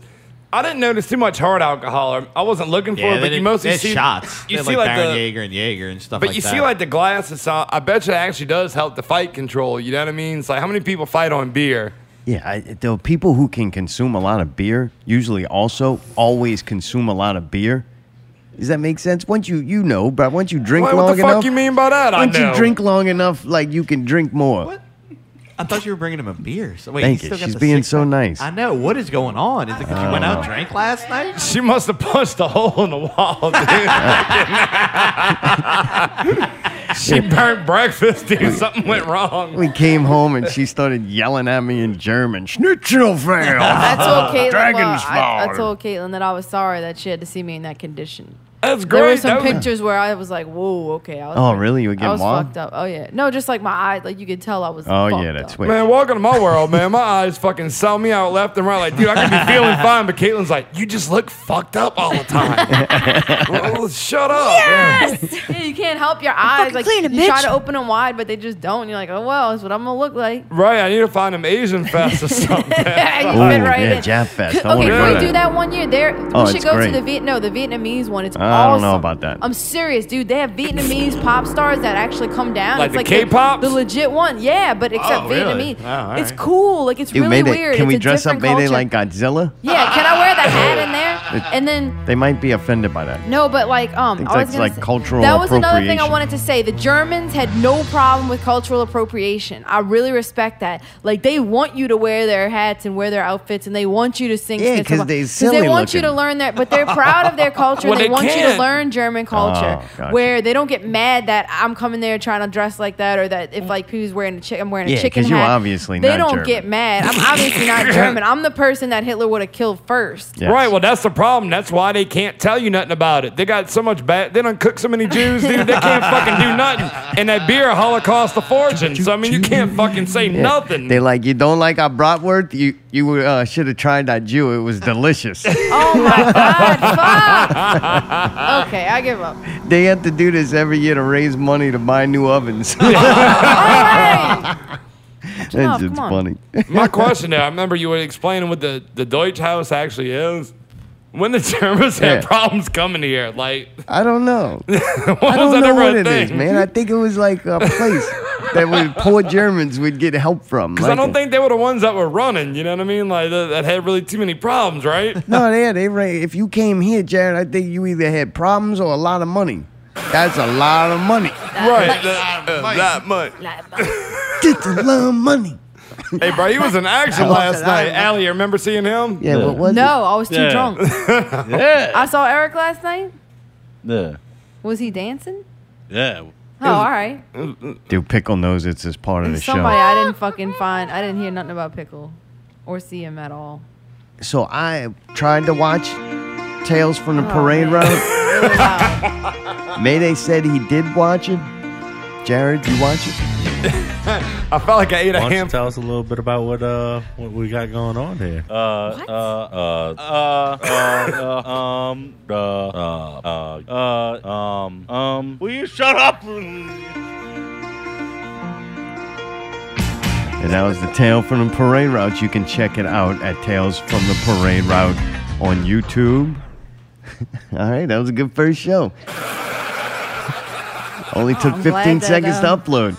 [SPEAKER 2] I didn't notice too much hard alcohol. or I wasn't looking for
[SPEAKER 4] Yeah,
[SPEAKER 2] it,
[SPEAKER 4] they
[SPEAKER 2] but you
[SPEAKER 4] did-
[SPEAKER 2] mostly
[SPEAKER 4] they had
[SPEAKER 2] see
[SPEAKER 4] shots.
[SPEAKER 2] You
[SPEAKER 4] They had,
[SPEAKER 2] see
[SPEAKER 4] like,
[SPEAKER 2] like
[SPEAKER 4] Baron
[SPEAKER 2] the,
[SPEAKER 4] Jaeger and Jaeger and stuff
[SPEAKER 2] but
[SPEAKER 4] like
[SPEAKER 2] you
[SPEAKER 4] that.
[SPEAKER 2] see like the glasses. uh, I bet you it actually does help the fight control. You know what I mean? It's like how many people fight on beer?
[SPEAKER 1] yeah. I, the people who can consume a lot of beer usually also always consume a lot of beer. Does that make sense? Once you you know, bro. Once you drink
[SPEAKER 2] Wait,
[SPEAKER 1] long
[SPEAKER 2] what the fuck
[SPEAKER 1] enough,
[SPEAKER 2] you mean by that? I
[SPEAKER 1] once
[SPEAKER 2] know.
[SPEAKER 1] you drink long enough, like you can drink more.
[SPEAKER 4] What? I thought you were bringing him a beer. So wait,
[SPEAKER 1] Thank
[SPEAKER 4] he's
[SPEAKER 1] you.
[SPEAKER 4] still got
[SPEAKER 1] She's
[SPEAKER 4] the
[SPEAKER 1] being
[SPEAKER 4] six
[SPEAKER 1] so
[SPEAKER 4] pack.
[SPEAKER 1] nice.
[SPEAKER 4] I know. What is going on? Is it because you went out and drank last night?
[SPEAKER 2] She must have punched a hole in the wall, dude. she burnt breakfast, dude. Something went wrong.
[SPEAKER 1] We came home and she started yelling at me in German. Schnitzelfeld.
[SPEAKER 5] I told Caitlin.
[SPEAKER 1] Dragon's
[SPEAKER 5] well, I, I
[SPEAKER 1] Fall.
[SPEAKER 5] told Caitlin that I was sorry that she had to see me in that condition.
[SPEAKER 2] That's great.
[SPEAKER 5] There were some
[SPEAKER 2] That was-
[SPEAKER 5] pictures where I was like, "Whoa, okay." I was
[SPEAKER 1] Oh,
[SPEAKER 5] like-
[SPEAKER 1] really? You were
[SPEAKER 5] I
[SPEAKER 1] getting
[SPEAKER 5] was
[SPEAKER 1] wild?
[SPEAKER 5] fucked up. Oh yeah. No, just like my eyes, like you could tell I was.
[SPEAKER 1] Oh
[SPEAKER 5] fucked
[SPEAKER 1] yeah, that's
[SPEAKER 5] up.
[SPEAKER 1] way.
[SPEAKER 2] Man, welcome to my world, man. My eyes fucking sell me out left and right. Like, dude, I could be feeling fine, but Caitlin's like, you just look fucked up all the time. well, shut up. man.
[SPEAKER 5] Yeah, you can't help your eyes. Like
[SPEAKER 7] clean it,
[SPEAKER 5] you try
[SPEAKER 7] bitch.
[SPEAKER 5] to open them wide, but they just don't. You're like, oh well, that's what I'm gonna look like.
[SPEAKER 2] Right, I need to find them Asian fest or something.
[SPEAKER 5] Yeah, you
[SPEAKER 1] Oh
[SPEAKER 5] fit right
[SPEAKER 1] yeah,
[SPEAKER 5] in.
[SPEAKER 1] Jab Fest. I
[SPEAKER 5] okay,
[SPEAKER 1] wanna go
[SPEAKER 5] can
[SPEAKER 1] to
[SPEAKER 5] we do
[SPEAKER 1] that.
[SPEAKER 5] that one year? There,
[SPEAKER 1] Oh,
[SPEAKER 5] we should
[SPEAKER 1] it's
[SPEAKER 5] go
[SPEAKER 1] great.
[SPEAKER 5] to the Viet. No, the Vietnamese one. It's
[SPEAKER 1] I don't know
[SPEAKER 5] awesome.
[SPEAKER 1] about that.
[SPEAKER 5] I'm serious, dude. They have Vietnamese pop stars that actually come down.
[SPEAKER 2] Like
[SPEAKER 5] it's
[SPEAKER 2] the
[SPEAKER 5] like
[SPEAKER 2] K-pops?
[SPEAKER 5] the, legit one. Yeah, but except
[SPEAKER 4] Oh, really?
[SPEAKER 5] Vietnamese.
[SPEAKER 4] Oh, all
[SPEAKER 5] It's
[SPEAKER 4] right.
[SPEAKER 5] cool. Like it's
[SPEAKER 1] Dude,
[SPEAKER 5] really
[SPEAKER 1] made it-
[SPEAKER 5] weird.
[SPEAKER 1] Can
[SPEAKER 5] it's
[SPEAKER 1] we
[SPEAKER 5] a
[SPEAKER 1] dress up
[SPEAKER 5] different
[SPEAKER 1] Mayday
[SPEAKER 5] culture.
[SPEAKER 1] like Godzilla?
[SPEAKER 5] Yeah, can I wear the hat in there? And then
[SPEAKER 1] They might be offended by that.
[SPEAKER 5] no, but like um,
[SPEAKER 1] think
[SPEAKER 5] I was
[SPEAKER 1] that's
[SPEAKER 5] gonna
[SPEAKER 1] like
[SPEAKER 5] say-
[SPEAKER 1] cultural
[SPEAKER 5] That was another thing I
[SPEAKER 1] appropriation.
[SPEAKER 5] wanted to say. The Germans had no problem with cultural appropriation. I really respect that. Like they want you to wear their hats and wear their outfits, and they want you to sing.
[SPEAKER 1] Yeah,
[SPEAKER 5] schnitzel.
[SPEAKER 1] 'cause they
[SPEAKER 5] they
[SPEAKER 1] silly
[SPEAKER 5] want you to
[SPEAKER 1] looking.
[SPEAKER 5] learn that, but they're proud of their culture.
[SPEAKER 2] Well,
[SPEAKER 5] they,
[SPEAKER 2] they
[SPEAKER 5] want you to
[SPEAKER 2] can't.
[SPEAKER 5] learn German culture,
[SPEAKER 1] Oh, gotcha.
[SPEAKER 5] where they don't get mad that I'm coming there trying to dress like that, or that if like who's wearing a chick, I'm wearing a
[SPEAKER 1] Mm. Yeah,
[SPEAKER 5] chicken
[SPEAKER 1] 'cause you're
[SPEAKER 5] hat.
[SPEAKER 1] obviously
[SPEAKER 5] they
[SPEAKER 1] not
[SPEAKER 5] don't
[SPEAKER 1] German.
[SPEAKER 5] get mad. I'm obviously not German. I'm the person that Hitler would have killed first.
[SPEAKER 1] Yes.
[SPEAKER 2] Right, well, that's the problem. That's why they can't tell you nothing about it. They got so much bad. They done cook so many Jews, dude. They can't fucking do nothing. And that beer holocaust a fortune. So I mean, you can't fucking say
[SPEAKER 1] Yeah.
[SPEAKER 2] nothing.
[SPEAKER 1] They like you don't like our bratwurst. You you uh, should have tried that Jew. It was delicious.
[SPEAKER 5] Oh my god, fuck! okay, I give up.
[SPEAKER 1] they have to do this every year to raise money to buy new ovens.
[SPEAKER 5] Alright!
[SPEAKER 1] That's
[SPEAKER 5] come
[SPEAKER 1] just
[SPEAKER 5] on.
[SPEAKER 1] funny.
[SPEAKER 2] My question there, I remember you were explaining what the, the Deutsch House actually is. When the Germans had
[SPEAKER 1] Yeah.
[SPEAKER 2] problems coming here, like
[SPEAKER 1] I don't know.
[SPEAKER 2] what
[SPEAKER 1] I
[SPEAKER 2] was
[SPEAKER 1] don't
[SPEAKER 2] that
[SPEAKER 1] know
[SPEAKER 2] ever
[SPEAKER 1] what
[SPEAKER 2] a
[SPEAKER 1] it is,
[SPEAKER 2] thing?
[SPEAKER 1] man. I think it was like a place that we, poor Germans would get help from.
[SPEAKER 2] Because I
[SPEAKER 1] Like-
[SPEAKER 2] don't think they were the ones that were running. You know what I mean? Like that, that had really too many problems, right?
[SPEAKER 1] No, yeah, they ra If you came here, Jared, I think you either had problems or a lot of money. That's a lot of money.
[SPEAKER 2] right. That, uh, that much.
[SPEAKER 1] Just a lot of money.
[SPEAKER 2] Hey, bro, he was in action last night. Allie, you remember seeing him?
[SPEAKER 1] Yeah, what was
[SPEAKER 5] No, I was too
[SPEAKER 8] Yeah.
[SPEAKER 5] drunk.
[SPEAKER 8] Yeah.
[SPEAKER 5] I saw Eric last night.
[SPEAKER 8] Yeah.
[SPEAKER 5] Was he dancing?
[SPEAKER 8] Yeah.
[SPEAKER 5] Oh, alright.
[SPEAKER 1] it? Dude, pickle knows it's as part of the
[SPEAKER 5] Somebody
[SPEAKER 1] show.
[SPEAKER 5] I didn't fucking find. I didn't hear nothing about Pickle or see him at
[SPEAKER 1] Oh,
[SPEAKER 5] all.
[SPEAKER 1] So I tried to watch Tales from the
[SPEAKER 5] Oh,
[SPEAKER 1] Parade
[SPEAKER 5] man.
[SPEAKER 1] Route.
[SPEAKER 5] Really loud.
[SPEAKER 1] Mayday said he did watch it. Jared, you watch it?
[SPEAKER 2] I felt like I ate a
[SPEAKER 8] Why don't you
[SPEAKER 2] ham.
[SPEAKER 8] tell us a little bit about what uh what we got going on here? Uh
[SPEAKER 5] What?
[SPEAKER 8] uh uh uh uh uh, um uh uh uh uh um um. Will you shut up?
[SPEAKER 1] And that was the Tale from the Parade Route. You can check it out at Tales from the Parade Route on YouTube. All right, that was a good first show. Only took
[SPEAKER 5] I'm glad
[SPEAKER 1] 15
[SPEAKER 5] that,
[SPEAKER 1] seconds to
[SPEAKER 5] uh,
[SPEAKER 1] upload.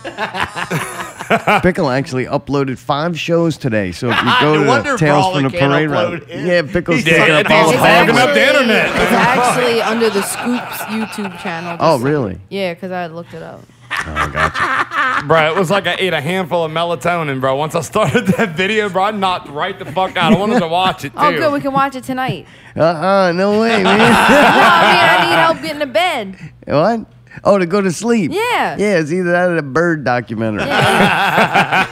[SPEAKER 1] Pickle actually uploaded five shows today, so if you go to the Tales from the Parade Route, yeah, Pickle's
[SPEAKER 2] did.
[SPEAKER 1] taking up all the
[SPEAKER 2] He's hogging
[SPEAKER 1] bag.
[SPEAKER 2] up the internet.
[SPEAKER 5] It's actually under the Scoops YouTube channel.
[SPEAKER 1] Oh, really?
[SPEAKER 5] Yeah, because I looked it up.
[SPEAKER 1] Oh, gotcha.
[SPEAKER 2] Bro, it was like I ate a handful of melatonin, bro. Once I started that video, bro, I knocked right the fuck out. I wanted to watch it too.
[SPEAKER 5] Oh, good. We can watch it tonight.
[SPEAKER 1] Uh uh no way, man.
[SPEAKER 5] No, I mean, I need help getting to bed.
[SPEAKER 1] what? Oh, to go to sleep.
[SPEAKER 5] Yeah.
[SPEAKER 1] Yeah, it's either that or the bird documentary.
[SPEAKER 5] Yeah.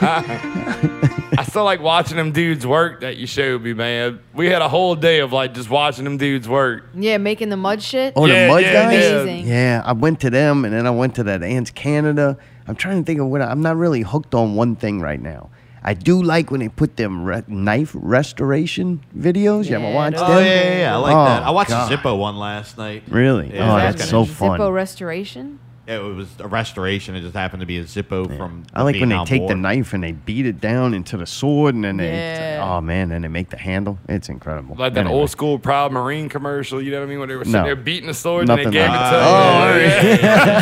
[SPEAKER 2] I still like watching them dudes work that you showed me, man. We had a whole day of like just watching them dudes work.
[SPEAKER 5] yeah, making the mud shit.
[SPEAKER 1] Oh,
[SPEAKER 2] Yeah,
[SPEAKER 1] the mud
[SPEAKER 2] yeah,
[SPEAKER 1] guys.
[SPEAKER 2] yeah.
[SPEAKER 5] Amazing.
[SPEAKER 1] Yeah, I went to them, and then I went to that Ants Canada. I'm trying to think of what I, am not really hooked on one thing right now. I do like when they put them re- knife restoration videos. You
[SPEAKER 5] Yeah,
[SPEAKER 1] ever watch
[SPEAKER 5] those
[SPEAKER 1] them?
[SPEAKER 4] Oh yeah, yeah, yeah, I like
[SPEAKER 1] Oh,
[SPEAKER 4] that. I watched
[SPEAKER 1] God.
[SPEAKER 4] a Zippo one last night.
[SPEAKER 1] Really?
[SPEAKER 4] Yeah,
[SPEAKER 1] Oh,
[SPEAKER 4] that
[SPEAKER 1] that's
[SPEAKER 4] was
[SPEAKER 1] so
[SPEAKER 4] kinda-
[SPEAKER 1] fun.
[SPEAKER 5] Zippo restoration.
[SPEAKER 4] It was a restoration. It just happened to be a Zippo from.
[SPEAKER 1] I like when they
[SPEAKER 4] Vietnam
[SPEAKER 1] take the
[SPEAKER 4] War.
[SPEAKER 1] knife and they beat it down into the sword, and then they,
[SPEAKER 5] Yeah.
[SPEAKER 1] oh man, and they make the handle. It's incredible.
[SPEAKER 2] Like that
[SPEAKER 1] Anyway.
[SPEAKER 2] old school Proud Marine commercial, you know what I mean? When they were sitting
[SPEAKER 1] No.
[SPEAKER 2] there beating the sword
[SPEAKER 1] Nothing
[SPEAKER 2] and they gave
[SPEAKER 1] like
[SPEAKER 2] it to
[SPEAKER 1] that.
[SPEAKER 2] him. Oh, Yeah.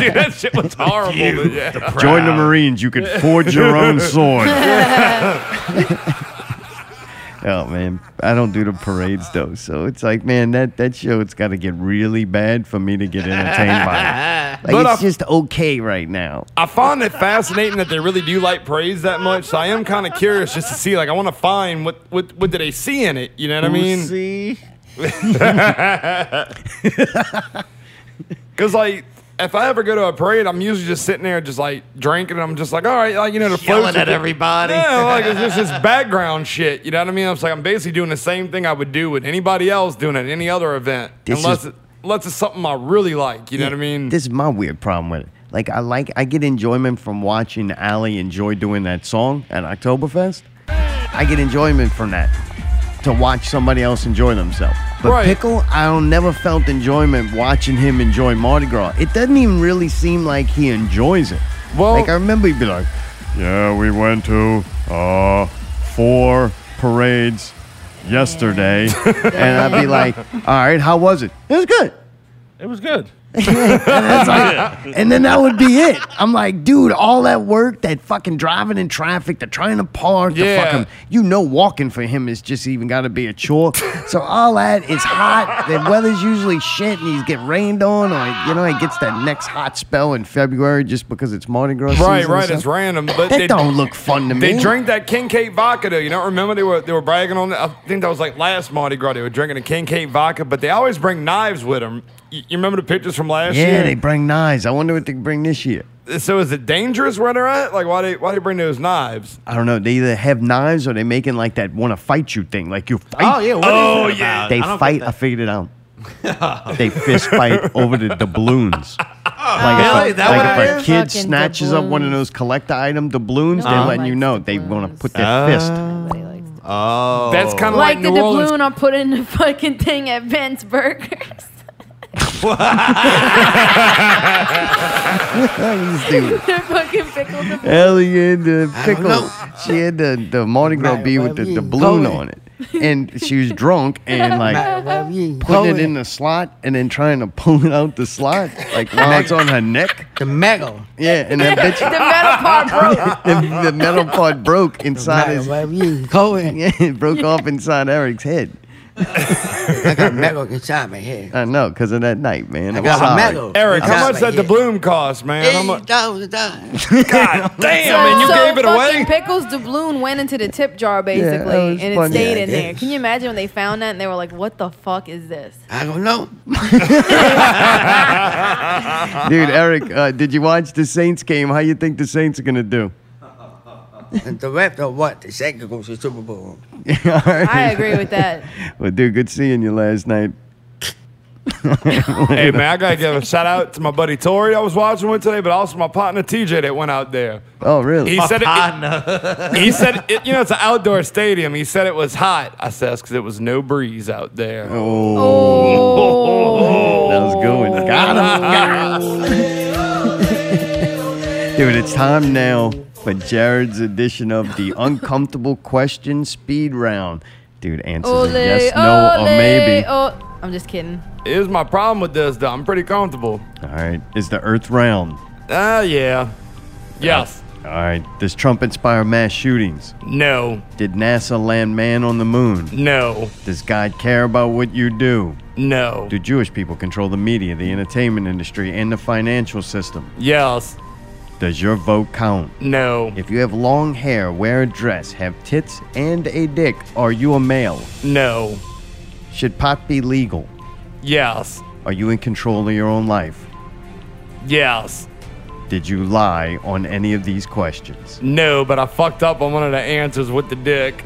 [SPEAKER 2] Dude, that shit was horrible. but yeah.
[SPEAKER 1] Join the Marines. You can forge your own sword. oh man, I don't do the parades though, so it's like, man, that that show it's got to get really bad for me to get entertained by it. Like
[SPEAKER 2] But
[SPEAKER 1] it's
[SPEAKER 2] I-
[SPEAKER 1] just okay right now.
[SPEAKER 2] I find it fascinating that they really do like praise that much. So I am kind of curious just to see, like, I want to find what, what, what did they see in it? You know what I mean?
[SPEAKER 4] See?
[SPEAKER 2] Because, like, if I ever go to a parade, I'm usually just sitting there, just like drinking. And I'm just like, all right, like, you know, the floats
[SPEAKER 4] Yelling
[SPEAKER 2] are
[SPEAKER 4] at
[SPEAKER 2] good.
[SPEAKER 4] everybody.
[SPEAKER 2] Yeah, like it's just this background shit. You know what I mean? I'm like, I'm basically doing the same thing I would do with anybody else doing at any other event,
[SPEAKER 1] This
[SPEAKER 2] unless
[SPEAKER 1] is-
[SPEAKER 2] it, unless it's something I really like. You know what I mean?
[SPEAKER 1] This is my weird problem with it. Like I like I get enjoyment from watching Ali enjoy doing that song at Oktoberfest. I get enjoyment from that to watch somebody else enjoy themselves. But
[SPEAKER 2] Right.
[SPEAKER 1] Pickle, I don't never felt enjoyment watching him enjoy Mardi Gras. It doesn't even really seem like he enjoys it.
[SPEAKER 2] Well-
[SPEAKER 1] like I remember he'd be like, "Yeah, we went to uh four parades yesterday," and I'd be like, "All right, how was it? It was good."
[SPEAKER 8] It was good.
[SPEAKER 1] And then that would be it. I'm like, dude, all that work, that fucking driving in traffic, the trying to park,
[SPEAKER 2] Yeah.
[SPEAKER 1] the fucking, you know, walking for him is just even got to be a chore. so all that, it's hot. The weather's usually shit, and he's get rained on, or you know, he gets that next hot spell in February just because it's Mardi Gras. season
[SPEAKER 2] right,
[SPEAKER 1] and
[SPEAKER 2] right.
[SPEAKER 1] stuff.
[SPEAKER 2] It's random,
[SPEAKER 1] That
[SPEAKER 2] but they
[SPEAKER 1] don't look fun to me.
[SPEAKER 2] They drank that Kincaid vodka though. You don't remember they were they were bragging on that. I think that was like last Mardi Gras. They were drinking a Kincaid vodka, but they always bring knives with them. You, you remember the pictures from last
[SPEAKER 1] Yeah, they
[SPEAKER 2] year?
[SPEAKER 1] bring knives. I wonder what they bring this year.
[SPEAKER 2] so is it dangerous where they're at? Like why they why they bring those knives?
[SPEAKER 1] I don't know. They either have knives or they making like that want to fight you thing. Like you fight
[SPEAKER 4] Oh yeah. What oh yeah.
[SPEAKER 1] They fight. I figured it out. they fist fight over the doubloons. like
[SPEAKER 4] Oh, really?
[SPEAKER 1] if a,
[SPEAKER 4] That
[SPEAKER 1] like
[SPEAKER 4] what
[SPEAKER 1] if
[SPEAKER 4] it
[SPEAKER 1] a
[SPEAKER 5] is?
[SPEAKER 1] kid
[SPEAKER 5] Fucking
[SPEAKER 1] snatches up one of those collector item doubloons, they're
[SPEAKER 4] Uh-huh.
[SPEAKER 5] Nobody
[SPEAKER 1] letting you
[SPEAKER 5] likes
[SPEAKER 1] know they
[SPEAKER 5] doubloons.
[SPEAKER 1] want to put their
[SPEAKER 4] Oh.
[SPEAKER 1] fist.
[SPEAKER 5] Nobody likes it.
[SPEAKER 4] Oh.
[SPEAKER 2] That's kind of like,
[SPEAKER 5] Like the
[SPEAKER 2] New Orleans.
[SPEAKER 5] doubloon I put in the fucking thing at Ben's Burgers.
[SPEAKER 1] These dudes.
[SPEAKER 5] the fucking pickle doubloon.
[SPEAKER 1] Ellie had the pickle. She had the, the Mardi Gras bee with the doubloon on it. And she was drunk and like putting it in the slot and then trying to pull it out the slot like while it's on her neck.
[SPEAKER 7] The mega.
[SPEAKER 1] Yeah, and that
[SPEAKER 5] The
[SPEAKER 1] bitch,
[SPEAKER 5] metal part broke.
[SPEAKER 1] the, the metal part broke inside his
[SPEAKER 7] Cohen.
[SPEAKER 1] Yeah, it broke off inside Eric's head.
[SPEAKER 7] I got mega inside my head.
[SPEAKER 1] I know, because of that night, man.
[SPEAKER 7] I
[SPEAKER 1] I'm
[SPEAKER 7] got
[SPEAKER 1] sorry.
[SPEAKER 7] mega.
[SPEAKER 2] Eric, how much that
[SPEAKER 7] the
[SPEAKER 2] doubloon cost, man? How much?
[SPEAKER 7] Eighty thousand dollars.
[SPEAKER 2] God damn, and you
[SPEAKER 5] so
[SPEAKER 2] gave it
[SPEAKER 5] fucking
[SPEAKER 2] away?
[SPEAKER 5] Pickles doubloon went into the tip jar basically,
[SPEAKER 1] that was
[SPEAKER 5] and it
[SPEAKER 1] funny.
[SPEAKER 5] stayed
[SPEAKER 1] Yeah,
[SPEAKER 5] in
[SPEAKER 1] it
[SPEAKER 5] there.
[SPEAKER 1] is.
[SPEAKER 5] Can you imagine when they found that and they were like, "What the fuck is this?"
[SPEAKER 7] I don't know.
[SPEAKER 1] Dude, Eric, uh, did you watch the Saints game? How you think the Saints are going to do?
[SPEAKER 7] And the rest of what? The second goes to Super Bowl.
[SPEAKER 5] I agree with that.
[SPEAKER 1] Well, dude, good seeing you last night.
[SPEAKER 2] Hey, man, I got to give a shout out to my buddy Tori I was watching with today, but also my partner TJ that went out there.
[SPEAKER 1] Oh, really?
[SPEAKER 2] He said it, it-
[SPEAKER 4] Partner.
[SPEAKER 2] he said, it, you know, it's an outdoor stadium. He said it was hot. I said, because it was no breeze out there.
[SPEAKER 5] Oh,
[SPEAKER 1] That was good. one. Got him. Got him. Dude, it's time now for Jared's edition of the uncomfortable question speed round. Dude, answers are
[SPEAKER 5] Ole,
[SPEAKER 1] yes, no, or
[SPEAKER 5] ole,
[SPEAKER 1] maybe.
[SPEAKER 5] oh- I'm just kidding.
[SPEAKER 2] Here's my problem with this, though. I'm pretty comfortable.
[SPEAKER 1] All right, is the Earth round?
[SPEAKER 2] Ah, yeah. Yes.
[SPEAKER 1] All right, does Trump inspire mass shootings?
[SPEAKER 2] No.
[SPEAKER 1] Did NASA land man on the moon?
[SPEAKER 2] No.
[SPEAKER 1] Does God care about what you do?
[SPEAKER 2] No.
[SPEAKER 1] Do Jewish people control the media, the entertainment industry, and the financial system?
[SPEAKER 2] Yes.
[SPEAKER 1] Does your vote count?
[SPEAKER 2] No.
[SPEAKER 1] If you have long hair, wear a dress, have tits and a dick, are you a male?
[SPEAKER 2] No.
[SPEAKER 1] Should pot be legal?
[SPEAKER 2] Yes.
[SPEAKER 1] Are you in control of your own life?
[SPEAKER 2] Yes.
[SPEAKER 1] Did you lie on any of these questions?
[SPEAKER 2] No, but I fucked up on one of the answers with the dick.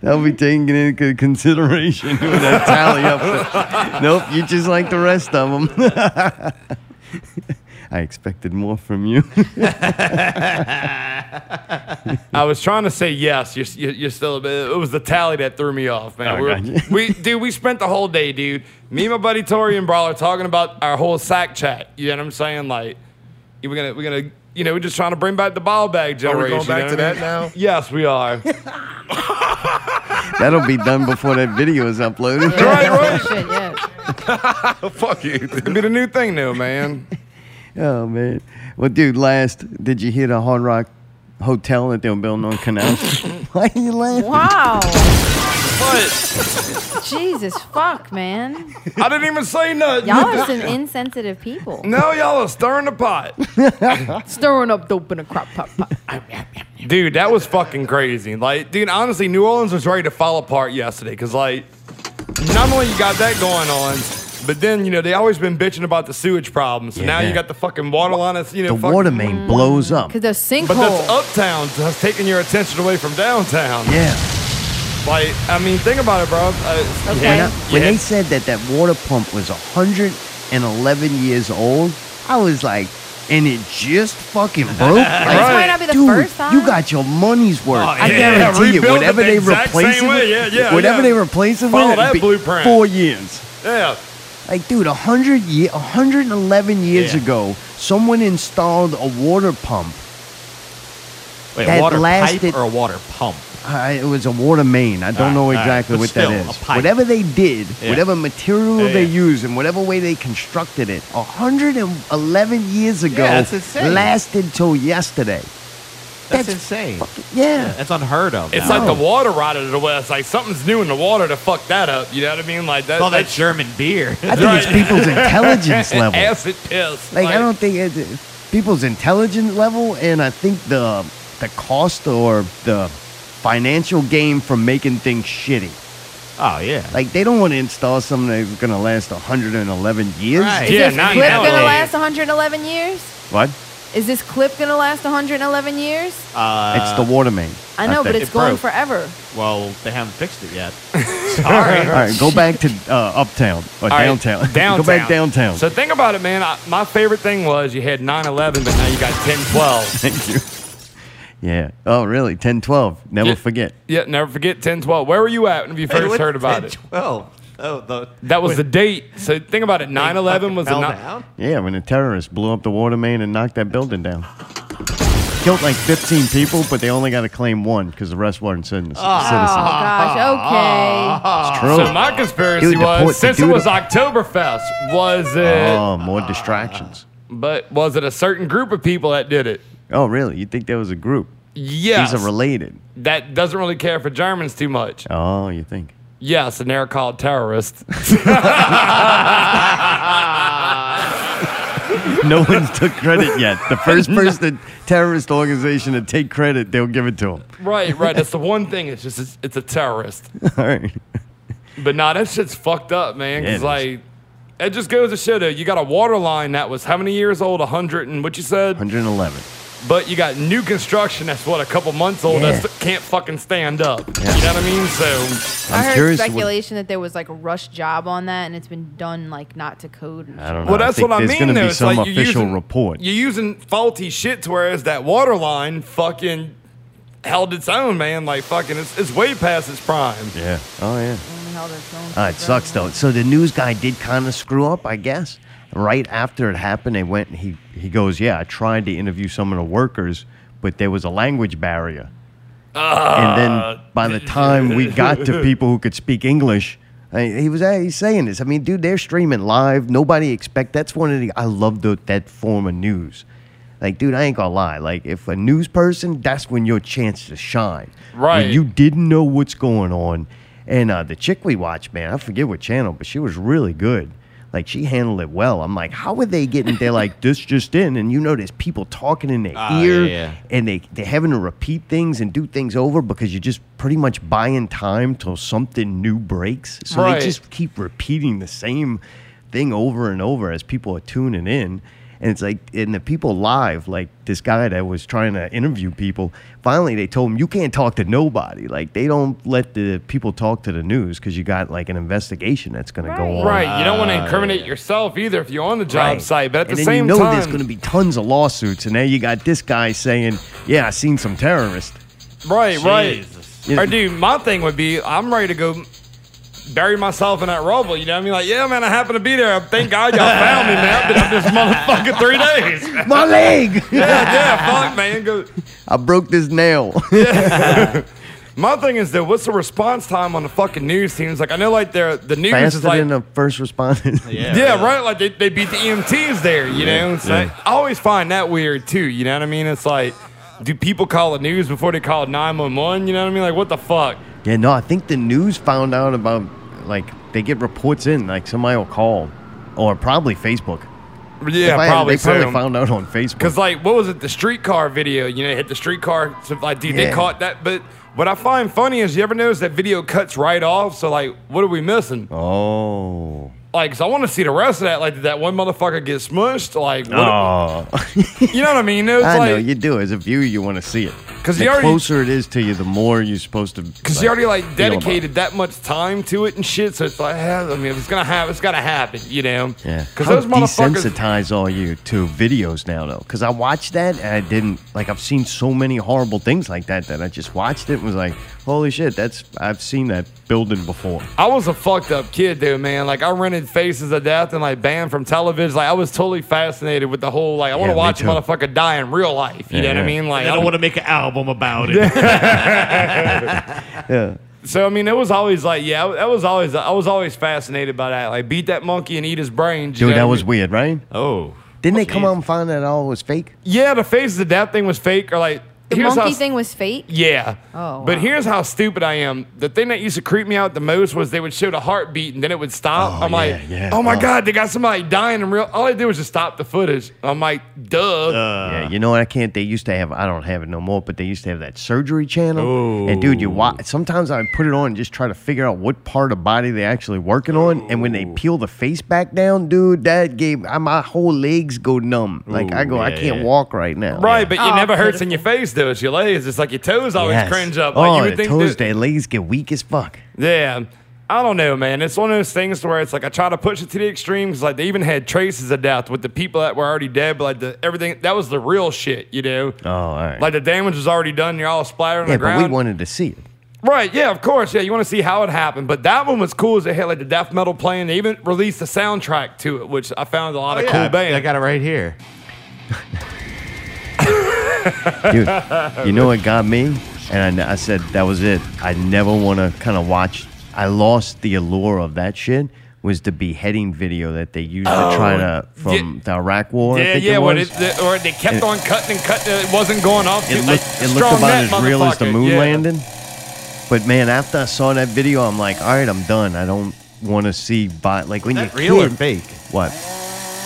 [SPEAKER 1] That'll be taken into consideration when that tally up. nope, you just like the rest of them. I expected more from you.
[SPEAKER 2] I was trying to say yes. You're, you're, you're still a bit. It was the tally that threw me off, man.
[SPEAKER 1] Oh,
[SPEAKER 2] We're-
[SPEAKER 1] gotcha.
[SPEAKER 2] we dude, we spent the whole day, dude. Me and my buddy Tori and Brawler talking about our whole sack chat. You know what I'm saying? Like, we're gonna we're gonna you know we're just trying to bring back the ball bag
[SPEAKER 9] Are
[SPEAKER 2] generation.
[SPEAKER 9] we going
[SPEAKER 2] you know
[SPEAKER 9] back to
[SPEAKER 2] what
[SPEAKER 9] that
[SPEAKER 2] I mean?
[SPEAKER 9] now?
[SPEAKER 2] Yes, we are.
[SPEAKER 1] That'll be done before that video is uploaded.
[SPEAKER 2] right, right.
[SPEAKER 5] Shit, yeah.
[SPEAKER 9] Fuck you.
[SPEAKER 2] It'd be the new thing, though, man.
[SPEAKER 1] Oh man. Well, dude, last did you hear the Hard Rock Hotel that they were building on Canal? Why are you laughing?
[SPEAKER 5] Wow.
[SPEAKER 8] What?
[SPEAKER 5] Jesus fuck, man.
[SPEAKER 2] I didn't even say nothing.
[SPEAKER 5] Y'all are some insensitive people.
[SPEAKER 2] No, y'all are stirring the pot.
[SPEAKER 5] Stirring up dope in a crop pot pot.
[SPEAKER 2] Dude, that was fucking crazy. Like, dude, honestly, New Orleans was ready to fall apart yesterday because, like, not only you got that going on, but then, you know, they always been bitching about the sewage problem. So now you
[SPEAKER 1] Yeah.
[SPEAKER 2] got the fucking water line that's, you know,
[SPEAKER 1] The
[SPEAKER 2] fucking-
[SPEAKER 1] water main blows up.
[SPEAKER 5] Cause the
[SPEAKER 2] But that's
[SPEAKER 5] sinkhole.
[SPEAKER 2] uptown that's taking your attention away from downtown.
[SPEAKER 1] Yeah.
[SPEAKER 2] Like, I mean, think about it, bro. Uh,
[SPEAKER 5] Okay.
[SPEAKER 1] When, I- when
[SPEAKER 2] Yeah.
[SPEAKER 1] they said that that water pump was 111 years old, I was like, and it just fucking broke. Like,
[SPEAKER 5] This might not be the
[SPEAKER 1] dude,
[SPEAKER 5] first time.
[SPEAKER 1] you got your money's worth.
[SPEAKER 2] Oh,
[SPEAKER 1] I
[SPEAKER 2] yeah,
[SPEAKER 1] guarantee you,
[SPEAKER 2] rebuild it
[SPEAKER 1] whatever
[SPEAKER 2] the
[SPEAKER 1] they
[SPEAKER 2] exact
[SPEAKER 1] replace it
[SPEAKER 2] same
[SPEAKER 1] with,
[SPEAKER 2] way. Yeah, yeah,
[SPEAKER 1] whatever
[SPEAKER 2] yeah.
[SPEAKER 1] they replace it
[SPEAKER 2] Follow
[SPEAKER 1] with, it'd
[SPEAKER 2] that
[SPEAKER 1] be
[SPEAKER 2] blueprint.
[SPEAKER 1] four years.
[SPEAKER 2] yeah.
[SPEAKER 1] Like, dude, 100 ye- 111 years
[SPEAKER 4] Yeah.
[SPEAKER 1] ago, someone installed a water pump.
[SPEAKER 4] Wait,
[SPEAKER 1] That
[SPEAKER 4] a water
[SPEAKER 1] lasted-
[SPEAKER 4] pipe or a water pump?
[SPEAKER 1] Uh, it was a water main. I don't
[SPEAKER 4] Alright,
[SPEAKER 1] know
[SPEAKER 4] alright,
[SPEAKER 1] exactly
[SPEAKER 4] Ah, but
[SPEAKER 1] what
[SPEAKER 4] still,
[SPEAKER 1] that
[SPEAKER 4] a
[SPEAKER 1] is.
[SPEAKER 4] pipe.
[SPEAKER 1] Whatever they did,
[SPEAKER 4] Yeah.
[SPEAKER 1] whatever material
[SPEAKER 4] Yeah,
[SPEAKER 1] they
[SPEAKER 4] yeah.
[SPEAKER 1] used, and whatever way they constructed it, 111 years ago
[SPEAKER 4] that's insane.
[SPEAKER 1] lasted till yesterday.
[SPEAKER 4] That's,
[SPEAKER 1] That's Oh.
[SPEAKER 4] insane.
[SPEAKER 1] Yeah.
[SPEAKER 4] That's unheard of.
[SPEAKER 2] It's
[SPEAKER 4] now.
[SPEAKER 2] like the water rot of the West. Like, something's new in the water to fuck that up. You know what I mean? Like, that,
[SPEAKER 4] all that
[SPEAKER 2] that's
[SPEAKER 4] German beer.
[SPEAKER 1] I think it's
[SPEAKER 2] Right.
[SPEAKER 1] people's intelligence level.
[SPEAKER 2] acid piss.
[SPEAKER 1] Like, I don't think it, people's intelligence level, and I think the the cost or the financial gain from making things shitty.
[SPEAKER 4] oh yeah.
[SPEAKER 1] Like, they don't want to install something that's going to last 111 years.
[SPEAKER 5] Is
[SPEAKER 4] Right.
[SPEAKER 2] Yeah,
[SPEAKER 5] this
[SPEAKER 2] not
[SPEAKER 5] clip
[SPEAKER 2] now.
[SPEAKER 5] gonna last 111 years?
[SPEAKER 1] What?
[SPEAKER 5] Is this clip gonna last 111 years?
[SPEAKER 4] Uh,
[SPEAKER 1] it's the water main.
[SPEAKER 5] I know, but
[SPEAKER 1] think.
[SPEAKER 5] it's
[SPEAKER 4] It
[SPEAKER 5] going
[SPEAKER 4] broke.
[SPEAKER 5] forever.
[SPEAKER 4] well, they haven't fixed it yet.
[SPEAKER 1] All right, go back to uh, uptown or
[SPEAKER 2] All right,
[SPEAKER 1] downtown.
[SPEAKER 2] downtown.
[SPEAKER 1] go back downtown.
[SPEAKER 2] So think about it, man. I, my favorite thing was you had 9-11, but now you got 10-12.
[SPEAKER 1] Thank you. Yeah. Oh, really? 10, 12. Never
[SPEAKER 2] Yeah.
[SPEAKER 1] forget.
[SPEAKER 2] yeah, never forget 10-12. Where were you at when you first heard about it?
[SPEAKER 4] Well, oh, the
[SPEAKER 2] That was the date. So think about it. 9-11
[SPEAKER 4] fucking
[SPEAKER 2] was the
[SPEAKER 4] fell
[SPEAKER 2] ni-
[SPEAKER 4] down?
[SPEAKER 1] Yeah, when the terrorists blew up the water main and knocked that building down. Killed like 15 people, but they only got to claim one because the rest weren't citizens.
[SPEAKER 5] Oh
[SPEAKER 1] citizens.
[SPEAKER 5] gosh. Okay.
[SPEAKER 1] It's true.
[SPEAKER 2] Ah. So my conspiracy
[SPEAKER 1] Dude, the
[SPEAKER 2] was,
[SPEAKER 1] port- the
[SPEAKER 2] since it
[SPEAKER 1] dude-
[SPEAKER 2] was Oktoberfest, was it,
[SPEAKER 1] oh, more distractions.
[SPEAKER 2] but was it a certain group of people that did it?
[SPEAKER 1] Oh, really? You think there was a group?
[SPEAKER 2] Yes.
[SPEAKER 1] These are related.
[SPEAKER 2] that doesn't really care for Germans too much.
[SPEAKER 1] Oh, you think?
[SPEAKER 2] Yes, and they're called terrorists.
[SPEAKER 1] No one's took credit yet. The first person, terrorist organization to take credit, they'll give it to them.
[SPEAKER 2] right, right. That's the one thing. It's just, it's, it's a terrorist.
[SPEAKER 1] All right.
[SPEAKER 2] But nah, that shit's fucked up, man.
[SPEAKER 1] Yeah, it
[SPEAKER 2] Cause
[SPEAKER 1] is.
[SPEAKER 2] like, it just goes to show that you got a water line that was how many years old? A hundred and what you said.
[SPEAKER 1] 111.
[SPEAKER 2] But you got new construction that's what a couple months old
[SPEAKER 1] Yeah.
[SPEAKER 2] that st- can't fucking stand up.
[SPEAKER 1] Yeah.
[SPEAKER 2] You know what I mean? So
[SPEAKER 1] I'm
[SPEAKER 5] I heard
[SPEAKER 1] curious what-
[SPEAKER 5] speculation that there was like a rush job on that, and it's been done like not to code. And
[SPEAKER 1] I don't know.
[SPEAKER 2] well, that's
[SPEAKER 1] think
[SPEAKER 2] what I
[SPEAKER 1] there's
[SPEAKER 2] mean.
[SPEAKER 1] gonna
[SPEAKER 2] though.
[SPEAKER 1] be
[SPEAKER 2] It's
[SPEAKER 1] some
[SPEAKER 2] like you're
[SPEAKER 1] official
[SPEAKER 2] using-
[SPEAKER 1] report.
[SPEAKER 2] You're using faulty shit, to whereas that water line fucking held its own, man. Like fucking, it's, it's way past its prime.
[SPEAKER 1] yeah. Oh yeah.
[SPEAKER 5] Oh,
[SPEAKER 1] Uh, it sucks though. So the news guy did kind of screw up, I guess. Right after it happened, they went. He he goes, yeah. I tried to interview some of the workers, but there was a language barrier. and
[SPEAKER 4] Uh,
[SPEAKER 1] then by the time we got to people who could speak English, I, he was uh, he's saying this. I mean, dude, they're streaming live. Nobody expect. That's one of the. I love the, that form of news. Like, dude, I ain't gonna lie. Like, if a news person, that's when your chance to shine.
[SPEAKER 2] Right.
[SPEAKER 1] When you didn't know what's going on. And uh, the chick we watched, man, I forget what channel, but she was really good. Like she handled it well. I'm like, how are they getting? They're like, this just in, and you know, there's people talking in their
[SPEAKER 4] Ah,
[SPEAKER 1] ear,
[SPEAKER 4] yeah, yeah.
[SPEAKER 1] and they they're having to repeat things and do things over because you're just pretty much buying time till something new breaks. So
[SPEAKER 2] Right.
[SPEAKER 1] they just keep repeating the same thing over and over as people are tuning in. And it's like, and the people live, like this guy that was trying to interview people, finally they told him, you can't talk to nobody. Like, they don't let the people talk to the news because you got like an investigation that's going to go on.
[SPEAKER 2] Right. You don't want to incriminate yourself either if you're on the job
[SPEAKER 1] Right.
[SPEAKER 2] site. But at
[SPEAKER 1] and then
[SPEAKER 2] the same
[SPEAKER 1] you know
[SPEAKER 2] time,
[SPEAKER 1] there's going to be tons of lawsuits. And now you got this guy saying, yeah, I seen some terrorists.
[SPEAKER 2] right, right.
[SPEAKER 4] Jesus.
[SPEAKER 1] Yeah.
[SPEAKER 2] Or dude, my thing would be I'm ready to go bury myself in that rubble. You know what I mean? Like, yeah, man, I happen to be there. Thank God y'all found me, man. I've been up this motherfucker three days.
[SPEAKER 1] My leg!
[SPEAKER 2] Yeah, yeah, fuck, man. Go-
[SPEAKER 1] I broke this nail.
[SPEAKER 2] My thing is though, what's the response time on the fucking news teams? Like, I know, like they're the news
[SPEAKER 1] Faster
[SPEAKER 2] is like
[SPEAKER 1] than the first responders.
[SPEAKER 4] Yeah.
[SPEAKER 2] Yeah, right. Like they, they beat the EMTs there, you know? So I always find that weird too, you know what I mean? It's like, do people call the news before they call 911? You know what I mean? Like, what the fuck?
[SPEAKER 1] Yeah, no, I think the news found out about like they get reports in, like somebody will call, or probably Facebook. If
[SPEAKER 2] Yeah,
[SPEAKER 1] I had-
[SPEAKER 2] probably.
[SPEAKER 1] they probably
[SPEAKER 2] so.
[SPEAKER 1] found out on Facebook.
[SPEAKER 2] Cause like, what was it? The streetcar video. You know, they hit the streetcar. So like, dude, they
[SPEAKER 1] Yeah.
[SPEAKER 2] caught that. But what I find funny is, you ever notice that video cuts right off? So like, what are we missing?
[SPEAKER 1] oh,
[SPEAKER 2] Like, 'cause I want to see the rest of that. Like, did that one motherfucker get smushed? Like, what,
[SPEAKER 1] oh,
[SPEAKER 2] you know what I mean? It was
[SPEAKER 1] I
[SPEAKER 2] like,
[SPEAKER 1] know you do. As a viewer, you want to see it
[SPEAKER 2] 'Cause
[SPEAKER 1] the
[SPEAKER 2] you already-
[SPEAKER 1] closer it is to you, the more you're supposed to.
[SPEAKER 2] Cause he already like
[SPEAKER 1] feel about it.
[SPEAKER 2] dedicated that much time to it and shit, so it's like, eh, I mean, if it's gonna happen, it's gotta happen, you know?
[SPEAKER 1] Yeah.
[SPEAKER 2] Cause
[SPEAKER 1] How
[SPEAKER 2] those motherfuckers.
[SPEAKER 1] desensitized are you to videos now, though? Because I watched that and I didn't like. I've seen so many horrible things like that that I just watched it and was like, "Holy shit, that's I've seen that building before."
[SPEAKER 2] I was a fucked up kid, dude, man. Like I rented Faces of Death and like banned from television. Like I was totally fascinated with the whole like I want
[SPEAKER 1] Yeah,
[SPEAKER 2] to
[SPEAKER 1] me
[SPEAKER 2] watch a
[SPEAKER 1] too.
[SPEAKER 2] motherfucker die in real life. You
[SPEAKER 1] Yeah,
[SPEAKER 2] know what I
[SPEAKER 1] yeah.
[SPEAKER 2] mean? Like
[SPEAKER 4] I
[SPEAKER 2] I
[SPEAKER 4] don't
[SPEAKER 2] don't
[SPEAKER 4] want to make an album about it.
[SPEAKER 2] So I mean, it was always like, yeah, that was always I was always fascinated by that. Like beat that monkey and eat his brains. you
[SPEAKER 1] Dude,
[SPEAKER 2] know
[SPEAKER 1] that
[SPEAKER 2] what I
[SPEAKER 1] was
[SPEAKER 2] mean?
[SPEAKER 1] weird, right?
[SPEAKER 4] Oh.
[SPEAKER 1] Didn't they come out and find that all was fake?
[SPEAKER 2] yeah. The Faces of Death thing was fake, or like
[SPEAKER 5] The
[SPEAKER 2] here's how
[SPEAKER 5] monkey thing was fake.
[SPEAKER 2] Yeah.
[SPEAKER 5] Oh,
[SPEAKER 2] But
[SPEAKER 5] wow.
[SPEAKER 2] here's how stupid I am. The thing that used to creep me out the most was they would show the heartbeat and then it would stop.
[SPEAKER 1] Oh,
[SPEAKER 2] I'm
[SPEAKER 1] yeah,
[SPEAKER 2] like,
[SPEAKER 1] yeah.
[SPEAKER 2] oh my
[SPEAKER 1] Oh.
[SPEAKER 2] God, they got somebody dying in real. All I did was just stop the footage. I'm like, duh. Uh,
[SPEAKER 1] yeah, you know what? I can't. They used to have. I don't have it no more, but they used to have that surgery channel. And dude, you watch. Sometimes I put it on and just try to figure out what part of body they're actually working on. And when they peel the face back down, dude, that gave I, my whole legs go numb. Like I
[SPEAKER 4] Ooh,
[SPEAKER 1] go, I
[SPEAKER 4] yeah,
[SPEAKER 1] can't
[SPEAKER 4] yeah.
[SPEAKER 1] walk right now.
[SPEAKER 2] Right, but it
[SPEAKER 5] Oh,
[SPEAKER 2] never hurts
[SPEAKER 5] pitiful.
[SPEAKER 2] in your face though. It's your legs. It's like your toes always
[SPEAKER 1] Yes.
[SPEAKER 2] cringe up.
[SPEAKER 1] oh,
[SPEAKER 2] Like you would
[SPEAKER 1] the
[SPEAKER 2] think
[SPEAKER 1] toes,
[SPEAKER 2] that-
[SPEAKER 1] their legs get weak as fuck.
[SPEAKER 2] Yeah. I don't know, man. It's one of those things where it's like I try to push it to the extremes. Like they even had traces of death with the people that were already dead, but like the everything that was the real shit, you know.
[SPEAKER 1] Oh, all right.
[SPEAKER 2] Like the damage was already done. You're all splattered on
[SPEAKER 1] yeah,
[SPEAKER 2] the ground.
[SPEAKER 1] but we wanted to see it.
[SPEAKER 2] Right, yeah, of course. Yeah, you want to see how it happened. But that one was cool as it had like the death metal playing. They even released a soundtrack to it, which I found a lot
[SPEAKER 1] Oh,
[SPEAKER 2] of cool
[SPEAKER 4] I
[SPEAKER 2] bands.
[SPEAKER 4] got it right here.
[SPEAKER 1] Dude, you know what got me? And I, I said, that was it. I never want to kind of watch. I lost the allure of that shit. Was the beheading video that they used to try to from the Iraq War? I
[SPEAKER 2] yeah,
[SPEAKER 1] think
[SPEAKER 2] yeah,
[SPEAKER 1] it
[SPEAKER 2] when
[SPEAKER 1] was.
[SPEAKER 2] it, the, or they kept
[SPEAKER 1] It-
[SPEAKER 2] on cutting and cutting. It wasn't going off.
[SPEAKER 1] It
[SPEAKER 2] Dude,
[SPEAKER 1] looked
[SPEAKER 2] like,
[SPEAKER 1] it looked
[SPEAKER 2] strong
[SPEAKER 1] about
[SPEAKER 2] neck,
[SPEAKER 1] as real as the
[SPEAKER 2] motherfucker.
[SPEAKER 1] moon
[SPEAKER 2] Yeah.
[SPEAKER 1] landing. But man, after I saw that video, I'm like, all right, I'm done. I don't want to see bot like when you
[SPEAKER 4] That real or
[SPEAKER 1] kid-
[SPEAKER 4] fake?
[SPEAKER 1] What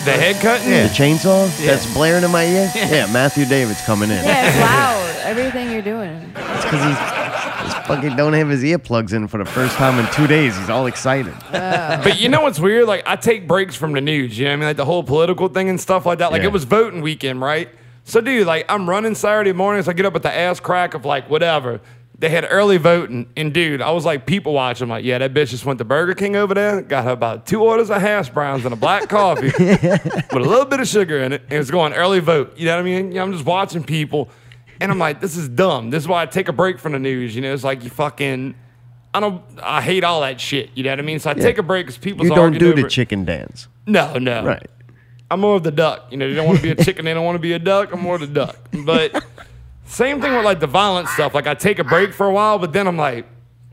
[SPEAKER 2] The head cutting.
[SPEAKER 1] the chainsaw
[SPEAKER 4] Yeah.
[SPEAKER 1] that's blaring in my ear? Yeah, Matthew David's coming in.
[SPEAKER 5] Yeah, it's loud. Everything you're doing.
[SPEAKER 1] It's because he's, he's fucking don't have his earplugs in for the first time in two days. He's all excited.
[SPEAKER 2] But you know what's weird? Like I take breaks from the news. You know what I mean? Like the whole political thing and stuff like that. Like
[SPEAKER 1] Yeah.
[SPEAKER 2] it was voting weekend, right? So dude, like I'm running Saturday mornings. I get up at the ass crack of like whatever. They had early voting, and dude, I was like people watching. I'm like, yeah, that bitch just went to Burger King over there, got her about two orders of hash browns and a black coffee with a little bit of sugar in it, and it's going early vote. You know what I mean? You know, I'm just watching people, and I'm like, this is dumb. This is why I take a break from the news. You know, it's like you fucking, I don't, I hate all that shit. You know what I mean? So I take a break because people
[SPEAKER 1] You don't do the chicken dance,
[SPEAKER 2] no, no.
[SPEAKER 1] right?
[SPEAKER 2] I'm more of the duck. You know, they don't want to be a chicken. They don't want to be a duck. I'm more of the duck. But same thing with like the violent stuff. Like I take a break for a while, but then I'm like,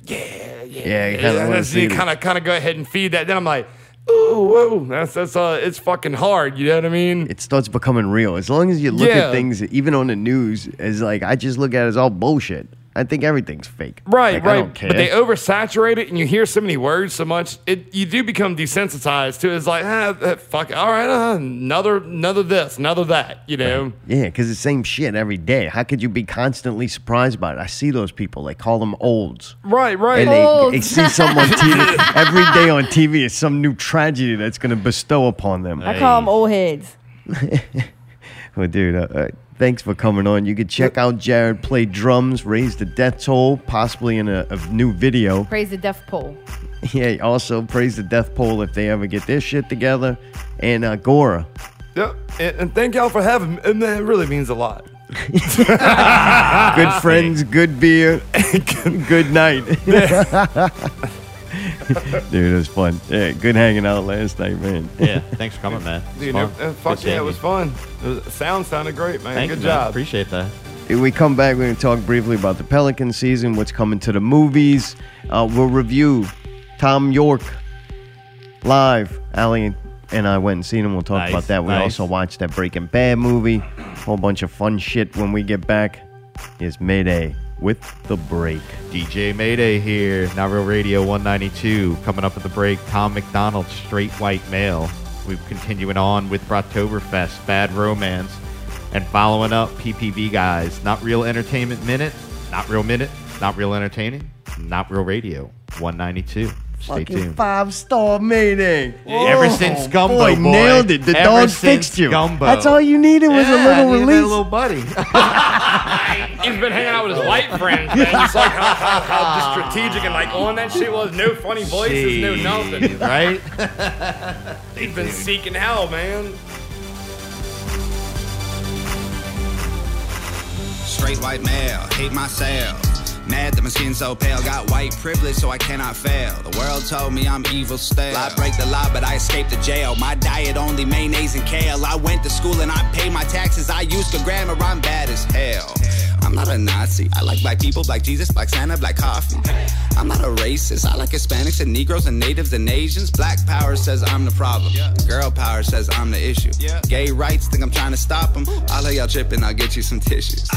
[SPEAKER 1] Yeah, you kind of want to
[SPEAKER 2] let's
[SPEAKER 1] see.
[SPEAKER 2] you kind of kind of go ahead and feed that. Then I'm like, ooh, whoa, that's that's uh, it's fucking hard. You know what I mean?
[SPEAKER 1] It starts becoming real. As long as you look
[SPEAKER 2] Yeah.
[SPEAKER 1] at things, even on the news, as like I just look at it as all bullshit. I think everything's fake.
[SPEAKER 2] Right,
[SPEAKER 1] Like, I
[SPEAKER 2] right.
[SPEAKER 1] don't care.
[SPEAKER 2] But they oversaturate it, and you hear so many words so much, it you do become desensitized to. It. It's like, ah, eh, fuck, all right, uh, another, another this, another that. You know,
[SPEAKER 1] Yeah, because it's the same shit every day. How could you be constantly surprised by it? I see those people. They call them olds.
[SPEAKER 2] right, right.
[SPEAKER 1] And they,
[SPEAKER 5] Olds.
[SPEAKER 1] they see someone TV. Every day on TV is some new tragedy that's going to bestow upon them.
[SPEAKER 5] I call them old heads.
[SPEAKER 1] Well, dude, uh, uh, thanks for coming on. You can check out Jared play drums, raise the death toll, possibly in a, a new video.
[SPEAKER 5] Praise the deaf pole.
[SPEAKER 1] Yeah, also praise the death poll if they ever get their shit together. And uh, Gora.
[SPEAKER 2] Yep. And, and thank y'all for having me. And that really means a lot.
[SPEAKER 1] Good friends, good beer, good night. Dude, it was fun. Yeah, good hanging out last night, man.
[SPEAKER 4] Yeah, thanks for coming, man. It's
[SPEAKER 2] You know,
[SPEAKER 4] fun.
[SPEAKER 2] uh,
[SPEAKER 4] Good
[SPEAKER 2] fuck yeah,
[SPEAKER 4] seeing
[SPEAKER 2] it was
[SPEAKER 4] you.
[SPEAKER 2] fun. It was, sound sounded great, man.
[SPEAKER 4] Thank
[SPEAKER 2] Good
[SPEAKER 4] you, man.
[SPEAKER 2] job.
[SPEAKER 4] Appreciate that.
[SPEAKER 1] When we come back, we're going to talk briefly about the Pelican season, what's coming to the movies. Uh, we'll review Tom York live. Allie and- and I went and seen him. We'll talk
[SPEAKER 4] Nice,
[SPEAKER 1] about that. We
[SPEAKER 4] nice.
[SPEAKER 1] also watched that Breaking Bad movie. Whole bunch of fun shit when we get back. Is Mayday with the break.
[SPEAKER 4] DJ Mayday here, Not Real Radio 192. Coming up at the break, Tom McDonald, Straight White Male. We're continuing on with Brocktoberfest, Bad Romance, and following up PPV Guys, Not Real Entertainment Minute, Not Real Minute, Not Real Entertaining, Not Real Radio 192. Stay tuned.
[SPEAKER 1] five star Mayday.
[SPEAKER 4] Ever since Gumbo,
[SPEAKER 1] boy,
[SPEAKER 4] boy.
[SPEAKER 1] nailed it. The
[SPEAKER 4] Ever
[SPEAKER 1] dog
[SPEAKER 4] since
[SPEAKER 1] fixed you.
[SPEAKER 4] Gumbo.
[SPEAKER 1] That's all you needed was
[SPEAKER 4] Yeah,
[SPEAKER 1] a little
[SPEAKER 4] I needed
[SPEAKER 1] release.
[SPEAKER 4] little buddy.
[SPEAKER 2] He's been hanging out with his white friends, man. It's like how, how, how just strategic and like on that shit was. No funny voices, no nothing.
[SPEAKER 4] Jeez, right?
[SPEAKER 2] He's been seeking hell, man.
[SPEAKER 10] Straight white male, hate myself. Mad that my skin so pale, got white privilege so I cannot fail. The world told me I'm evil stale. I break the law, but I escaped the jail. My diet only mayonnaise and kale. I went to school and I pay my taxes. I use good grammar, I'm bad as hell. I'm not a Nazi. I like black people, black Jesus, black Santa, black coffee. I'm not a racist. I like Hispanics and Negroes and Natives and Asians. Black power says I'm the problem. Girl power says I'm the issue. Gay rights think I'm trying to stop them. I'll let y'all trip and I'll get you some tissues.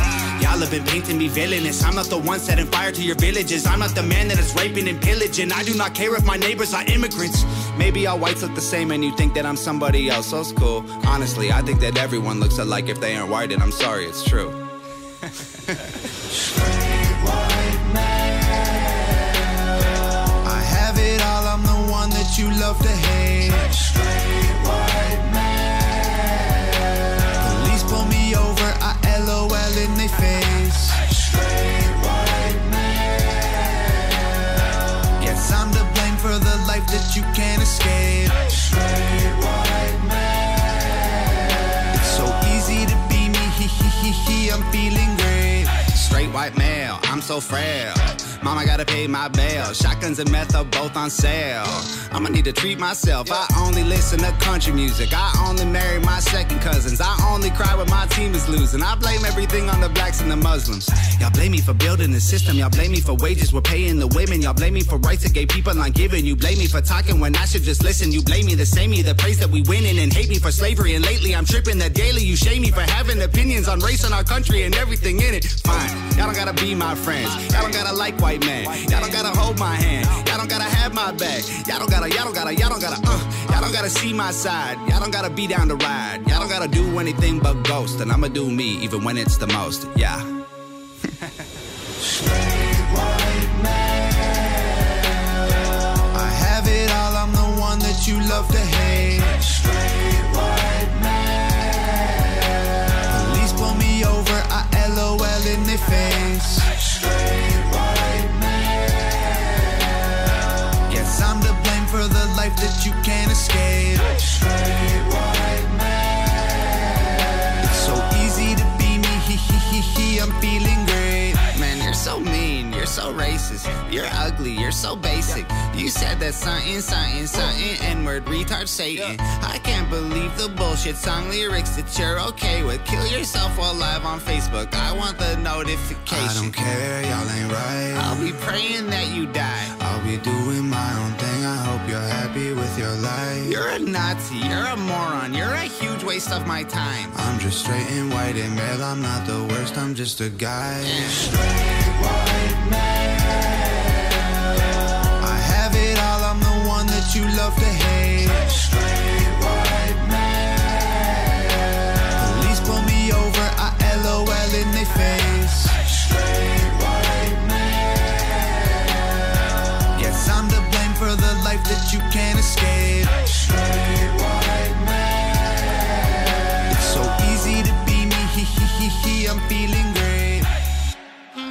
[SPEAKER 10] Y'all have been painting me villainous. I'm not the one setting fire to your villages. I'm not the man that is raping and pillaging. I do not care if my neighbors are immigrants. Maybe all whites look the same and you think that I'm somebody else. That's cool. Honestly, I think that everyone looks alike if they aren't white, and I'm sorry, it's true. I have it all, I'm the one that you love to hate. Straight white man. Police pull me over, I LOL in their face. Straight white man. Yes, I'm to blame for the life that you can't escape. Straight white man. It's so easy to be me, he he he he, I'm feeling great. Straight white male, I'm so frail. Mama gotta pay my bail. Shotguns and meth are both on sale. I'ma need to treat myself. I only listen to country music. I only marry my second cousins. I only cry when my team is losing. I blame everything on the blacks and the Muslims. Y'all blame me for building the system. Y'all blame me for wages we're paying the women. Y'all blame me for rights that gay people aren't giving. You blame me for talking when I should just listen. You blame me the same me, the praise that we winning and hate me for slavery. And lately I'm tripping that daily you shame me for having opinions on race and our country and everything in it. Fine, y'all don't gotta be my friends. Y'all don't gotta like white man. Y'all don't gotta hold my hand. Y'all don't gotta have my back. Y'all don't gotta, y'all don't gotta, y'all don't gotta, uh, y'all don't gotta see my side. Y'all don't gotta be down to ride. Y'all don't gotta do anything but ghost. And I'ma do me even when it's the most. Yeah. I have it all, I'm the one that you love to hate. Straight white man. Police pull me over, I LOL in their face. Straight white man. Yes, I'm to blame for the life that you can't escape. Straight white man. It's so easy to be me, he he he he, I'm feeling great. Man, you're so mean, you're so racist, you're ugly, you're so basic. You said that something, something, something, N-word, retard, Satan. I can't believe the bullshit song lyrics that you're okay with. Kill yourself while live on Facebook. I want the notification. I don't care, y'all ain't right. I'll be praying that you die. I'll be doing my own thing. I hope you're happy with your life. You're a Nazi, you're a moron, you're a huge waste of my time. I'm just straight and white and male. I'm not the worst, I'm just a guy. Straight white.
[SPEAKER 11] that you can't escape. Straight white man. It's so easy to be me. He he he he. I'm feeling great.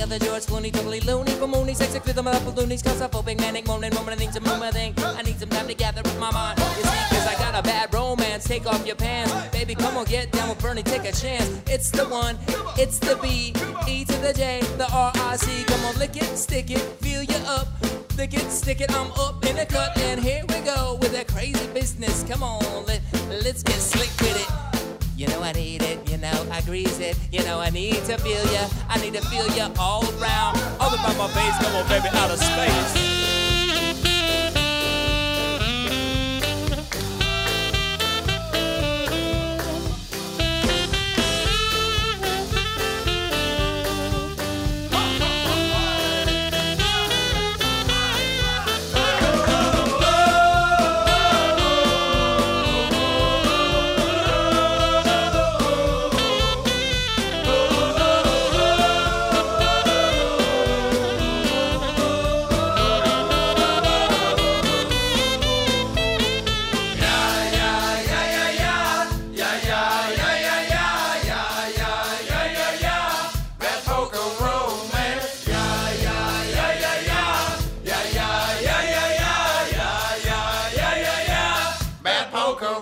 [SPEAKER 12] other George Clooney, totally loony, for moony, sexy, clear them up, loonies, claustrophobic, manic, moaning, moment, I need some room, I think, I need some time to gather up my mind, you see, cause I got a bad romance, take off your pants, baby, come on, get down with Bernie, take a chance, it's the one, it's the B, E to the J, the R I C, come on, lick it, stick it, feel you up, lick it, stick it, I'm up in the cut, and here we go with that crazy business, come on, let, let's get slick with it. You know I need it, you know I grease it, you know I need to feel ya, I need to feel ya all around, all about my face, come on baby, out of space.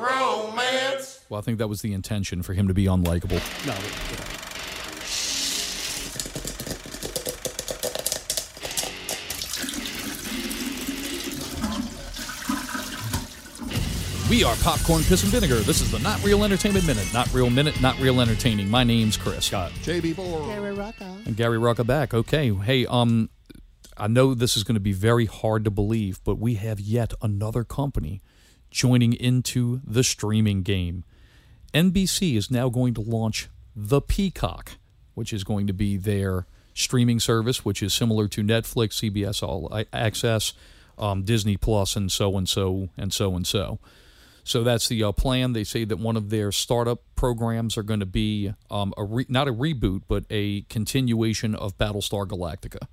[SPEAKER 7] Well, I think that was the intention for him to be unlikable.
[SPEAKER 13] No. We are Popcorn Piss and Vinegar. This is the Not Real Entertainment Minute. Not Real Minute, Not Real Entertaining. My name's Chris. Scott. JB Bohr.
[SPEAKER 11] Gary Rocco.
[SPEAKER 13] And Gary Rucka back. Okay. Hey, um, I know this is going to be very hard to believe, but we have yet another company joining into the streaming game. NBC is now going to launch The Peacock, which is going to be their streaming service, which is similar to Netflix, CBS All I- Access, um, Disney Plus, and so and so and so and so. So that's the uh, plan. They say that one of their startup programs are going to be um, a re- not a reboot, but a continuation of Battlestar Galactica.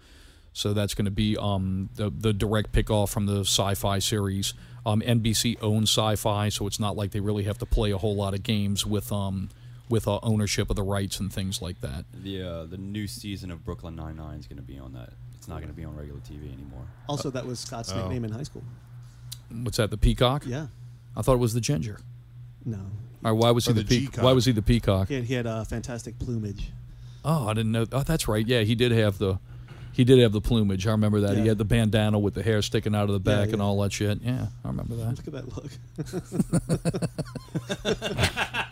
[SPEAKER 13] So that's going to be um, the, the direct pickoff from the sci fi series. Um, NBC owns sci fi, so it's not like they really have to play a whole lot of games with, um, with uh, ownership of the rights and things like that.
[SPEAKER 14] The uh, the new season of Brooklyn Nine Nine is going to be on that. It's not going to be on regular TV anymore.
[SPEAKER 11] Also, that was Scott's
[SPEAKER 13] Oh.
[SPEAKER 11] nickname in high school.
[SPEAKER 13] What's that, the peacock?
[SPEAKER 11] Yeah.
[SPEAKER 13] I thought it was the ginger.
[SPEAKER 11] No.
[SPEAKER 13] All right, why was
[SPEAKER 11] Or
[SPEAKER 13] he Oh, the,
[SPEAKER 11] the
[SPEAKER 13] peacock?
[SPEAKER 11] G-cock.
[SPEAKER 13] Why was he the peacock?
[SPEAKER 11] He had, he had uh, fantastic plumage.
[SPEAKER 13] Oh, I didn't know. Oh, that's right. Yeah, he did have the he did have the plumage. I remember that. He
[SPEAKER 11] Yeah.
[SPEAKER 13] had the bandana with the hair sticking out of the
[SPEAKER 11] Yeah,
[SPEAKER 13] back and
[SPEAKER 11] yeah.
[SPEAKER 13] all that shit. Yeah, I remember that.
[SPEAKER 11] Look at that look.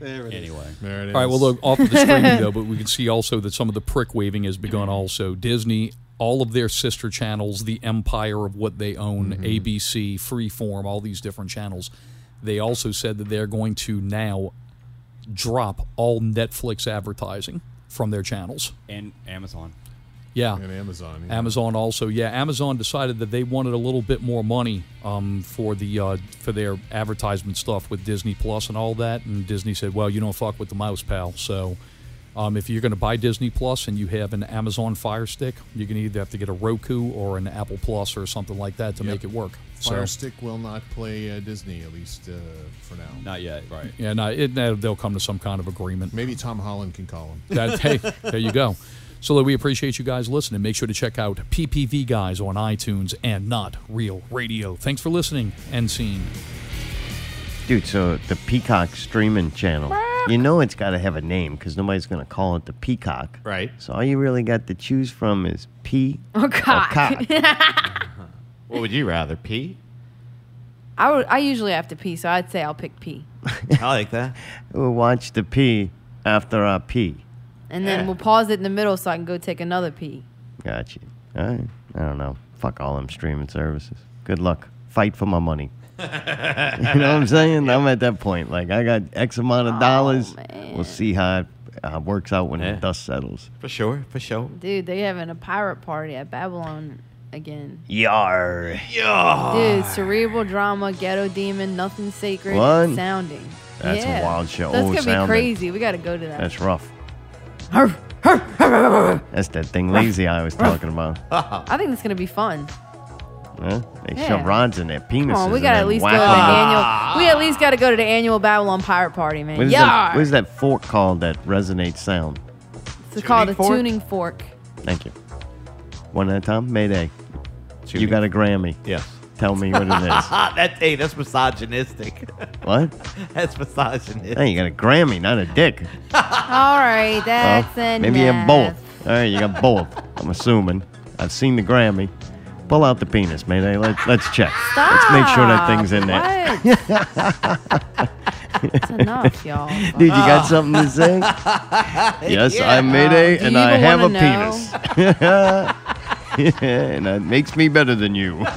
[SPEAKER 11] there it is.
[SPEAKER 13] All right, well, look, off of the streaming, though, but we can see also that some of the prick waving has begun also. Disney, all of their sister channels, the empire of what they own,
[SPEAKER 15] Mm-hmm.
[SPEAKER 13] ABC, Freeform, all these different channels, they also said that they're going to now drop all Netflix advertising from their channels.
[SPEAKER 14] And Amazon.
[SPEAKER 13] Yeah.
[SPEAKER 15] And Amazon. yeah.
[SPEAKER 13] Amazon also, yeah. Amazon decided that they wanted a little bit more money um, for the uh, for their advertisement stuff with Disney Plus and all that, and Disney said, "Well, you don't fuck with the mouse, pal." So, um, if you're going to buy Disney Plus and you have an Amazon Fire Stick, you can either have to get a Roku or an Apple Plus or something like that to make it work.
[SPEAKER 15] Fire
[SPEAKER 13] so,
[SPEAKER 15] Stick will not play uh, Disney at least uh, for now.
[SPEAKER 14] Not yet, right?
[SPEAKER 13] yeah, no, it, they'll come to some kind of agreement.
[SPEAKER 15] Maybe Tom Holland can call him.
[SPEAKER 13] That, hey, there you go. So look, we appreciate you guys listening. Make sure to check out PPV Guys on iTunes and Not Real Radio. Thanks for listening and seeing.
[SPEAKER 1] Dude, so the Peacock streaming channel, you know it's got to have a name because nobody's going to call it the Peacock. Right. So all you really got to choose from is P.
[SPEAKER 5] Oh,
[SPEAKER 1] cock.
[SPEAKER 5] cock.
[SPEAKER 4] What would you rather, pee?
[SPEAKER 5] I, would, I usually have to pee, so I'd say I'll pick pee.
[SPEAKER 1] I like that. We'll watch the P after I pee.
[SPEAKER 5] And then we'll pause it in the middle so I can go take another pee.
[SPEAKER 1] Gotcha. All right. I don't know. Fuck all them streaming services. Good luck. Fight for my money. you know what I'm saying? I'm at that point. Like, I got X amount of dollars. We'll see how it uh, works out when the dust settles.
[SPEAKER 4] For sure, for sure.
[SPEAKER 5] Dude, they having a pirate party at Babylon again.
[SPEAKER 1] Yar. Ah.
[SPEAKER 5] Dude, cerebral drama, ghetto demon, nothing sacred,
[SPEAKER 1] What?
[SPEAKER 5] sounding.
[SPEAKER 1] That's a
[SPEAKER 5] Yeah.
[SPEAKER 1] wild show.
[SPEAKER 5] That's
[SPEAKER 1] Oh,
[SPEAKER 5] gonna
[SPEAKER 1] sounding.
[SPEAKER 5] be crazy. We gotta go to that.
[SPEAKER 1] That's rough. That's that thing lazy I was talking about.
[SPEAKER 5] I think it's gonna be fun.
[SPEAKER 1] Huh? They
[SPEAKER 5] Yeah.
[SPEAKER 1] shove rods in their penises.
[SPEAKER 5] Come on, we
[SPEAKER 1] and
[SPEAKER 5] gotta
[SPEAKER 1] then
[SPEAKER 5] at least go
[SPEAKER 1] whack
[SPEAKER 5] to the
[SPEAKER 1] them with-
[SPEAKER 5] annual. We at least gotta go to the annual Babylon Pirate Party, man.
[SPEAKER 1] What is, that,
[SPEAKER 5] yeah,
[SPEAKER 1] what is that fork called that resonates sound?
[SPEAKER 5] it's called a
[SPEAKER 1] Tuning fork?
[SPEAKER 5] tuning fork.
[SPEAKER 1] Thank you. One at a time. Mayday. You got a Grammy.
[SPEAKER 4] Yes.
[SPEAKER 1] Tell me what it is.
[SPEAKER 4] Ah, that, hey, that's misogynistic.
[SPEAKER 1] What?
[SPEAKER 4] That's misogynistic.
[SPEAKER 1] Hey, you got a Grammy, not a dick.
[SPEAKER 5] All right,
[SPEAKER 1] Well,
[SPEAKER 5] that's enough.
[SPEAKER 1] maybe you have both. All right, you got both. I'm assuming. I've seen the Grammy. Pull out the penis, Mayday. Let, let's check. Let's make sure
[SPEAKER 5] Ah,
[SPEAKER 1] that thing's in there.
[SPEAKER 5] That's enough, y'all.
[SPEAKER 1] Dude, you
[SPEAKER 5] Ah.
[SPEAKER 1] got something to say? yes, I'm Mayday,
[SPEAKER 5] Oh, do
[SPEAKER 1] and
[SPEAKER 5] you
[SPEAKER 1] I
[SPEAKER 5] even
[SPEAKER 1] have a
[SPEAKER 5] wanna
[SPEAKER 1] penis. and that makes me better than you. what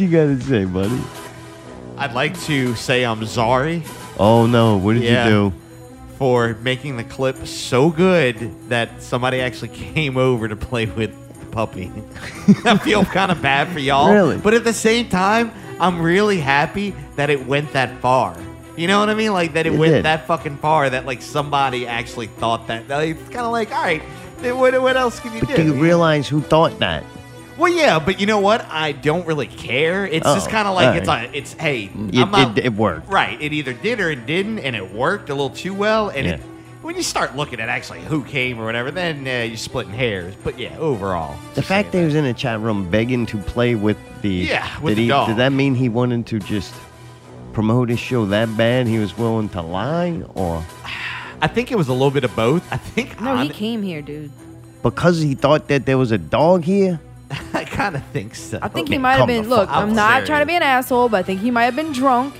[SPEAKER 1] you got to say, buddy?
[SPEAKER 4] I'd like to say I'm sorry.
[SPEAKER 1] Oh, no. What did
[SPEAKER 4] Yeah.
[SPEAKER 1] you do?
[SPEAKER 4] for making the clip so good that somebody actually came over to play with the puppy. I feel kind of bad for y'all.
[SPEAKER 1] Really?
[SPEAKER 4] But at the same time, I'm really happy that it went that far. You know what I mean? Like that it,
[SPEAKER 1] It
[SPEAKER 4] went
[SPEAKER 1] did.
[SPEAKER 4] that fucking far that like somebody actually thought that. Like, it's kind of like, all right, then what, what else can you
[SPEAKER 1] Do you realize who thought that?
[SPEAKER 4] Well, yeah, but you know what? I don't really care. It's just
[SPEAKER 1] Oh,
[SPEAKER 4] kind of like it's
[SPEAKER 1] alright.
[SPEAKER 4] a, it's hey,
[SPEAKER 1] It,
[SPEAKER 4] I'm not,
[SPEAKER 1] it, it worked.
[SPEAKER 4] Right. It either did or it didn't, and it worked a little too well. And it,
[SPEAKER 1] Yeah.
[SPEAKER 4] when you start looking at actually who came or whatever, then uh, you're splitting hairs. But yeah, overall.
[SPEAKER 1] The fact that he was in a chat room begging to play with the
[SPEAKER 4] Yeah, with
[SPEAKER 1] did
[SPEAKER 4] the
[SPEAKER 1] he,
[SPEAKER 4] dog.
[SPEAKER 1] Did that mean he wanted to just promote his show that bad? He was willing to lie, or
[SPEAKER 4] I think it was a little bit of both. I think
[SPEAKER 5] No, he came here, dude.
[SPEAKER 1] because he thought that there was a dog here?
[SPEAKER 4] I kind of think so.
[SPEAKER 5] I think he might have been. Look, I'm not trying to be an asshole, but I think he might have been drunk,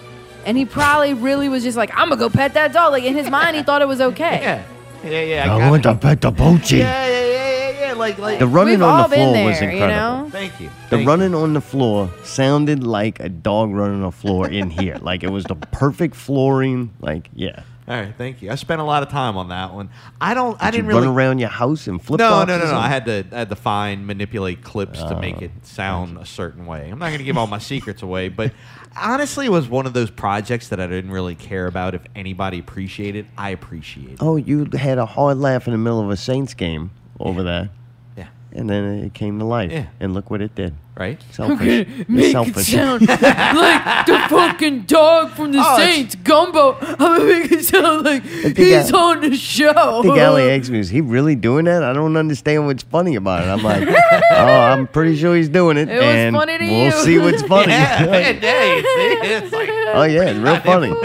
[SPEAKER 5] and he probably really was just like, "I'm gonna go pet that dog." Like in his mind, he thought it was okay. Yeah,
[SPEAKER 4] Yeah, yeah.
[SPEAKER 1] I, want to pet the Bochy.
[SPEAKER 4] Yeah, yeah, yeah, yeah, yeah. Like, like
[SPEAKER 1] The running
[SPEAKER 5] We've
[SPEAKER 1] on
[SPEAKER 5] all
[SPEAKER 1] the
[SPEAKER 5] been
[SPEAKER 1] floor
[SPEAKER 5] there,
[SPEAKER 1] was
[SPEAKER 5] you
[SPEAKER 1] incredible.
[SPEAKER 5] know?
[SPEAKER 4] Thank you.
[SPEAKER 1] The running on the floor sounded like a dog running on the floor in here. like it was the perfect flooring. Like yeah,
[SPEAKER 4] All right, thank you. I spent a lot of time on that one. I don't. I
[SPEAKER 1] Did
[SPEAKER 4] didn't
[SPEAKER 1] you
[SPEAKER 4] really.
[SPEAKER 1] run around your house and flip.
[SPEAKER 4] no, no, no, no. I had to. I had to find, manipulate clips to make it sound a certain way. I'm not going to give all my secrets away, but honestly, it was one of those projects that I didn't really care about if anybody appreciated. I appreciate. it.
[SPEAKER 1] Oh, you had a hard laugh in the middle of a Saints game over there.
[SPEAKER 4] Yeah.
[SPEAKER 1] And then it came to life.
[SPEAKER 4] Yeah.
[SPEAKER 1] And look what it did.
[SPEAKER 4] Right?
[SPEAKER 1] Selfish. You're
[SPEAKER 5] make it
[SPEAKER 1] selfish.
[SPEAKER 5] sound like the fucking dog from the
[SPEAKER 4] Oh, it's-
[SPEAKER 5] Saints, Gumbo. I'm gonna make it sound like
[SPEAKER 1] think
[SPEAKER 5] he's
[SPEAKER 1] I-
[SPEAKER 5] on the show.
[SPEAKER 1] I think Ali asked me, is he really doing that? I don't understand what's funny about it. I'm like, oh, I'm pretty sure he's doing it.
[SPEAKER 5] It was
[SPEAKER 1] and
[SPEAKER 5] funny to
[SPEAKER 1] we'll
[SPEAKER 5] you.
[SPEAKER 1] see what's funny.
[SPEAKER 4] Yeah, yeah, yeah, you see? It's like-
[SPEAKER 1] oh, yeah, it's real funny.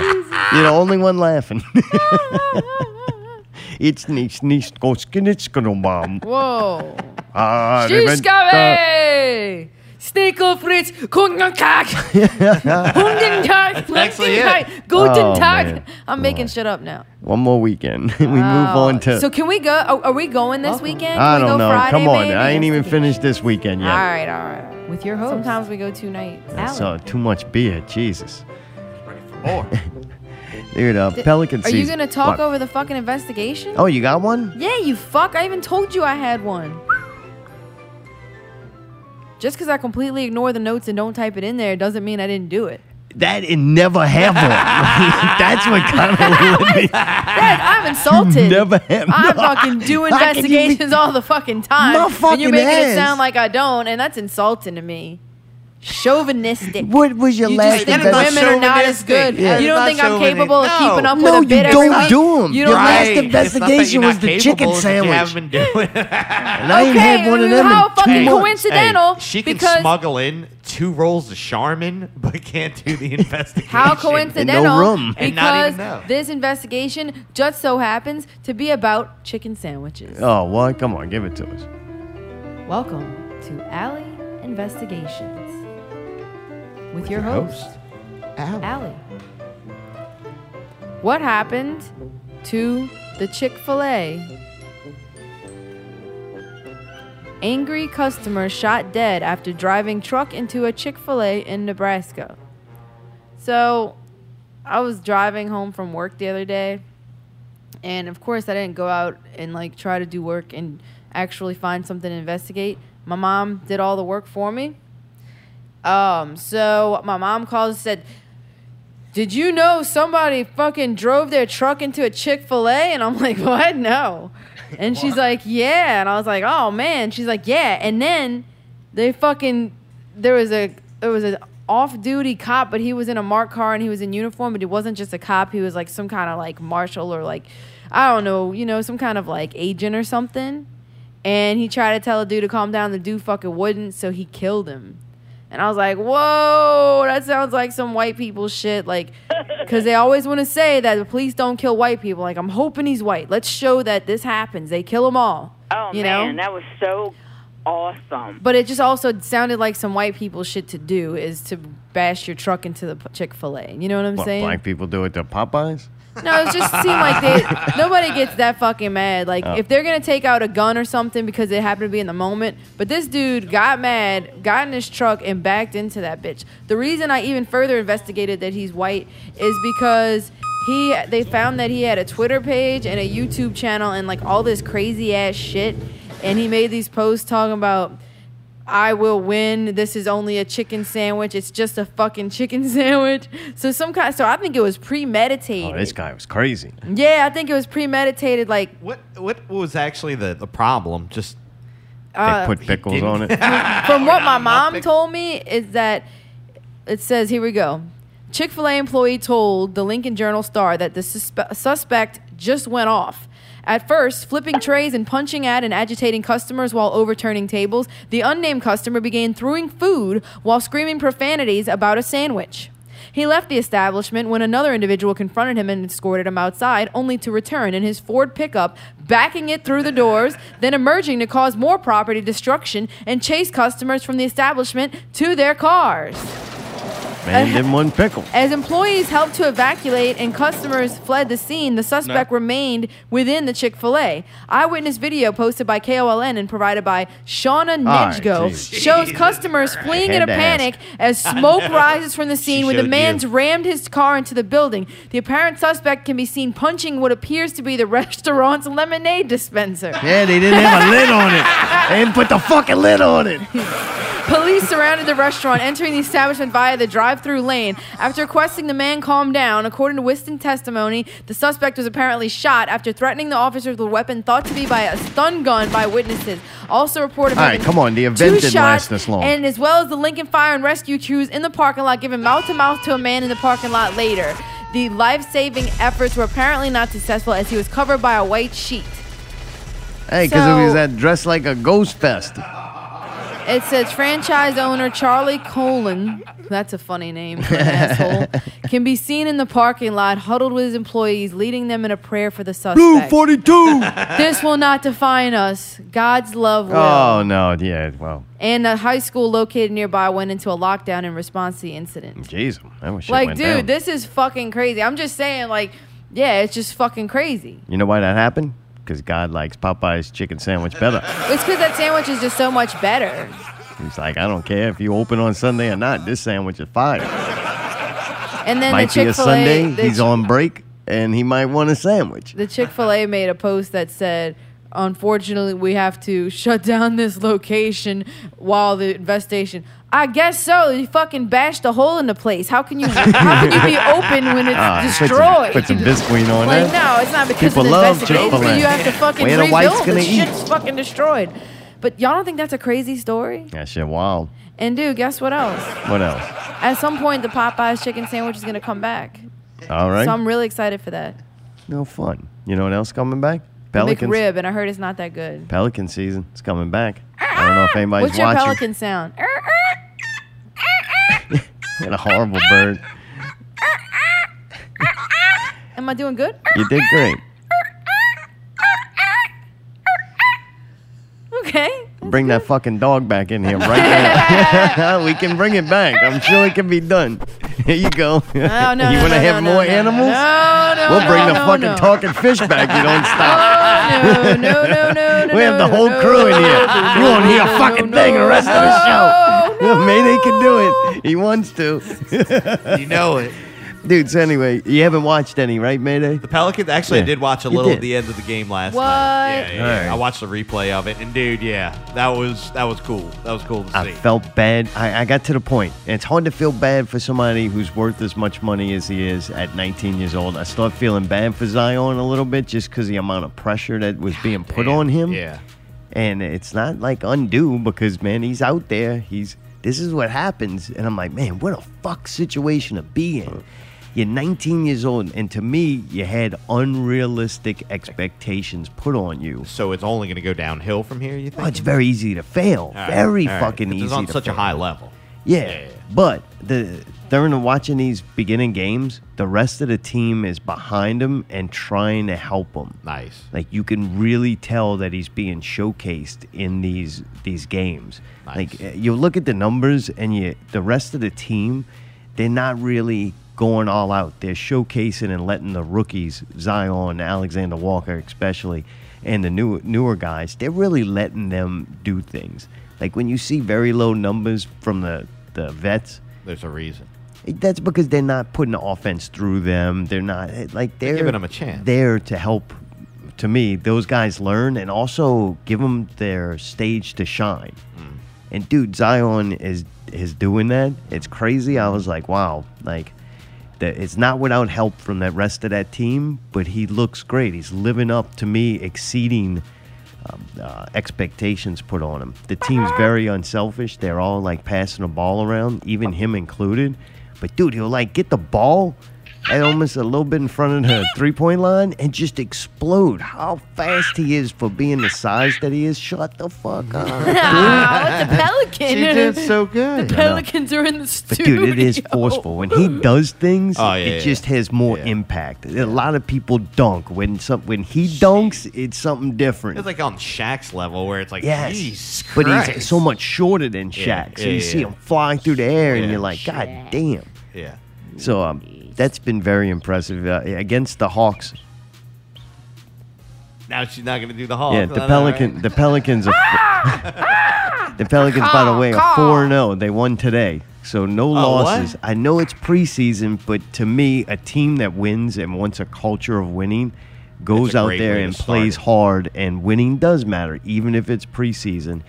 [SPEAKER 1] Oh, you're the only one laughing. it's niche, niche, go skin, it's gonna bomb.
[SPEAKER 5] Whoa.
[SPEAKER 1] Ah, they
[SPEAKER 5] She's
[SPEAKER 1] went,
[SPEAKER 5] coming! Snake of Fritz, Guten Tag! Guten Tag!
[SPEAKER 4] actually
[SPEAKER 5] Guten
[SPEAKER 4] it.
[SPEAKER 5] Tag! Guten
[SPEAKER 1] Oh,
[SPEAKER 5] Tag!
[SPEAKER 1] man.
[SPEAKER 5] I'm making shit up now.
[SPEAKER 1] One more weekend. we move on to.
[SPEAKER 5] So can we go? Are, are we going this weekend? Can
[SPEAKER 1] I
[SPEAKER 5] we go
[SPEAKER 1] don't know.
[SPEAKER 5] Friday,
[SPEAKER 1] Come on.
[SPEAKER 5] maybe?
[SPEAKER 1] I ain't even finished this weekend yet.
[SPEAKER 5] All right, all right. With your host. Sometimes we go two nights.
[SPEAKER 1] I saw uh, too much beer. Jesus.
[SPEAKER 4] More.
[SPEAKER 1] Dude, uh,
[SPEAKER 5] Th-
[SPEAKER 1] Pelican
[SPEAKER 5] Are
[SPEAKER 1] season.
[SPEAKER 5] you gonna talk
[SPEAKER 1] What?
[SPEAKER 5] over the fucking investigation?
[SPEAKER 1] Oh, you got one?
[SPEAKER 5] Yeah, you fuck. I even told you I had one. Just because I completely ignore the notes and don't type it in there doesn't mean I didn't do it.
[SPEAKER 1] That and never have one. That's what kind of lit me.
[SPEAKER 5] Dad, I'm insulted.
[SPEAKER 1] Never have.
[SPEAKER 5] I fucking do
[SPEAKER 1] How can you be-
[SPEAKER 5] investigations all the fucking time.
[SPEAKER 1] My
[SPEAKER 5] and you're
[SPEAKER 1] fucking
[SPEAKER 5] making it
[SPEAKER 1] ass.
[SPEAKER 5] sound like I don't, and that's insulting to me. Chauvinistic.
[SPEAKER 1] What was your
[SPEAKER 5] You
[SPEAKER 1] last
[SPEAKER 5] just think women are not as good.
[SPEAKER 1] Yeah.
[SPEAKER 5] You don't think I'm capable of keeping up
[SPEAKER 1] No,
[SPEAKER 5] with a
[SPEAKER 1] you
[SPEAKER 5] bit every
[SPEAKER 1] don't
[SPEAKER 5] week?
[SPEAKER 1] do them.
[SPEAKER 5] You
[SPEAKER 1] Your
[SPEAKER 5] don't
[SPEAKER 1] last
[SPEAKER 5] think-
[SPEAKER 1] investigation was the chicken
[SPEAKER 4] You
[SPEAKER 1] sandwich.
[SPEAKER 4] haven't been doing.
[SPEAKER 1] And I ain't
[SPEAKER 5] Okay,
[SPEAKER 1] had one of
[SPEAKER 5] and
[SPEAKER 1] them.
[SPEAKER 5] how
[SPEAKER 1] in two
[SPEAKER 5] fucking
[SPEAKER 1] months.
[SPEAKER 5] coincidental
[SPEAKER 4] Hey, she can
[SPEAKER 5] because-
[SPEAKER 4] smuggle in two rolls of Charmin, but can't do the investigation.
[SPEAKER 5] How coincidental!
[SPEAKER 4] room.
[SPEAKER 5] Because
[SPEAKER 4] And not even know.
[SPEAKER 5] this investigation just so happens to be about chicken sandwiches.
[SPEAKER 1] Oh, well, come on. Give it to us.
[SPEAKER 5] Welcome to Alley Investigations with, your
[SPEAKER 1] your
[SPEAKER 5] host, Allie. What happened to the Chick fil A? Angry customer shot dead after driving truck into a Chick fil A in Nebraska. So, I was driving home from work the other day, and of course, I didn't go out and like try to do work and actually find something to investigate. My mom did all the work for me. Um, so my mom called and said, "Did you know somebody fucking drove their truck into a Chick Fil A?" And I'm like, "What? No." And she's like, "Yeah." And I was like, "Oh man." She's like, "Yeah." And then they fucking there was a there was an off-duty cop, but he was in a marked car and he was in uniform, but he wasn't just a cop. He was like some kind of like marshal or like I don't know, you know, some kind of like agent or something. And he tried to tell a dude to calm down. The dude fucking wouldn't, so he killed him. And I was like, whoa, that sounds like some white people shit. Like, because they always want to say that the police don't kill white people. Like, I'm hoping he's white. Let's show that this happens. They kill them all.
[SPEAKER 16] Oh
[SPEAKER 5] you
[SPEAKER 16] man,
[SPEAKER 5] know?
[SPEAKER 16] that was so awesome.
[SPEAKER 5] But it just also sounded like some white people shit to do is to bash your truck into the Chick fil A. You know what I'm
[SPEAKER 1] What,
[SPEAKER 5] saying?
[SPEAKER 1] black people do it to Popeyes?
[SPEAKER 5] No, it just seemed like they nobody gets that fucking mad. Like
[SPEAKER 1] Oh.
[SPEAKER 5] if they're gonna take out a gun or something because it happened to be in the moment. But this dude got mad, got in his truck, and backed into that bitch. The reason I even further investigated that he's white is because he they found that he had a Twitter page and a YouTube channel and like all this crazy ass shit. And he made these posts talking about I will win. This is only a chicken sandwich. It's just a fucking chicken sandwich. So some kind. So I think it was premeditated.
[SPEAKER 1] Oh, this guy was crazy.
[SPEAKER 5] Yeah, I think it was premeditated. Like,
[SPEAKER 4] What what was actually the, the problem? Just
[SPEAKER 5] Uh,
[SPEAKER 1] Put pickles on it.
[SPEAKER 5] from what my mom told me, is that it says here we go. Chick Fil A employee told the Lincoln Journal Star that the suspe- suspect just went off. At first, flipping trays and punching at and agitating customers while overturning tables, the unnamed customer began throwing food while screaming profanities about a sandwich. He left the establishment when another individual confronted him and escorted him outside, only to return in his Ford pickup, backing it through the doors, then emerging to cause more property destruction and chase customers from the establishment to their cars.
[SPEAKER 1] Man, didn't one pickle.
[SPEAKER 5] As employees helped to evacuate and customers fled the scene, the suspect
[SPEAKER 1] No.
[SPEAKER 5] remained within the Chick fil A. Eyewitness video posted by KOLN and provided by Shauna
[SPEAKER 10] Ah,
[SPEAKER 5] Nejgo
[SPEAKER 10] geez.
[SPEAKER 5] shows customers fleeing in a
[SPEAKER 10] Had to ask.
[SPEAKER 5] panic as
[SPEAKER 10] I
[SPEAKER 5] smoke
[SPEAKER 10] know.
[SPEAKER 5] rises from the scene when the
[SPEAKER 10] showed
[SPEAKER 5] man's
[SPEAKER 10] you.
[SPEAKER 5] rammed his car into the building. The apparent suspect can be seen punching what appears to be the restaurant's lemonade dispenser.
[SPEAKER 1] Yeah, they didn't have a lid on it. They didn't put the fucking lid on it.
[SPEAKER 5] Police surrounded the restaurant, entering the establishment via the drive-through lane. After requesting the man calm down, according to Winston testimony, the suspect was apparently shot after threatening the officers with a weapon thought to be by a stun gun by witnesses. Also reported
[SPEAKER 1] All
[SPEAKER 5] by
[SPEAKER 1] right,
[SPEAKER 5] the-
[SPEAKER 1] come on. The
[SPEAKER 5] two
[SPEAKER 1] event didn't
[SPEAKER 5] shots,
[SPEAKER 1] last this long.
[SPEAKER 5] And as well as the Lincoln Fire and Rescue crews in the parking lot giving mouth to mouth to a man in the parking lot later. The life saving efforts were apparently not successful as he was covered by a white sheet.
[SPEAKER 1] hey, because it was
[SPEAKER 5] so-
[SPEAKER 1] that dressed like a ghost fest.
[SPEAKER 5] It says franchise owner Charlie Colon, that's a funny name for an asshole, can be seen in the parking lot huddled with his employees, leading them in a prayer for the suspect.
[SPEAKER 1] 42.
[SPEAKER 5] This will not define us. God's love will.
[SPEAKER 1] Oh, no. Yeah, well,
[SPEAKER 5] And the high school located nearby went into a lockdown in response to the incident.
[SPEAKER 1] jeez. That was shit
[SPEAKER 5] like,
[SPEAKER 1] went
[SPEAKER 5] dude,
[SPEAKER 1] down.
[SPEAKER 5] this is fucking crazy. I'm just saying, like, yeah, it's just fucking crazy.
[SPEAKER 1] You know why that happened? Because God likes Popeye's chicken sandwich better.
[SPEAKER 5] It's because that sandwich is just so much better.
[SPEAKER 1] He's like, I don't care if you open on Sunday or not. This sandwich is fire.
[SPEAKER 5] And then
[SPEAKER 1] might
[SPEAKER 5] the Chick
[SPEAKER 1] be a
[SPEAKER 5] Fil
[SPEAKER 1] Sunday.
[SPEAKER 5] The,
[SPEAKER 1] He's on break and he might want a sandwich.
[SPEAKER 5] the Chick Fil A made a post that said, "Unfortunately, we have to shut down this location while the investigation." I guess so. You fucking bashed a hole in the place. How can you? How can you be open when it's
[SPEAKER 1] Ah,
[SPEAKER 5] destroyed?
[SPEAKER 1] Put some, put some Bisqueen on
[SPEAKER 5] like
[SPEAKER 1] it.
[SPEAKER 5] no, it's not because
[SPEAKER 1] People
[SPEAKER 5] of the
[SPEAKER 1] love
[SPEAKER 5] investigation.
[SPEAKER 1] Chick-fil-A.
[SPEAKER 5] You have to fucking
[SPEAKER 1] Where the whites
[SPEAKER 5] rebuild.
[SPEAKER 1] gonna
[SPEAKER 5] The
[SPEAKER 1] eat?
[SPEAKER 5] shit's fucking destroyed. But y'all don't think that's a crazy story?
[SPEAKER 1] That shit wild.
[SPEAKER 5] And dude, guess what else?
[SPEAKER 1] What else?
[SPEAKER 5] At some point, the Popeyes chicken sandwich is gonna come back.
[SPEAKER 1] All right.
[SPEAKER 5] So I'm really excited for that.
[SPEAKER 1] no fun. You know what else coming back?
[SPEAKER 5] The
[SPEAKER 1] Pelicans.
[SPEAKER 5] McRib, and I heard it's not that good.
[SPEAKER 1] Pelican season. It's coming back. I don't know if anybody's
[SPEAKER 5] What's your
[SPEAKER 1] watching.
[SPEAKER 5] pelican sound?
[SPEAKER 1] What a horrible bird.
[SPEAKER 5] Am I doing good?
[SPEAKER 1] You did great.
[SPEAKER 5] Okay.
[SPEAKER 1] Bring that fucking dog back in here right now. we can bring it back. I'm sure it can be done. Here you go. No,
[SPEAKER 5] Oh, no,
[SPEAKER 1] you
[SPEAKER 5] no,
[SPEAKER 1] want to
[SPEAKER 5] no,
[SPEAKER 1] have
[SPEAKER 5] no,
[SPEAKER 1] more
[SPEAKER 5] no, no,
[SPEAKER 1] animals?
[SPEAKER 5] No, no,
[SPEAKER 1] We'll bring the
[SPEAKER 5] no, no,
[SPEAKER 1] fucking
[SPEAKER 5] no.
[SPEAKER 1] talking fish back. You don't stop.
[SPEAKER 5] No, no, no, no, no.
[SPEAKER 1] we have the whole crew in here. you won't hear a fucking thing the rest of the show. Maybe he can do it. He wants to.
[SPEAKER 4] You know it.
[SPEAKER 1] Dude, so anyway, you haven't watched any, right, Mayday? The
[SPEAKER 4] Pelican, Actually, I did watch a
[SPEAKER 1] You
[SPEAKER 4] little
[SPEAKER 1] did.
[SPEAKER 4] at the end of the game last
[SPEAKER 5] What?
[SPEAKER 4] night. Yeah, yeah, yeah.
[SPEAKER 1] Alright.
[SPEAKER 4] I watched the replay of it, and dude, yeah, that was that was cool. That was cool to see.
[SPEAKER 1] I felt bad. I, I got to the point. And it's hard to feel bad for somebody who's worth as much money as he is at 19 years old. I start feeling bad for Zion a little bit just because the amount of pressure that was being put on him.
[SPEAKER 4] Yeah.
[SPEAKER 1] And it's not like undue because, man, he's out there. He's this is what happens. And I'm like, man, what a fuck situation to be in. You're 19 years old, and to me, you had unrealistic expectations put on you.
[SPEAKER 4] So it's only going to go downhill from here. You think?
[SPEAKER 1] Oh, it's very easy to fail.
[SPEAKER 4] All right,
[SPEAKER 1] Very
[SPEAKER 4] all right.
[SPEAKER 1] fucking
[SPEAKER 4] It's
[SPEAKER 1] easy.
[SPEAKER 4] on
[SPEAKER 1] to
[SPEAKER 4] such a
[SPEAKER 1] fail.
[SPEAKER 4] high level.
[SPEAKER 1] Yeah, but the during the watching these beginning games, the rest of the team is behind him and trying to help him.
[SPEAKER 4] Nice.
[SPEAKER 1] Like you can really tell that he's being showcased in these these games. Like eh, you look at the numbers and you the rest of the team, they're not really going all out. They're showcasing and letting the rookies, Zion, Alexander Walker especially, and the new newer guys, they're really letting them do things. Like when you see very low numbers from the the vets,
[SPEAKER 4] There's a reason.
[SPEAKER 1] that's because they're not putting the offense through them. They're not eh, like they're,
[SPEAKER 4] giving 'em a chance.
[SPEAKER 1] There to help. To me, those guys learn and also give them their stage to shine.
[SPEAKER 4] Hmm.
[SPEAKER 1] And dude, Zion is is doing that. It's crazy. I was like, wow, like that. It's not without help from the rest of that team, but he looks great. He's living up to me, exceeding um, uh, expectations put on him. The team's very unselfish. They're all like passing the ball around, even him included. But dude, he'll like get the ball at almost a little bit in front of the three point line and just explode how fast he is for being the size that he is. Shut the fuck up. dude.
[SPEAKER 5] Ah, the Pelican.
[SPEAKER 1] She did so good.
[SPEAKER 5] The
[SPEAKER 1] I know.
[SPEAKER 5] Pelicans are in the
[SPEAKER 1] But
[SPEAKER 5] studio.
[SPEAKER 1] dude, it is forceful. When he does things,
[SPEAKER 4] Oh, yeah,
[SPEAKER 1] it
[SPEAKER 4] yeah.
[SPEAKER 1] just has more impact. A lot of people dunk. When some when he dunks, it's something different.
[SPEAKER 4] It's like on Shaq's level where it's like,
[SPEAKER 1] yes,
[SPEAKER 4] Jesus
[SPEAKER 1] but
[SPEAKER 4] Christ.
[SPEAKER 1] he's so much shorter than Shaq.
[SPEAKER 4] Yeah,
[SPEAKER 1] so
[SPEAKER 4] yeah,
[SPEAKER 1] you
[SPEAKER 4] yeah,
[SPEAKER 1] see
[SPEAKER 4] yeah.
[SPEAKER 1] him flying through the air, and you're like, God damn.
[SPEAKER 4] Yeah.
[SPEAKER 1] So um, that's been very impressive uh, against the Hawks.
[SPEAKER 4] Now she's not going to do the Hulk.
[SPEAKER 1] yeah, the
[SPEAKER 4] I know,
[SPEAKER 1] Pelican.
[SPEAKER 4] right?
[SPEAKER 1] The Pelicans are. the Pelicans, by the way, are four and zero. They won today, so no
[SPEAKER 4] Oh, what?
[SPEAKER 1] losses. I know it's preseason, but to me, a team that wins and wants a culture of winning goes
[SPEAKER 4] It's a
[SPEAKER 1] out
[SPEAKER 4] great
[SPEAKER 1] there
[SPEAKER 4] way to
[SPEAKER 1] and
[SPEAKER 4] start
[SPEAKER 1] plays hard, and winning does matter, even if it's preseason.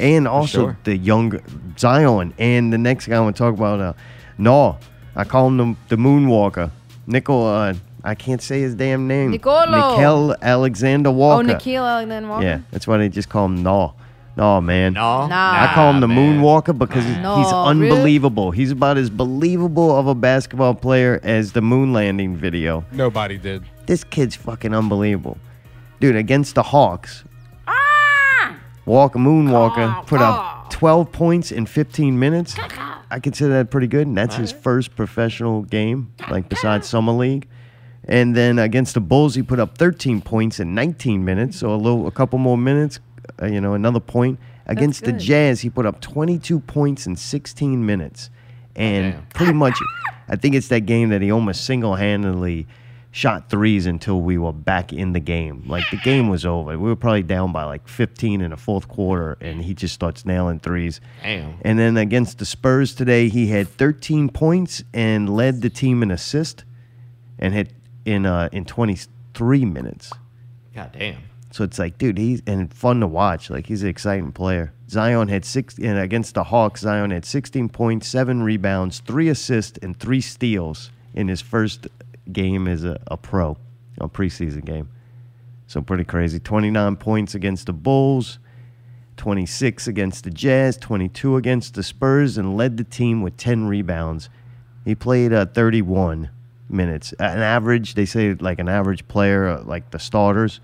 [SPEAKER 1] And also
[SPEAKER 4] sure.
[SPEAKER 1] the younger Zion and the next guy I want to talk about. Uh, no, I call him the, the Moonwalker, Nickel. Uh, I can't say his damn name.
[SPEAKER 5] Nicolo.
[SPEAKER 1] Nickel Alexander Walker.
[SPEAKER 5] Oh, Nikhil Alexander Walker.
[SPEAKER 1] Yeah, that's why they just call him Gnaw. Gnaw, man.
[SPEAKER 5] Gnaw? Nah.
[SPEAKER 1] I call him the Moonwalker because he's,
[SPEAKER 5] Nah.
[SPEAKER 1] he's
[SPEAKER 5] Gnaw, really?
[SPEAKER 1] unbelievable. He's about as believable of a basketball player as the moon landing video.
[SPEAKER 15] Nobody did.
[SPEAKER 1] This kid's fucking unbelievable. Dude, against the Hawks, Walker Moonwalker put up 12 points in 15 minutes. I consider that pretty good. And that's his first professional game, like besides Summer League. And then against the Bulls, he put up 13 points in 19 minutes. So a little, a couple more minutes, uh, you know, another point. Against the
[SPEAKER 17] good.
[SPEAKER 1] Jazz, he put up 22 points in 16 minutes. And pretty much, I think it's that game that he almost single handedly shot threes until we were back in the game. Like the game was over. We were probably down by like 15 in the fourth quarter, and he just starts nailing threes.
[SPEAKER 4] Damn.
[SPEAKER 1] And then against the Spurs today, he had 13 points and led the team in assist, and had in uh, in 23 minutes.
[SPEAKER 4] God damn.
[SPEAKER 1] So it's like, dude, he's and fun to watch. Like he's an exciting player. Zion had six and against the Hawks. Zion had 16 points, seven rebounds, three assists, and three steals in his first game as a, a pro, a preseason game. So pretty crazy. 29 points against the Bulls, 26 against the Jazz, 22 against the Spurs, and led the team with 10 rebounds. He played uh, 31 minutes, an average. They say like an average player, uh, like the starters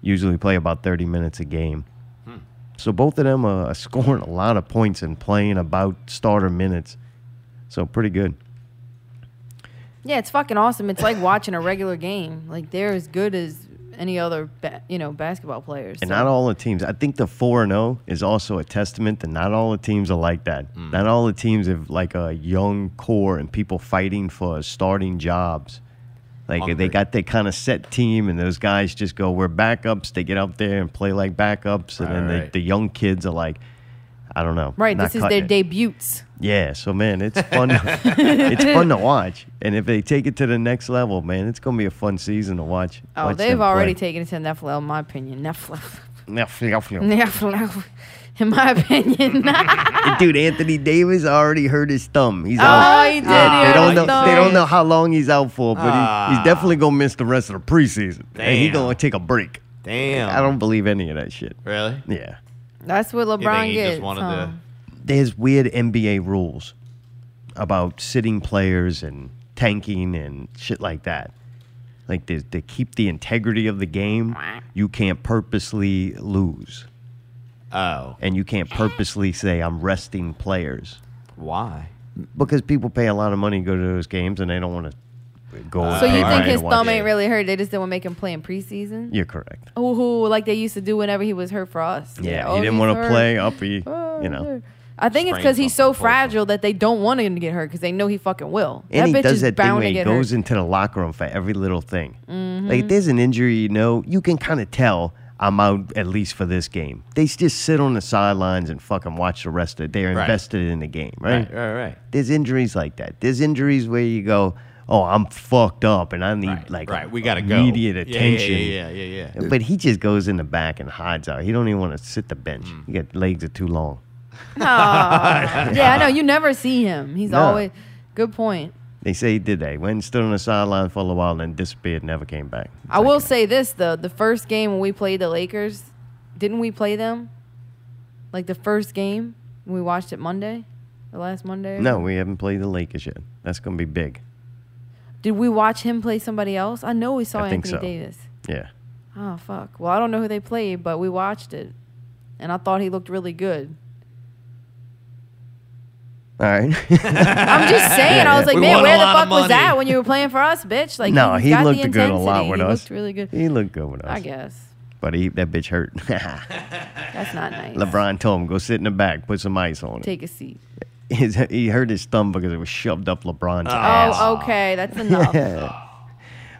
[SPEAKER 1] usually play about 30 minutes a game. So both of them are scoring a lot of points and playing about starter minutes. So pretty good.
[SPEAKER 5] Yeah, it's fucking awesome. It's like watching a regular game. Like they're as good as any other, ba- you know, basketball players.
[SPEAKER 1] And
[SPEAKER 5] So-
[SPEAKER 1] not all the teams. I think the 4 and 0 is also a testament that not all the teams are like that.
[SPEAKER 5] Hmm.
[SPEAKER 1] Not all the teams have like a young core and people fighting for starting jobs. Like they
[SPEAKER 4] Hungry.
[SPEAKER 1] got their kind of set team, and those guys just go, We're backups. They get out there and play like backups. And then
[SPEAKER 4] Right.
[SPEAKER 1] the, the young kids are like, I don't know.
[SPEAKER 5] right.
[SPEAKER 1] not
[SPEAKER 5] This is
[SPEAKER 1] cutting
[SPEAKER 5] their
[SPEAKER 1] it.
[SPEAKER 5] debuts.
[SPEAKER 1] Yeah, so man, it's fun. it's fun to watch, and if they take it to the next level, man, it's gonna be a fun season to watch.
[SPEAKER 5] Oh,
[SPEAKER 1] watch
[SPEAKER 5] they've
[SPEAKER 1] them
[SPEAKER 5] already
[SPEAKER 1] play.
[SPEAKER 5] taken it to the next level, in my opinion. Next level.
[SPEAKER 1] Yeah, yeah, yeah.
[SPEAKER 5] Next level, in my opinion.
[SPEAKER 1] Dude, Anthony Davis already hurt his thumb. He's
[SPEAKER 5] Ah. Oh,
[SPEAKER 1] out.
[SPEAKER 5] he did
[SPEAKER 1] Yeah, they
[SPEAKER 5] hurt
[SPEAKER 1] don't
[SPEAKER 5] his
[SPEAKER 1] know. They don't
[SPEAKER 5] thumb.
[SPEAKER 1] know how long he's out for, but he,
[SPEAKER 4] Ah.
[SPEAKER 1] he's definitely gonna miss the rest of the preseason, and he's
[SPEAKER 4] Damn.
[SPEAKER 1] gonna take a break.
[SPEAKER 4] Damn.
[SPEAKER 1] I don't believe any of that shit.
[SPEAKER 4] Really?
[SPEAKER 1] Yeah,
[SPEAKER 5] That's what LeBron
[SPEAKER 4] he just
[SPEAKER 5] gets.
[SPEAKER 4] wanted
[SPEAKER 5] huh?
[SPEAKER 4] to-
[SPEAKER 1] there's weird NBA rules about sitting players and tanking and shit like that. Like they, they keep the integrity of the game. You can't purposely lose.
[SPEAKER 4] Oh.
[SPEAKER 1] And you can't purposely say I'm resting players
[SPEAKER 4] Why?
[SPEAKER 1] because people pay a lot of money to go to those games and they don't want to go. and
[SPEAKER 5] So you
[SPEAKER 1] pay money
[SPEAKER 5] think
[SPEAKER 1] to
[SPEAKER 5] his
[SPEAKER 1] watch
[SPEAKER 5] thumb
[SPEAKER 1] it.
[SPEAKER 5] ain't really hurt? They just didn't want to make him play in preseason.
[SPEAKER 1] You're correct.
[SPEAKER 5] Ooh, like they used to do whenever he was hurt for us.
[SPEAKER 1] Yeah,
[SPEAKER 5] oh,
[SPEAKER 1] he didn't
[SPEAKER 5] he's
[SPEAKER 1] want to
[SPEAKER 5] hurt. Oh,
[SPEAKER 1] play up. He, you know.
[SPEAKER 5] I think it's
[SPEAKER 1] Sprained
[SPEAKER 5] because he's so fragile that they don't want him to get hurt because they know he fucking will.
[SPEAKER 1] And
[SPEAKER 5] that
[SPEAKER 1] he
[SPEAKER 5] bitch
[SPEAKER 1] does
[SPEAKER 5] is
[SPEAKER 1] that thing
[SPEAKER 5] bound
[SPEAKER 1] where
[SPEAKER 5] to
[SPEAKER 1] he
[SPEAKER 5] get
[SPEAKER 1] goes
[SPEAKER 5] hurt.
[SPEAKER 1] into the locker room for every little thing.
[SPEAKER 4] Mm-hmm.
[SPEAKER 5] Mhm.
[SPEAKER 1] Like if there's an injury, you know, you can kind of tell I'm out at least for this game. They just sit on the sidelines and fucking watch the rest of it. They're
[SPEAKER 4] Right.
[SPEAKER 1] invested in the game, right?
[SPEAKER 4] Right, right, right.
[SPEAKER 1] There's injuries like that. There's injuries where you go, oh, I'm fucked up and I need like
[SPEAKER 4] right, we gotta go.
[SPEAKER 1] immediate
[SPEAKER 4] Yeah, yeah,
[SPEAKER 1] attention.
[SPEAKER 4] yeah, yeah, yeah, yeah.
[SPEAKER 1] But he just goes in the back and hides out. He don't even want to sit the bench.
[SPEAKER 4] Mm.
[SPEAKER 1] He got legs are too long.
[SPEAKER 5] Aw. yeah, I know. You never see him. He's
[SPEAKER 1] No.
[SPEAKER 5] always. Good point.
[SPEAKER 1] They say he did that. Went and stood on the sideline for a little while and then disappeared, never came back.
[SPEAKER 5] I will say this though: the first game when we played the Lakers, didn't we play them? Like the first game we watched it Monday, the last Monday.
[SPEAKER 1] No, we haven't played the Lakers yet. That's going to be big.
[SPEAKER 5] Did we watch him play somebody else? I know we saw
[SPEAKER 1] I think
[SPEAKER 5] Anthony
[SPEAKER 1] so.
[SPEAKER 5] Davis.
[SPEAKER 1] Yeah.
[SPEAKER 5] Oh fuck. Well, I don't know who they played, but we watched it, and I thought he looked really good.
[SPEAKER 1] All right.
[SPEAKER 5] I'm just saying. I was like,
[SPEAKER 1] We
[SPEAKER 5] man,
[SPEAKER 1] won a
[SPEAKER 5] where the
[SPEAKER 1] lot of
[SPEAKER 5] fuck was
[SPEAKER 1] money."
[SPEAKER 5] that when you were playing for us, bitch? Like,
[SPEAKER 1] no, he
[SPEAKER 5] got
[SPEAKER 1] looked
[SPEAKER 5] the
[SPEAKER 1] good a lot
[SPEAKER 5] intensity.
[SPEAKER 1] with
[SPEAKER 5] he
[SPEAKER 1] us.
[SPEAKER 5] Looked really good.
[SPEAKER 1] He looked good with us.
[SPEAKER 5] I guess
[SPEAKER 1] But he, that bitch hurt.
[SPEAKER 5] that's not nice.
[SPEAKER 1] LeBron told him, go sit in the back, put some ice on it.
[SPEAKER 5] Take a seat.
[SPEAKER 1] His, he hurt his thumb because it was shoved up LeBron's ass.
[SPEAKER 5] Oh, okay, that's enough.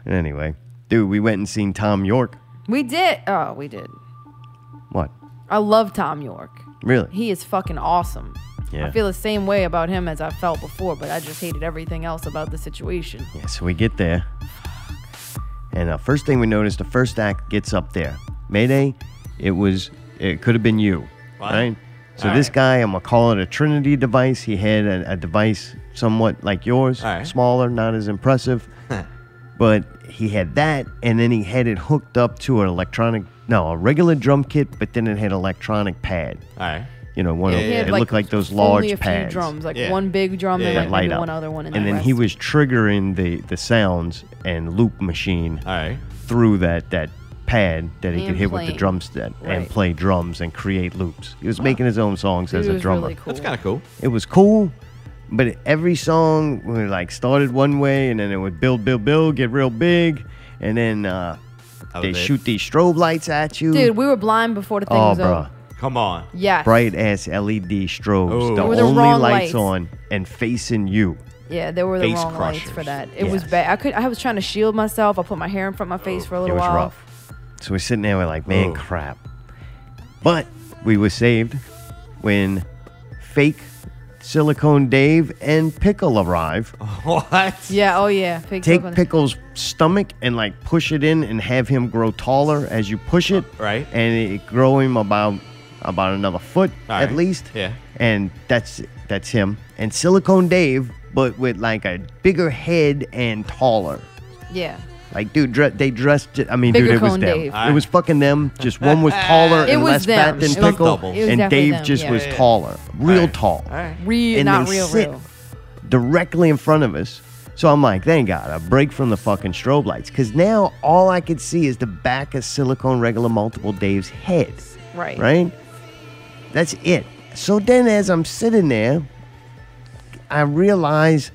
[SPEAKER 1] anyway, dude, we went and seen Tom York.
[SPEAKER 5] we did. Oh, we did.
[SPEAKER 1] What?
[SPEAKER 5] I love Tom York.
[SPEAKER 1] Really?
[SPEAKER 5] He is fucking awesome.
[SPEAKER 1] Yeah.
[SPEAKER 5] I feel the same way about him as I felt before, but I just hated everything else about the situation.
[SPEAKER 1] Yeah, so we get there. And the first thing we notice, the first act gets up there. Mayday, it was, it could have been you. Right? So
[SPEAKER 4] All
[SPEAKER 1] this
[SPEAKER 4] right.
[SPEAKER 1] guy, I'm going to call it a Trinity device. He had a, a device somewhat like yours, smaller, not as impressive. but he had that, and then he had it hooked up to an electronic, no, a regular drum kit, but then it had electronic pad.
[SPEAKER 4] All right.
[SPEAKER 1] You know, one
[SPEAKER 5] Yeah,
[SPEAKER 1] of,
[SPEAKER 5] he had,
[SPEAKER 1] it looked like those
[SPEAKER 5] only
[SPEAKER 1] large
[SPEAKER 5] a few
[SPEAKER 1] pads
[SPEAKER 5] drums, like one big drum and like
[SPEAKER 1] that light
[SPEAKER 5] maybe
[SPEAKER 1] up.
[SPEAKER 5] one other one, in
[SPEAKER 1] and
[SPEAKER 5] the
[SPEAKER 1] then
[SPEAKER 5] rest.
[SPEAKER 1] he was triggering the the sounds and loop machine through that that pad that he could
[SPEAKER 5] And
[SPEAKER 1] hit with
[SPEAKER 5] playing.
[SPEAKER 1] the drum set and
[SPEAKER 5] Right.
[SPEAKER 1] play drums and create loops. He was making his own songs
[SPEAKER 5] Dude,
[SPEAKER 1] as
[SPEAKER 5] it
[SPEAKER 1] a
[SPEAKER 5] was
[SPEAKER 1] drummer.
[SPEAKER 5] really cool. That's
[SPEAKER 4] kinda cool.
[SPEAKER 1] It was cool, but every song we like started one way and then it would build, build, build, get real big, and then uh, they
[SPEAKER 4] it.
[SPEAKER 1] shoot these strobe lights at you.
[SPEAKER 5] Dude, we were blind before the thing
[SPEAKER 1] oh,
[SPEAKER 5] was
[SPEAKER 1] bro.
[SPEAKER 5] over.
[SPEAKER 4] Come on.
[SPEAKER 5] Yes.
[SPEAKER 1] Bright ass LED strobes. The
[SPEAKER 5] Ooh. They were
[SPEAKER 1] only
[SPEAKER 5] the wrong lights.
[SPEAKER 1] lights on and facing you.
[SPEAKER 5] Yeah, there were the
[SPEAKER 1] Face
[SPEAKER 5] wrong lights for
[SPEAKER 1] crushers.
[SPEAKER 5] that. It was bad. I could. I was trying to shield myself. I put my hair in front of my face for a
[SPEAKER 1] It
[SPEAKER 5] little
[SPEAKER 1] was
[SPEAKER 5] while.
[SPEAKER 1] rough. So we're sitting there, we're like, man,
[SPEAKER 5] Ooh.
[SPEAKER 1] crap. But we were saved when fake Silicone Dave and Pickle arrive.
[SPEAKER 4] Oh. What?
[SPEAKER 5] Yeah. Oh yeah. Fake
[SPEAKER 1] Take
[SPEAKER 5] coconut.
[SPEAKER 1] Pickle's stomach and like push it in and have him grow taller as you push it.
[SPEAKER 4] Oh, Right.
[SPEAKER 1] And it grow him about about another foot
[SPEAKER 4] All
[SPEAKER 1] at
[SPEAKER 4] right.
[SPEAKER 1] least.
[SPEAKER 4] Yeah.
[SPEAKER 1] And that's that's him. And Silicone Dave, but with like a bigger head and taller.
[SPEAKER 5] Yeah.
[SPEAKER 1] Like, dude, dre- they dressed. I mean,
[SPEAKER 5] Bigger
[SPEAKER 1] dude, it was
[SPEAKER 5] cone
[SPEAKER 1] them.
[SPEAKER 5] Dave.
[SPEAKER 1] It was fucking them. Just one was taller
[SPEAKER 5] It
[SPEAKER 1] and
[SPEAKER 5] was
[SPEAKER 1] less
[SPEAKER 5] them.
[SPEAKER 1] fat than
[SPEAKER 5] It was-
[SPEAKER 1] Pickle,
[SPEAKER 5] it was
[SPEAKER 1] and
[SPEAKER 5] definitely
[SPEAKER 1] Dave
[SPEAKER 5] them,
[SPEAKER 1] just
[SPEAKER 5] yeah.
[SPEAKER 1] was
[SPEAKER 5] Yeah, yeah.
[SPEAKER 1] taller, real tall.
[SPEAKER 5] Real,
[SPEAKER 1] And
[SPEAKER 5] not
[SPEAKER 1] they
[SPEAKER 5] real,
[SPEAKER 1] sit
[SPEAKER 5] real.
[SPEAKER 1] directly in front of us. So I'm like, thank God, a break from the fucking strobe lights, because now all I could see is the back of silicone regular multiple Dave's head.
[SPEAKER 5] Right.
[SPEAKER 1] Right. That's it. So then, as I'm sitting there, I realize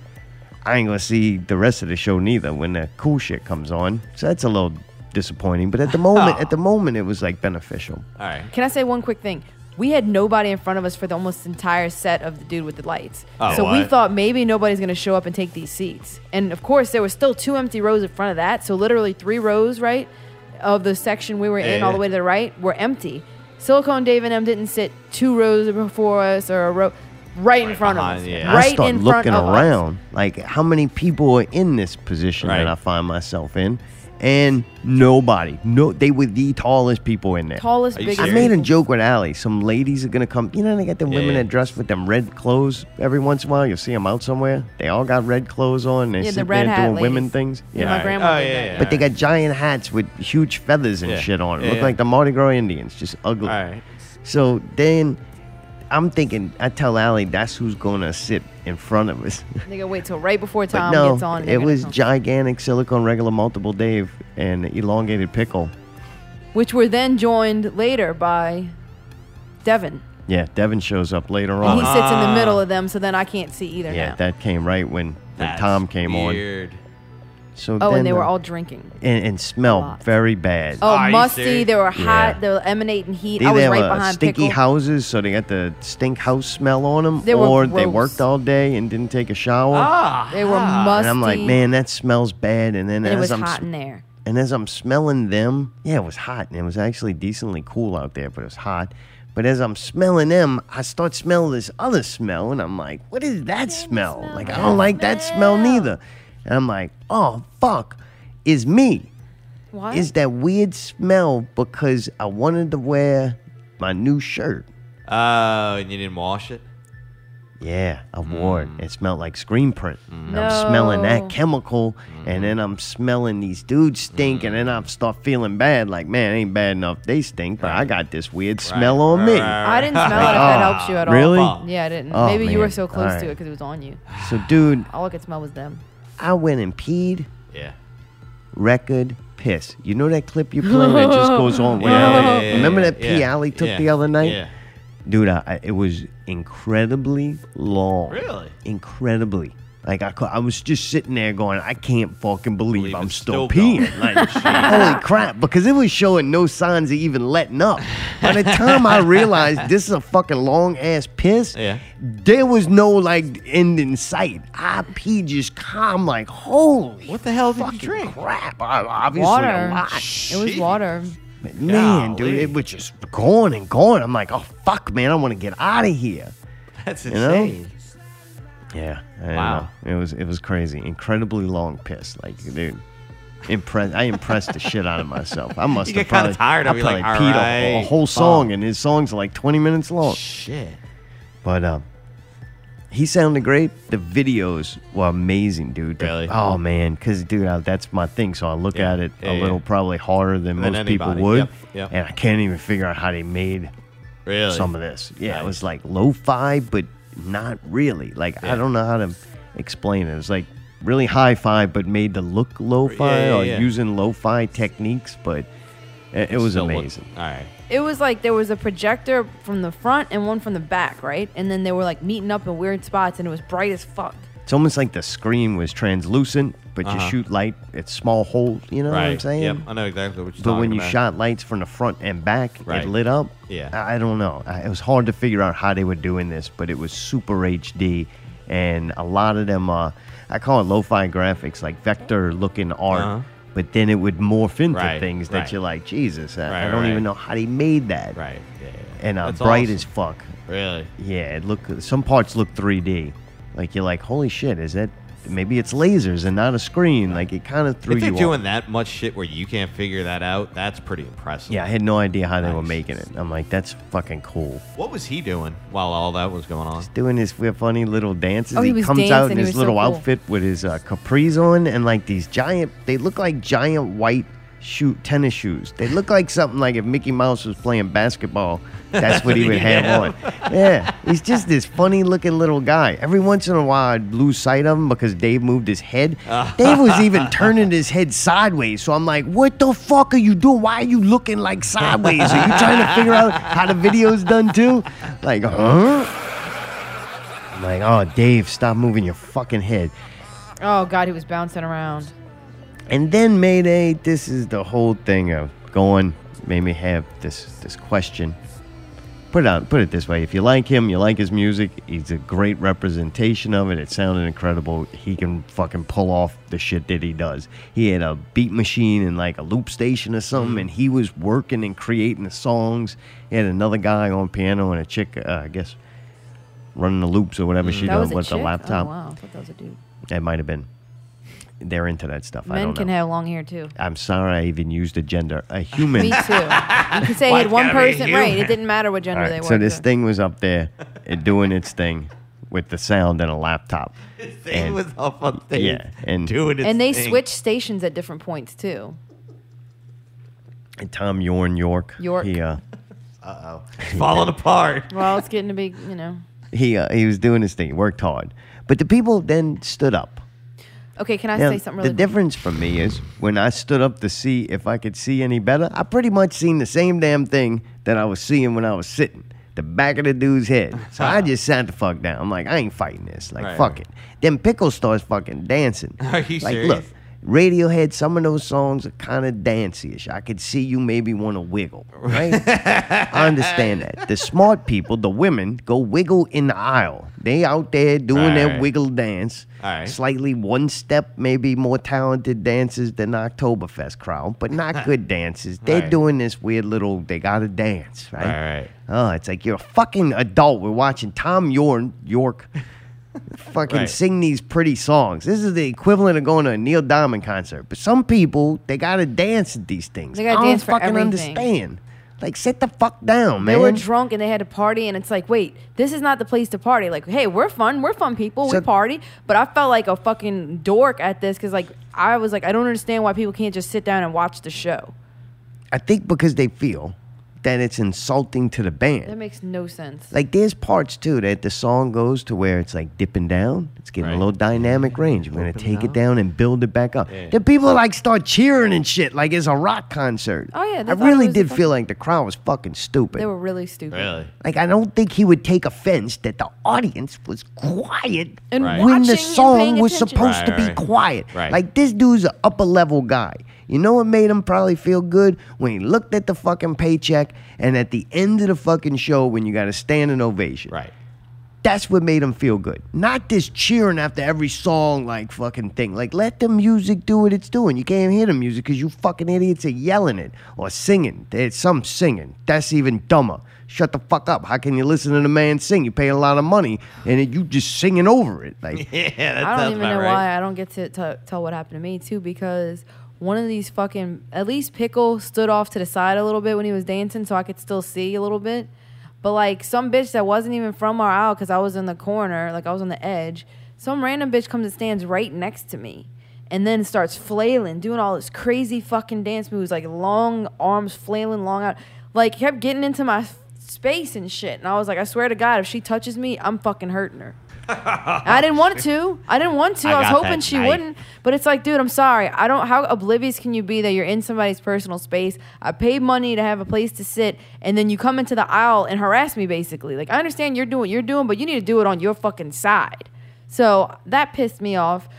[SPEAKER 1] I ain't gonna see the rest of the show neither when the cool shit comes on. So that's a little disappointing. But at the moment, at the moment, it was like beneficial.
[SPEAKER 4] All right.
[SPEAKER 5] Can I say one quick thing? We had nobody in front of us for the almost entire set of the dude with the lights.
[SPEAKER 1] Oh,
[SPEAKER 5] so we
[SPEAKER 1] what?
[SPEAKER 5] thought maybe nobody's going to show up and take these seats. And of course, there were still two empty rows in front of that. So literally three rows, right, of the section we were in
[SPEAKER 17] Yeah,
[SPEAKER 5] all the
[SPEAKER 17] yeah.
[SPEAKER 5] way to the right were empty. Silicone Dave and M didn't sit two rows before us or a row right in front of us.
[SPEAKER 1] I
[SPEAKER 5] Right
[SPEAKER 1] start
[SPEAKER 5] in front
[SPEAKER 1] looking
[SPEAKER 5] of us.
[SPEAKER 1] around, like how many people are in this position that I find myself in, and nobody. No, they were the tallest people in there.
[SPEAKER 5] Tallest, Are you biggest
[SPEAKER 1] I made a joke with Allie. Some ladies are gonna come. You know, they got the women
[SPEAKER 5] Yeah.
[SPEAKER 1] that dress with them red clothes. Every once in a while, you'll see them out somewhere. They all got red clothes on. They
[SPEAKER 5] Yeah, the
[SPEAKER 1] sit
[SPEAKER 5] red
[SPEAKER 1] there
[SPEAKER 5] hat
[SPEAKER 1] doing women
[SPEAKER 5] ladies.
[SPEAKER 1] things.
[SPEAKER 5] Yeah, my grandma Oh, did yeah, that. yeah,
[SPEAKER 1] But they got giant hats with huge feathers and
[SPEAKER 4] Yeah.
[SPEAKER 1] shit on. it.
[SPEAKER 4] Yeah,
[SPEAKER 1] Look
[SPEAKER 4] yeah.
[SPEAKER 1] like the Mardi Gras Indians, just ugly. So then. I'm thinking, I tell Allie that's who's gonna sit in front of us.
[SPEAKER 5] They go wait till right before
[SPEAKER 1] But
[SPEAKER 5] Tom
[SPEAKER 1] no,
[SPEAKER 5] gets on. and they're
[SPEAKER 1] it
[SPEAKER 5] gonna
[SPEAKER 1] was
[SPEAKER 5] come.
[SPEAKER 1] gigantic silicone regular multiple Dave and elongated pickle.
[SPEAKER 5] which were then joined later by Devin.
[SPEAKER 1] Yeah, Devin shows up later on.
[SPEAKER 5] And he sits in the middle of them, so then I can't see either
[SPEAKER 1] Ah. Yeah,
[SPEAKER 5] now.
[SPEAKER 1] that came right when, when Tom came
[SPEAKER 4] weird.
[SPEAKER 1] on. So
[SPEAKER 5] oh,
[SPEAKER 1] then,
[SPEAKER 5] and they were
[SPEAKER 1] uh,
[SPEAKER 5] all drinking.
[SPEAKER 1] and, and smelled very bad.
[SPEAKER 5] Oh, musty. They were hot.
[SPEAKER 1] Yeah.
[SPEAKER 5] They were emanating heat.
[SPEAKER 1] They
[SPEAKER 5] I was
[SPEAKER 1] either
[SPEAKER 5] right
[SPEAKER 1] have, uh,
[SPEAKER 5] behind
[SPEAKER 1] stinky
[SPEAKER 5] Pickle.
[SPEAKER 1] houses, so they got the stink house smell on them,
[SPEAKER 5] They were
[SPEAKER 1] or they
[SPEAKER 5] gross. Oh,
[SPEAKER 1] worked all day and didn't take a shower. Ah.
[SPEAKER 5] they were musty.
[SPEAKER 1] and I'm like, man, that smells bad. And then
[SPEAKER 5] and it
[SPEAKER 1] as
[SPEAKER 5] was
[SPEAKER 1] I'm
[SPEAKER 5] hot
[SPEAKER 1] sm-
[SPEAKER 5] in there.
[SPEAKER 1] And as I'm smelling them, yeah, it was hot and it was actually decently cool out there, but it was hot. But as I'm smelling them, I start smelling this other smell, and I'm like, what is that smell? Like, I don't like that smell neither. And I'm like, oh, fuck, is me.
[SPEAKER 5] What?
[SPEAKER 1] Is that weird smell because I wanted to wear my new shirt.
[SPEAKER 4] Oh, and you didn't wash it?
[SPEAKER 1] Yeah, I
[SPEAKER 4] Mm.
[SPEAKER 1] wore it. It smelled like screen print. And I'm smelling
[SPEAKER 4] No.
[SPEAKER 1] that chemical, and then I'm smelling these dudes stink, and
[SPEAKER 4] Mm.
[SPEAKER 1] then I start feeling bad. Like, man, it ain't bad enough they stink, but I got this weird smell on me.
[SPEAKER 5] I didn't smell it if that helps you at all.
[SPEAKER 1] really?
[SPEAKER 5] Yeah, I didn't.
[SPEAKER 1] Oh,
[SPEAKER 5] Maybe you were
[SPEAKER 1] man.
[SPEAKER 5] so close
[SPEAKER 1] All
[SPEAKER 5] to it
[SPEAKER 1] right.
[SPEAKER 5] because it was on you.
[SPEAKER 1] So, dude,
[SPEAKER 5] All I could smell was them.
[SPEAKER 1] I went and peed.
[SPEAKER 4] Yeah.
[SPEAKER 1] Record piss. You know that clip you're playing that just goes on.
[SPEAKER 4] Yeah, yeah, yeah,
[SPEAKER 1] Remember
[SPEAKER 4] yeah,
[SPEAKER 1] that P.
[SPEAKER 4] yeah,
[SPEAKER 1] Alley took
[SPEAKER 4] yeah,
[SPEAKER 1] the other night?
[SPEAKER 4] yeah.
[SPEAKER 1] Dude, I, I- it was incredibly long.
[SPEAKER 4] Really?
[SPEAKER 1] Incredibly. Like I, cou- I was just sitting there going, I can't fucking believe, I'm still,
[SPEAKER 4] still going.
[SPEAKER 1] peeing. Like, holy crap! Because it was showing no signs of even letting up. By the time I realized this is a fucking long ass piss,
[SPEAKER 4] Yeah.
[SPEAKER 1] there was no like end in sight. I peed just calm, like holy. What the hell did you drink? Crap! I- Obviously,
[SPEAKER 5] water.
[SPEAKER 1] a lot.
[SPEAKER 5] It was water.
[SPEAKER 1] Man, dude, it was just going and going. I'm like, oh fuck, man, I want to get out of here.
[SPEAKER 4] That's
[SPEAKER 1] You know?
[SPEAKER 4] insane.
[SPEAKER 1] Yeah. I don't
[SPEAKER 4] Wow.
[SPEAKER 1] know. It was it was crazy. Incredibly long piss. Like, dude. Impressed. I impressed the shit out of myself. I must
[SPEAKER 4] You
[SPEAKER 1] have
[SPEAKER 4] get kinda
[SPEAKER 1] probably
[SPEAKER 4] tired of
[SPEAKER 1] I
[SPEAKER 4] it, like,
[SPEAKER 1] probably peed a- a,
[SPEAKER 4] alright,
[SPEAKER 1] whole
[SPEAKER 4] fuck.
[SPEAKER 1] song, and his songs are like 20 minutes long.
[SPEAKER 4] Shit.
[SPEAKER 1] But um, he sounded great. The videos were amazing, dude. The- oh man, because dude, I, that's my thing. So I look at it
[SPEAKER 4] yeah,
[SPEAKER 1] a
[SPEAKER 4] yeah.
[SPEAKER 1] little probably harder than,
[SPEAKER 4] Than
[SPEAKER 1] most people
[SPEAKER 4] anybody,
[SPEAKER 1] would,
[SPEAKER 4] yep, yep.
[SPEAKER 1] and I can't even figure out how they made
[SPEAKER 4] Really?
[SPEAKER 1] some of this. Yeah, it was like lo-fi, but not really. Like I don't know how to explain it. It was like really hi-fi, but made to look lo-fi
[SPEAKER 4] yeah,
[SPEAKER 1] or
[SPEAKER 4] yeah.
[SPEAKER 1] using lo-fi techniques, but it, it was amazing.
[SPEAKER 4] All right.
[SPEAKER 5] It was like there was a projector from the front and one from the back, right? And then they were like meeting up in weird spots, and it was bright as fuck.
[SPEAKER 1] It's almost like the screen was translucent, but
[SPEAKER 4] Uh-huh.
[SPEAKER 1] you shoot light at small holes. You know what I'm
[SPEAKER 4] Right,
[SPEAKER 1] saying?
[SPEAKER 4] yep, I know exactly what you're
[SPEAKER 1] But when
[SPEAKER 4] talking
[SPEAKER 1] you
[SPEAKER 4] about.
[SPEAKER 1] shot lights from the front and back,
[SPEAKER 4] Right.
[SPEAKER 1] it lit up.
[SPEAKER 4] Yeah.
[SPEAKER 1] I, I don't know. I, it was hard to figure out how they were doing this, but it was super HD, and a lot of them, uh, I call it lo-fi graphics, like vector-looking art.
[SPEAKER 4] Uh-huh.
[SPEAKER 1] But then it would morph into
[SPEAKER 4] Right,
[SPEAKER 1] things that
[SPEAKER 4] right.
[SPEAKER 1] you're like, Jesus, I, I
[SPEAKER 4] Right,
[SPEAKER 1] don't
[SPEAKER 4] right.
[SPEAKER 1] even know how they made that.
[SPEAKER 4] Right. Yeah.
[SPEAKER 1] And uh,
[SPEAKER 4] That's
[SPEAKER 1] bright
[SPEAKER 4] awesome.
[SPEAKER 1] as fuck.
[SPEAKER 4] Really?
[SPEAKER 1] Yeah, it look some parts look 3D. Like you're like, holy shit, is that maybe it's lasers and not a screen? Like it kind of threw
[SPEAKER 4] If
[SPEAKER 1] you
[SPEAKER 4] they're
[SPEAKER 1] off.
[SPEAKER 4] doing that much shit where you can't figure that out, that's pretty impressive.
[SPEAKER 1] Yeah, I had no idea how they were making it. I'm like, that's fucking cool.
[SPEAKER 4] What was he doing while all that was going on?
[SPEAKER 1] Doing his weird, funny little dances.
[SPEAKER 4] Oh, he was
[SPEAKER 1] comes out in
[SPEAKER 4] dancing. He
[SPEAKER 1] his
[SPEAKER 4] was so
[SPEAKER 1] little
[SPEAKER 4] cool.
[SPEAKER 1] outfit with his uh, capris on and like these giant. They look like giant white shoe tennis shoes. They look like something like if Mickey Mouse was playing basketball. That's what he would have
[SPEAKER 4] Yeah.
[SPEAKER 1] on. Yeah, he's just this funny looking little guy. Every once in a while, I'd lose sight of him because Dave moved his head. Dave was even turning his head sideways. So I'm like, what the fuck are you doing? Why are you looking like sideways? Are you trying to figure out how the video's done too? Like, huh? I'm like, oh, Dave, stop moving your fucking head.
[SPEAKER 5] Oh god, he was bouncing around.
[SPEAKER 1] And then Mayday, this is the whole thing of going made me have this this question. Put it out put it this way. If you like him, you like his music, he's a great representation of it. It sounded incredible. He can fucking pull off the shit that he does. He had a beat machine and like a loop station or something,
[SPEAKER 5] Mm-hmm.
[SPEAKER 1] and he was working and creating the songs. He had another guy on piano and a chick, uh, I guess, running the loops or whatever she
[SPEAKER 5] Mm. that
[SPEAKER 1] does
[SPEAKER 5] was a
[SPEAKER 1] with the
[SPEAKER 5] chick?
[SPEAKER 1] laptop.
[SPEAKER 5] Oh, wow, I thought that was a dude.
[SPEAKER 1] It might have been. They're into that stuff. I
[SPEAKER 5] Men
[SPEAKER 1] don't
[SPEAKER 5] can
[SPEAKER 1] know.
[SPEAKER 5] have long hair too.
[SPEAKER 1] I'm sorry I even used a gender. A human.
[SPEAKER 5] Me too. You could say he had
[SPEAKER 1] What
[SPEAKER 5] one
[SPEAKER 1] gotta be
[SPEAKER 5] person right.
[SPEAKER 1] human?
[SPEAKER 5] It didn't matter what gender
[SPEAKER 1] All
[SPEAKER 5] they
[SPEAKER 1] right,
[SPEAKER 5] were.
[SPEAKER 1] so this
[SPEAKER 5] too.
[SPEAKER 1] thing was up there it doing its thing with the sound and a laptop.
[SPEAKER 4] thing was up on stage
[SPEAKER 1] Yeah, and
[SPEAKER 4] doing
[SPEAKER 5] and they switched stations at different points too.
[SPEAKER 1] And Tom Yorn York.
[SPEAKER 5] York.
[SPEAKER 1] He uh,
[SPEAKER 4] Uh oh. It's falling apart.
[SPEAKER 5] Well, it's getting to be, you know.
[SPEAKER 1] he uh, he was doing his thing. He worked hard, but the people then stood up.
[SPEAKER 5] Okay, can I
[SPEAKER 1] Now,
[SPEAKER 5] say something really
[SPEAKER 1] the
[SPEAKER 5] quick?
[SPEAKER 1] difference for me is when I stood up to see if I could see any better, I pretty much seen the same damn thing that I was seeing when I was sitting. The back of the dude's head. So I just sat the fuck down. I'm like, I ain't fighting this. Like,
[SPEAKER 4] Right,
[SPEAKER 1] fuck
[SPEAKER 4] right.
[SPEAKER 1] it. Then Pickle starts fucking dancing.
[SPEAKER 4] Are you
[SPEAKER 1] like,
[SPEAKER 4] serious?
[SPEAKER 1] look, Radiohead, some of those songs are kind of dancey-ish. I could see you maybe want to wiggle, right? I understand that. The smart people, the women, go wiggle in the aisle. They out there doing
[SPEAKER 4] Right,
[SPEAKER 1] their
[SPEAKER 4] right.
[SPEAKER 1] wiggle dance. Slightly one step, maybe more talented dances than the Oktoberfest crowd, but not good dances. They're
[SPEAKER 4] Right.
[SPEAKER 1] doing this weird little, they gotta dance, right?
[SPEAKER 4] Right, right.
[SPEAKER 1] Oh, it's like you're a fucking adult. We're watching Tom Yorn, York fucking
[SPEAKER 4] Right.
[SPEAKER 1] sing these pretty songs. This is the equivalent of going to a Neil Diamond concert. But some people, they gotta dance at these things.
[SPEAKER 5] They gotta
[SPEAKER 1] I don't
[SPEAKER 5] dance for
[SPEAKER 1] fucking
[SPEAKER 5] everything.
[SPEAKER 1] understand. Like, sit the fuck down, man.
[SPEAKER 5] They were drunk and they had a party, and it's like, wait, this is not the place to party. Like, hey, we're fun, we're fun people, we
[SPEAKER 1] So-
[SPEAKER 5] party. But I felt like a fucking dork at this because, like, I was like, I don't understand why people can't just sit down and watch the show.
[SPEAKER 1] I think because they feel that it's insulting to the band.
[SPEAKER 5] That makes no sense.
[SPEAKER 1] Like there's parts too that the song goes to where it's like dipping down. It's getting a little dynamic range. We're gonna take it down and build it back up. The people like start cheering and shit like it's a rock concert.
[SPEAKER 5] Oh, yeah, they
[SPEAKER 1] I
[SPEAKER 5] thought it
[SPEAKER 1] really
[SPEAKER 5] was a
[SPEAKER 1] did feel
[SPEAKER 5] fucking-
[SPEAKER 1] like the crowd was fucking stupid.
[SPEAKER 5] They were really stupid.
[SPEAKER 1] Like I don't think he would take offense that the audience was quiet
[SPEAKER 5] And Right.
[SPEAKER 1] when
[SPEAKER 5] watching
[SPEAKER 1] the
[SPEAKER 5] and
[SPEAKER 1] song
[SPEAKER 5] paying
[SPEAKER 1] was
[SPEAKER 5] attention.
[SPEAKER 1] supposed to
[SPEAKER 5] Right,
[SPEAKER 1] be
[SPEAKER 5] right.
[SPEAKER 1] quiet.
[SPEAKER 5] Right.
[SPEAKER 1] Like this dude's an upper level guy. You know what made him probably feel good when he looked at the fucking paycheck and at the end of the fucking show when you got a standing ovation.
[SPEAKER 4] Right.
[SPEAKER 1] That's what made him feel good. Not this cheering after every song, like fucking thing. Like, let the music do what it's doing. You can't hear the music because you fucking idiots are yelling it or singing. There's some singing. That's even dumber. Shut the fuck up. How can you listen to the man sing? You pay a lot of money and then you just singing over it. Like,
[SPEAKER 4] yeah, that
[SPEAKER 5] I don't
[SPEAKER 4] sounds
[SPEAKER 5] even
[SPEAKER 4] about
[SPEAKER 5] know
[SPEAKER 4] right.
[SPEAKER 5] why I don't get to t- tell what happened to me too because one of these fucking at least Pickle stood off to the side a little bit when he was dancing so I could still see a little bit. But like some bitch that wasn't even from our aisle because I was in the corner, like I was on the edge. Some random bitch comes and stands right next to me and then starts flailing, doing all this crazy fucking dance moves, like long arms flailing long out, like kept getting into my f- space and shit. And I was like, I swear to God, if she touches me, I'm fucking hurting her. I didn't want to. I didn't want to.
[SPEAKER 17] I
[SPEAKER 5] I, was
[SPEAKER 17] got
[SPEAKER 5] hoping
[SPEAKER 17] that
[SPEAKER 5] she
[SPEAKER 17] night.
[SPEAKER 5] wouldn't. But it's like, dude, I'm sorry. I don't. How oblivious can you be that you're in somebody's personal space? I paid money to have a place to sit, and then you come into the aisle and harass me, basically. Like, I understand you're doing what you're doing, but you need to do it on your fucking side. So that pissed me off.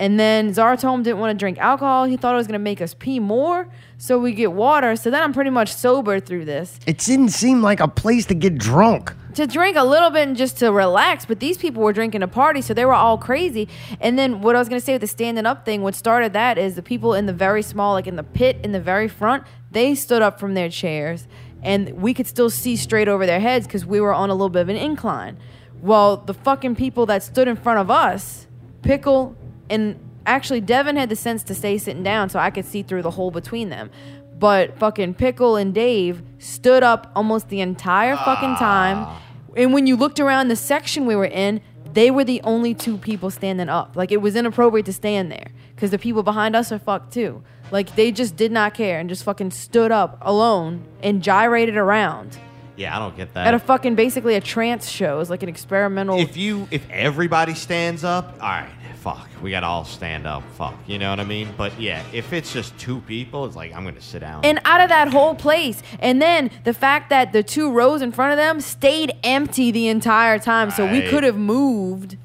[SPEAKER 5] And then Zartome didn't want to drink alcohol. He thought it was gonna make us pee more, so we get water. So then I'm pretty much sober through this
[SPEAKER 1] it didn't seem like a place to get drunk.
[SPEAKER 5] to drink a little bit and just to relax. But these people were drinking a party, so they were all crazy. And then what I was gonna say with the standing up thing, what started that is the people in the very small, like in the pit in the very front, they stood up from their chairs, and we could still see straight over their heads because we were on a little bit of an incline. Well, the fucking people that stood in front of us, pickle and actually Devin had the sense to stay sitting down so I could see through the hole between them. But fucking Pickle and Dave stood up almost the entire fucking time. And when you looked around the section we were in, they were the only two people standing up. Like it was inappropriate to stand there because the people behind us are fucked too. Like they just did not care and just fucking stood up alone and gyrated around
[SPEAKER 4] Yeah, I don't get
[SPEAKER 5] at a
[SPEAKER 4] that.
[SPEAKER 5] fucking basically a trance show. It was like an experimental.
[SPEAKER 4] if you if everybody stands up, all right, fuck, we gotta all stand up. Fuck, you know what I mean? But yeah, if it's just two people, it's like I'm gonna sit down.
[SPEAKER 5] and out of that whole place. And then the fact that the two rows in front of them stayed empty the entire time, so we
[SPEAKER 4] Right.
[SPEAKER 5] could have moved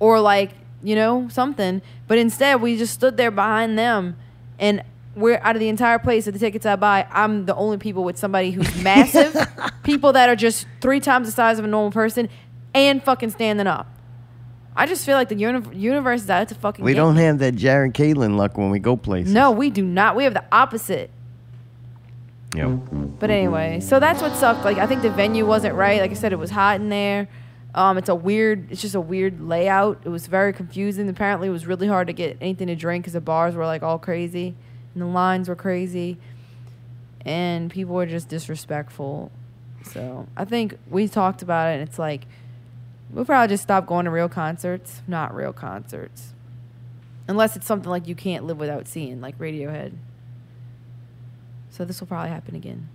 [SPEAKER 5] or like you know something, but instead we just stood there behind them, and we're out of the entire place of the tickets I buy. I'm the only people with somebody who's massive, people that are just three times the size of a normal person, and fucking standing up. I just feel like the uni- universe is out to fucking.
[SPEAKER 1] We
[SPEAKER 5] get
[SPEAKER 1] don't
[SPEAKER 5] me.
[SPEAKER 1] have that Jared Caitlin luck when we go places.
[SPEAKER 5] No, we do not. We have the opposite.
[SPEAKER 1] Yep.
[SPEAKER 5] But anyway, so that's what sucked. Like I think the venue wasn't right. Like I said, it was hot in there. Um, it's a weird. It's just a weird layout. It was very confusing. Apparently, it was really hard to get anything to drink because the bars were like all crazy, and the lines were crazy, and people were just disrespectful. So I think we talked about it, and it's like we'll probably just stop going to real concerts, not real concerts, unless it's something like you can't live without seeing, like Radiohead. So this will probably happen again.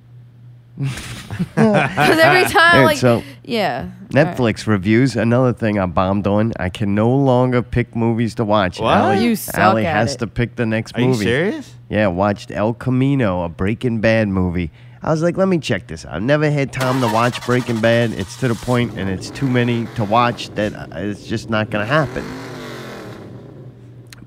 [SPEAKER 5] Because every time,
[SPEAKER 1] Alright,
[SPEAKER 5] like,
[SPEAKER 1] so-
[SPEAKER 5] yeah.
[SPEAKER 1] Netflix reviews, another thing I bombed on. I can no longer pick movies to watch.
[SPEAKER 5] What?
[SPEAKER 1] Allie,
[SPEAKER 5] You suck
[SPEAKER 1] Allie
[SPEAKER 5] at
[SPEAKER 1] has
[SPEAKER 5] it.
[SPEAKER 1] to pick the next
[SPEAKER 4] Are you
[SPEAKER 1] movie.
[SPEAKER 4] serious?
[SPEAKER 1] Yeah, watched El Camino, a Breaking Bad movie. I was like, let me check this out. I've never had time to watch Breaking Bad. It's to the point, and it's too many to watch that uh, it's just not going to happen.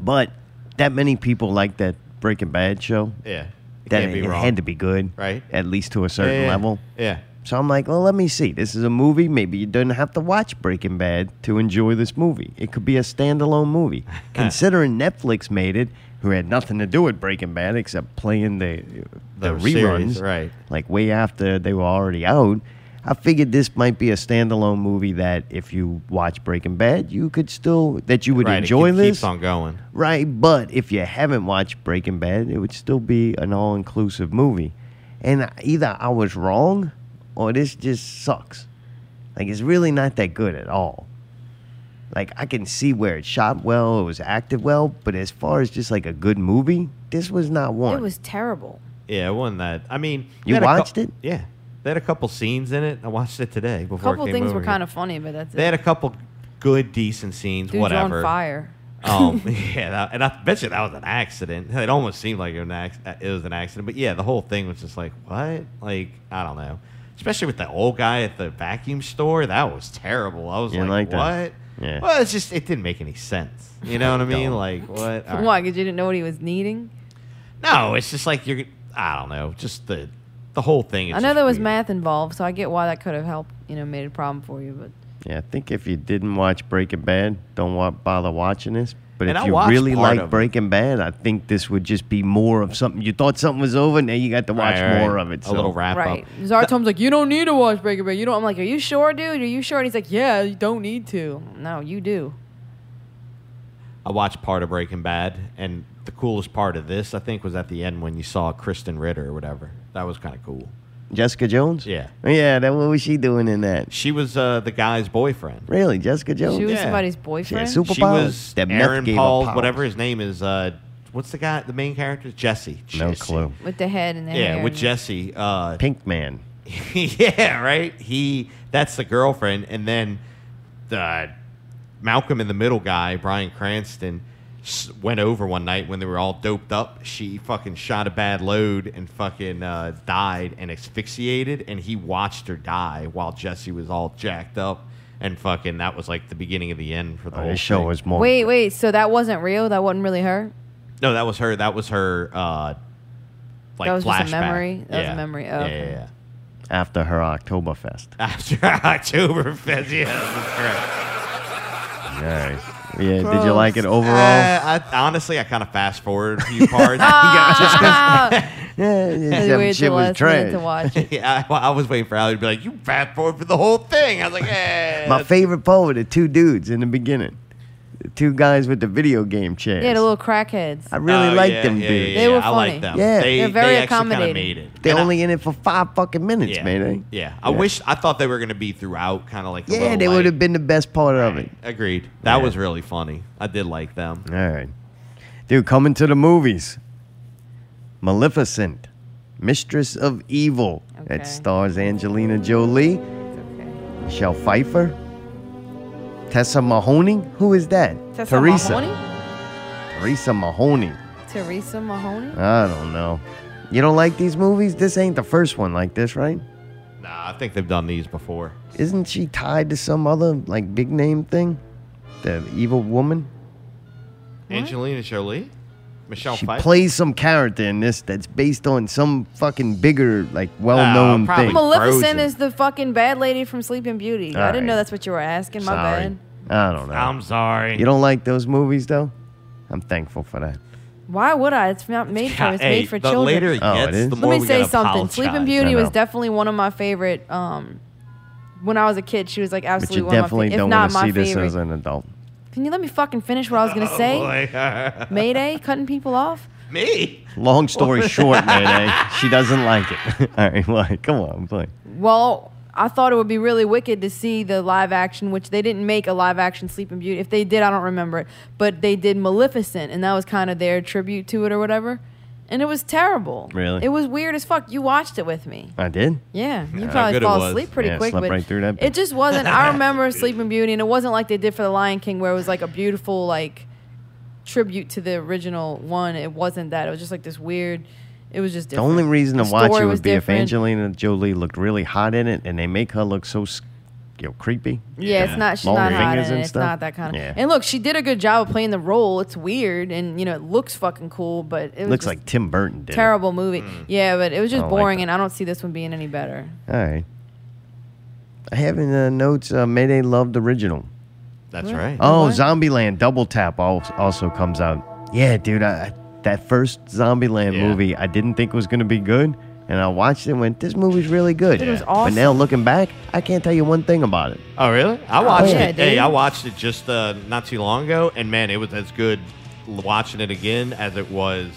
[SPEAKER 1] But that many people like that Breaking Bad show.
[SPEAKER 4] Yeah, it
[SPEAKER 1] That
[SPEAKER 4] can't be
[SPEAKER 1] it
[SPEAKER 4] wrong.
[SPEAKER 1] had to be good, right? At least to a certain
[SPEAKER 4] yeah.
[SPEAKER 1] level.
[SPEAKER 4] Yeah.
[SPEAKER 1] So I'm like, well, let me see. This is a movie. Maybe you don't have to watch Breaking Bad to enjoy this movie. It could be a standalone movie. Considering Netflix made it, who had nothing to do with Breaking Bad except playing the the,
[SPEAKER 4] The
[SPEAKER 1] reruns,
[SPEAKER 4] series, right.
[SPEAKER 1] Like way after they were already out. I figured this might be a standalone movie that if you watch Breaking Bad, you could still that you would
[SPEAKER 4] Right, it
[SPEAKER 1] enjoy
[SPEAKER 4] keep-
[SPEAKER 1] this.
[SPEAKER 4] keeps on going.
[SPEAKER 1] Right, but if you haven't watched Breaking Bad, it would still be an all inclusive movie. And either I was wrong or this just sucks. Like, it's really not that good at all. Like, I can see where it shot well, it was acted well, but as far as just like a good movie, this was not
[SPEAKER 5] Alright.
[SPEAKER 1] one.
[SPEAKER 5] It was terrible.
[SPEAKER 4] Yeah, it wasn't that. I mean,
[SPEAKER 1] You
[SPEAKER 4] had a cou-
[SPEAKER 1] watched it?
[SPEAKER 4] Yeah, They had a couple scenes in it. I watched it today
[SPEAKER 5] A
[SPEAKER 4] before.
[SPEAKER 5] couple
[SPEAKER 4] it came
[SPEAKER 5] things
[SPEAKER 4] over
[SPEAKER 5] were
[SPEAKER 4] here.
[SPEAKER 5] kind of funny, but that's
[SPEAKER 4] They had
[SPEAKER 5] it.
[SPEAKER 4] a couple good, decent scenes.
[SPEAKER 5] Dude's
[SPEAKER 4] whatever.
[SPEAKER 5] on fire.
[SPEAKER 4] um, yeah, that, and I bet you that was an accident. It almost seemed like it was, an acc- it was an accident, but yeah, the whole thing was just like, what? Like, I don't know. Especially with the old guy at the vacuum store, that was terrible. I was
[SPEAKER 1] You didn't
[SPEAKER 4] like,
[SPEAKER 1] like that?
[SPEAKER 4] what?
[SPEAKER 1] Yeah.
[SPEAKER 4] Well, it's just it didn't make any sense. You know what I mean?
[SPEAKER 1] Dumb.
[SPEAKER 4] Like, what? All right.
[SPEAKER 5] Why? Because you didn't know what he was needing.
[SPEAKER 4] No, it's just like you're. I don't know. Just the the whole thing. Is
[SPEAKER 5] I know
[SPEAKER 4] just
[SPEAKER 5] there was
[SPEAKER 4] weird.
[SPEAKER 5] math involved, so I get why that could have helped. You know, made a problem for you, but
[SPEAKER 1] Yeah, I think if you didn't watch Breaking Bad, don't wa- bother watching this. But
[SPEAKER 4] And
[SPEAKER 1] if
[SPEAKER 4] I
[SPEAKER 1] you
[SPEAKER 4] watched
[SPEAKER 1] really
[SPEAKER 4] part of
[SPEAKER 1] like
[SPEAKER 4] it.
[SPEAKER 1] Breaking Bad, I think this would just be more of something. You thought something was over, now you got to watch
[SPEAKER 4] Right, right.
[SPEAKER 1] more of it.
[SPEAKER 4] A little wrap
[SPEAKER 5] right. Zartom's like, you don't need to watch Breaking Bad. You don't. I'm like, are you sure, dude? Are you sure? And he's like, yeah, you don't need to. No, you do.
[SPEAKER 4] I watched part of Breaking Bad, and the coolest part of this, I think, was at the end when you saw Kristen Ritter or whatever. That was kind of cool.
[SPEAKER 1] Jessica Jones?
[SPEAKER 4] Yeah.
[SPEAKER 1] Yeah, that, what was she doing in that?
[SPEAKER 4] She was uh, the guy's boyfriend.
[SPEAKER 1] Really, Jessica Jones?
[SPEAKER 5] She was somebody's boyfriend.
[SPEAKER 1] She had superpowers.
[SPEAKER 4] She was
[SPEAKER 1] That meth
[SPEAKER 4] Aaron
[SPEAKER 1] gave her
[SPEAKER 4] Paul,
[SPEAKER 1] powers.
[SPEAKER 4] whatever his name is. Uh, what's the guy? The main character? Jesse.
[SPEAKER 1] No
[SPEAKER 4] Jesse.
[SPEAKER 1] clue.
[SPEAKER 5] With the head and the hair.
[SPEAKER 4] Yeah, with Jesse. Uh,
[SPEAKER 1] Pink man.
[SPEAKER 4] yeah, right. He that's the girlfriend, and then the Malcolm in the Middle guy, Brian Cranston, s- went over one night when they were all doped up. She fucking shot a bad load and fucking uh, died and asphyxiated, and he watched her die while Jesse was all jacked up. And fucking, that was like the beginning of the end for the
[SPEAKER 1] Oh,
[SPEAKER 4] whole
[SPEAKER 1] this show
[SPEAKER 4] thing.
[SPEAKER 1] was more.
[SPEAKER 5] Wait, wait. So that wasn't real. That wasn't really her.
[SPEAKER 4] No, that was her. That was her. Uh, like
[SPEAKER 5] That was just a
[SPEAKER 4] flashback.
[SPEAKER 5] memory? That was a
[SPEAKER 4] Yeah.
[SPEAKER 5] memory. Oh,
[SPEAKER 4] yeah,
[SPEAKER 5] okay.
[SPEAKER 4] yeah, yeah.
[SPEAKER 1] After her Oktoberfest.
[SPEAKER 4] After Oktoberfest, yeah, that's correct.
[SPEAKER 1] Nice. Yeah, did you like it overall?
[SPEAKER 4] Uh, I, honestly, I kind of fast forward a few parts.
[SPEAKER 5] Ah.
[SPEAKER 1] yeah,
[SPEAKER 5] That's
[SPEAKER 1] that
[SPEAKER 5] weird
[SPEAKER 1] shit
[SPEAKER 5] to
[SPEAKER 1] was
[SPEAKER 5] last
[SPEAKER 1] trash.
[SPEAKER 5] minute to watch.
[SPEAKER 4] yeah, I, I was waiting for Ali to be like, "You fast forward for the whole thing." I was like, "Yeah."
[SPEAKER 1] My favorite part were the two dudes in the beginning. The two guys with the video game chairs.
[SPEAKER 5] Yeah, the little crackheads.
[SPEAKER 1] I really
[SPEAKER 4] Oh,
[SPEAKER 1] liked
[SPEAKER 4] yeah,
[SPEAKER 1] them
[SPEAKER 4] yeah,
[SPEAKER 1] dudes.
[SPEAKER 4] yeah, They were yeah, I like funny. them.
[SPEAKER 1] Yeah.
[SPEAKER 4] They- They're
[SPEAKER 5] very they
[SPEAKER 4] actually kinda
[SPEAKER 5] accommodating.
[SPEAKER 4] made it.
[SPEAKER 1] They're
[SPEAKER 4] And I-
[SPEAKER 1] only in it for five fucking minutes,
[SPEAKER 4] Yeah.
[SPEAKER 1] man. eh?
[SPEAKER 4] Yeah, I
[SPEAKER 1] Yeah.
[SPEAKER 4] wish I thought they were gonna be throughout, kind of like a
[SPEAKER 1] Yeah,
[SPEAKER 4] little,
[SPEAKER 1] they
[SPEAKER 4] like-
[SPEAKER 1] would have been the best part of it.
[SPEAKER 4] Agreed. That
[SPEAKER 1] Yeah.
[SPEAKER 4] was really funny. I did like them.
[SPEAKER 1] All right. Dude, coming to the movies. Maleficent, Mistress of Evil. That stars Angelina Jolie, Michelle Pfeiffer, Tessa Mahoney. Who is that?
[SPEAKER 5] Tessa
[SPEAKER 1] Teresa.
[SPEAKER 5] Mahoney?
[SPEAKER 1] Teresa Mahoney.
[SPEAKER 5] Teresa Mahoney.
[SPEAKER 1] I don't know. You don't like these movies? This ain't the first one like this, right?
[SPEAKER 4] Nah, I think they've done these before.
[SPEAKER 1] Isn't she tied to some other like big name thing? The evil woman?
[SPEAKER 4] Angelina Jolie, Michelle
[SPEAKER 1] She
[SPEAKER 4] Pfeiffer.
[SPEAKER 1] plays some character in this that's based on some fucking bigger, like well-known
[SPEAKER 4] probably
[SPEAKER 1] thing.
[SPEAKER 5] Maleficent is the fucking bad lady from Sleeping Beauty. I
[SPEAKER 1] All
[SPEAKER 5] didn't know
[SPEAKER 1] right.
[SPEAKER 5] that's what you were asking. My
[SPEAKER 1] Sorry.
[SPEAKER 5] bad.
[SPEAKER 1] I don't know.
[SPEAKER 4] I'm sorry.
[SPEAKER 1] You don't like those movies though? I'm thankful for that.
[SPEAKER 5] Why would I? It's not made for. It's made for children.
[SPEAKER 1] oh, it is?
[SPEAKER 5] Let me say something. Sleeping Beauty
[SPEAKER 1] I
[SPEAKER 5] was
[SPEAKER 1] know.
[SPEAKER 5] definitely one of my favorite. Um, when I was a kid, she was like
[SPEAKER 1] But
[SPEAKER 5] absolutely
[SPEAKER 1] you
[SPEAKER 5] one of my
[SPEAKER 1] definitely
[SPEAKER 5] favorite. If
[SPEAKER 1] don't
[SPEAKER 5] not
[SPEAKER 1] want to
[SPEAKER 5] my
[SPEAKER 1] see this
[SPEAKER 5] favorite.
[SPEAKER 1] as an adult.
[SPEAKER 5] Can you let me fucking finish what I was
[SPEAKER 4] Oh,
[SPEAKER 5] gonna say? Mayday, cutting people off.
[SPEAKER 4] Me?
[SPEAKER 1] Long story short, Mayday, she doesn't like it. All right, like, come on, play.
[SPEAKER 5] Well, I thought it would be really wicked to see the live action, which they didn't make a live action Sleeping Beauty. If they did, I don't remember it. But they did Maleficent, and that was kind of their tribute to it or whatever. And it was terrible.
[SPEAKER 1] Really?
[SPEAKER 5] It was weird as fuck. You watched it with me.
[SPEAKER 1] I did.
[SPEAKER 5] Yeah, you
[SPEAKER 1] How
[SPEAKER 5] probably
[SPEAKER 1] good it
[SPEAKER 5] fall
[SPEAKER 1] was.
[SPEAKER 5] asleep pretty
[SPEAKER 1] Yeah, I
[SPEAKER 5] quick.
[SPEAKER 1] slept
[SPEAKER 5] but
[SPEAKER 1] right through that
[SPEAKER 5] It
[SPEAKER 1] bit.
[SPEAKER 5] just wasn't. I remember Sleeping Beauty, and it wasn't like they did for The Lion King, where it was like a beautiful like tribute to the original one. It wasn't that. It was just like this weird. It was just different.
[SPEAKER 1] The only reason to
[SPEAKER 5] The
[SPEAKER 1] watch
[SPEAKER 5] story
[SPEAKER 1] it
[SPEAKER 5] was
[SPEAKER 1] would be
[SPEAKER 5] different.
[SPEAKER 1] if Angelina Jolie looked really hot in it, and they make her look so, s- you know, creepy.
[SPEAKER 5] Yeah, it's not. She's
[SPEAKER 1] Long
[SPEAKER 5] not hot in
[SPEAKER 1] fingers
[SPEAKER 5] it.
[SPEAKER 1] and
[SPEAKER 5] It's
[SPEAKER 1] stuff.
[SPEAKER 5] not that kind of.
[SPEAKER 1] Yeah.
[SPEAKER 5] And look, she did a good job of playing the role. It's weird, and you know, it looks fucking cool, but it was
[SPEAKER 1] Looks
[SPEAKER 5] just
[SPEAKER 1] like Tim Burton did. it.
[SPEAKER 5] terrible movie.
[SPEAKER 1] Mm.
[SPEAKER 5] Yeah, but it was just
[SPEAKER 1] I don't like
[SPEAKER 5] boring, and I don't see this one being any better.
[SPEAKER 1] All right. I have in the notes uh, Mayday loved original.
[SPEAKER 4] That's
[SPEAKER 5] What? right.
[SPEAKER 1] Oh,
[SPEAKER 5] What?
[SPEAKER 1] Zombieland Double Tap al- also comes out. Yeah, dude, I, I- that first Zombieland movie I didn't think was going to be good, and I watched it and went, this movie's really good.
[SPEAKER 4] It was
[SPEAKER 1] But now looking back, I can't tell you one thing about it.
[SPEAKER 4] Oh really? I
[SPEAKER 1] Oh,
[SPEAKER 4] watched
[SPEAKER 1] yeah,
[SPEAKER 4] it. Hey,
[SPEAKER 1] dude.
[SPEAKER 4] I watched it just uh, not too long ago, and man, it was as good l- watching it again as it was.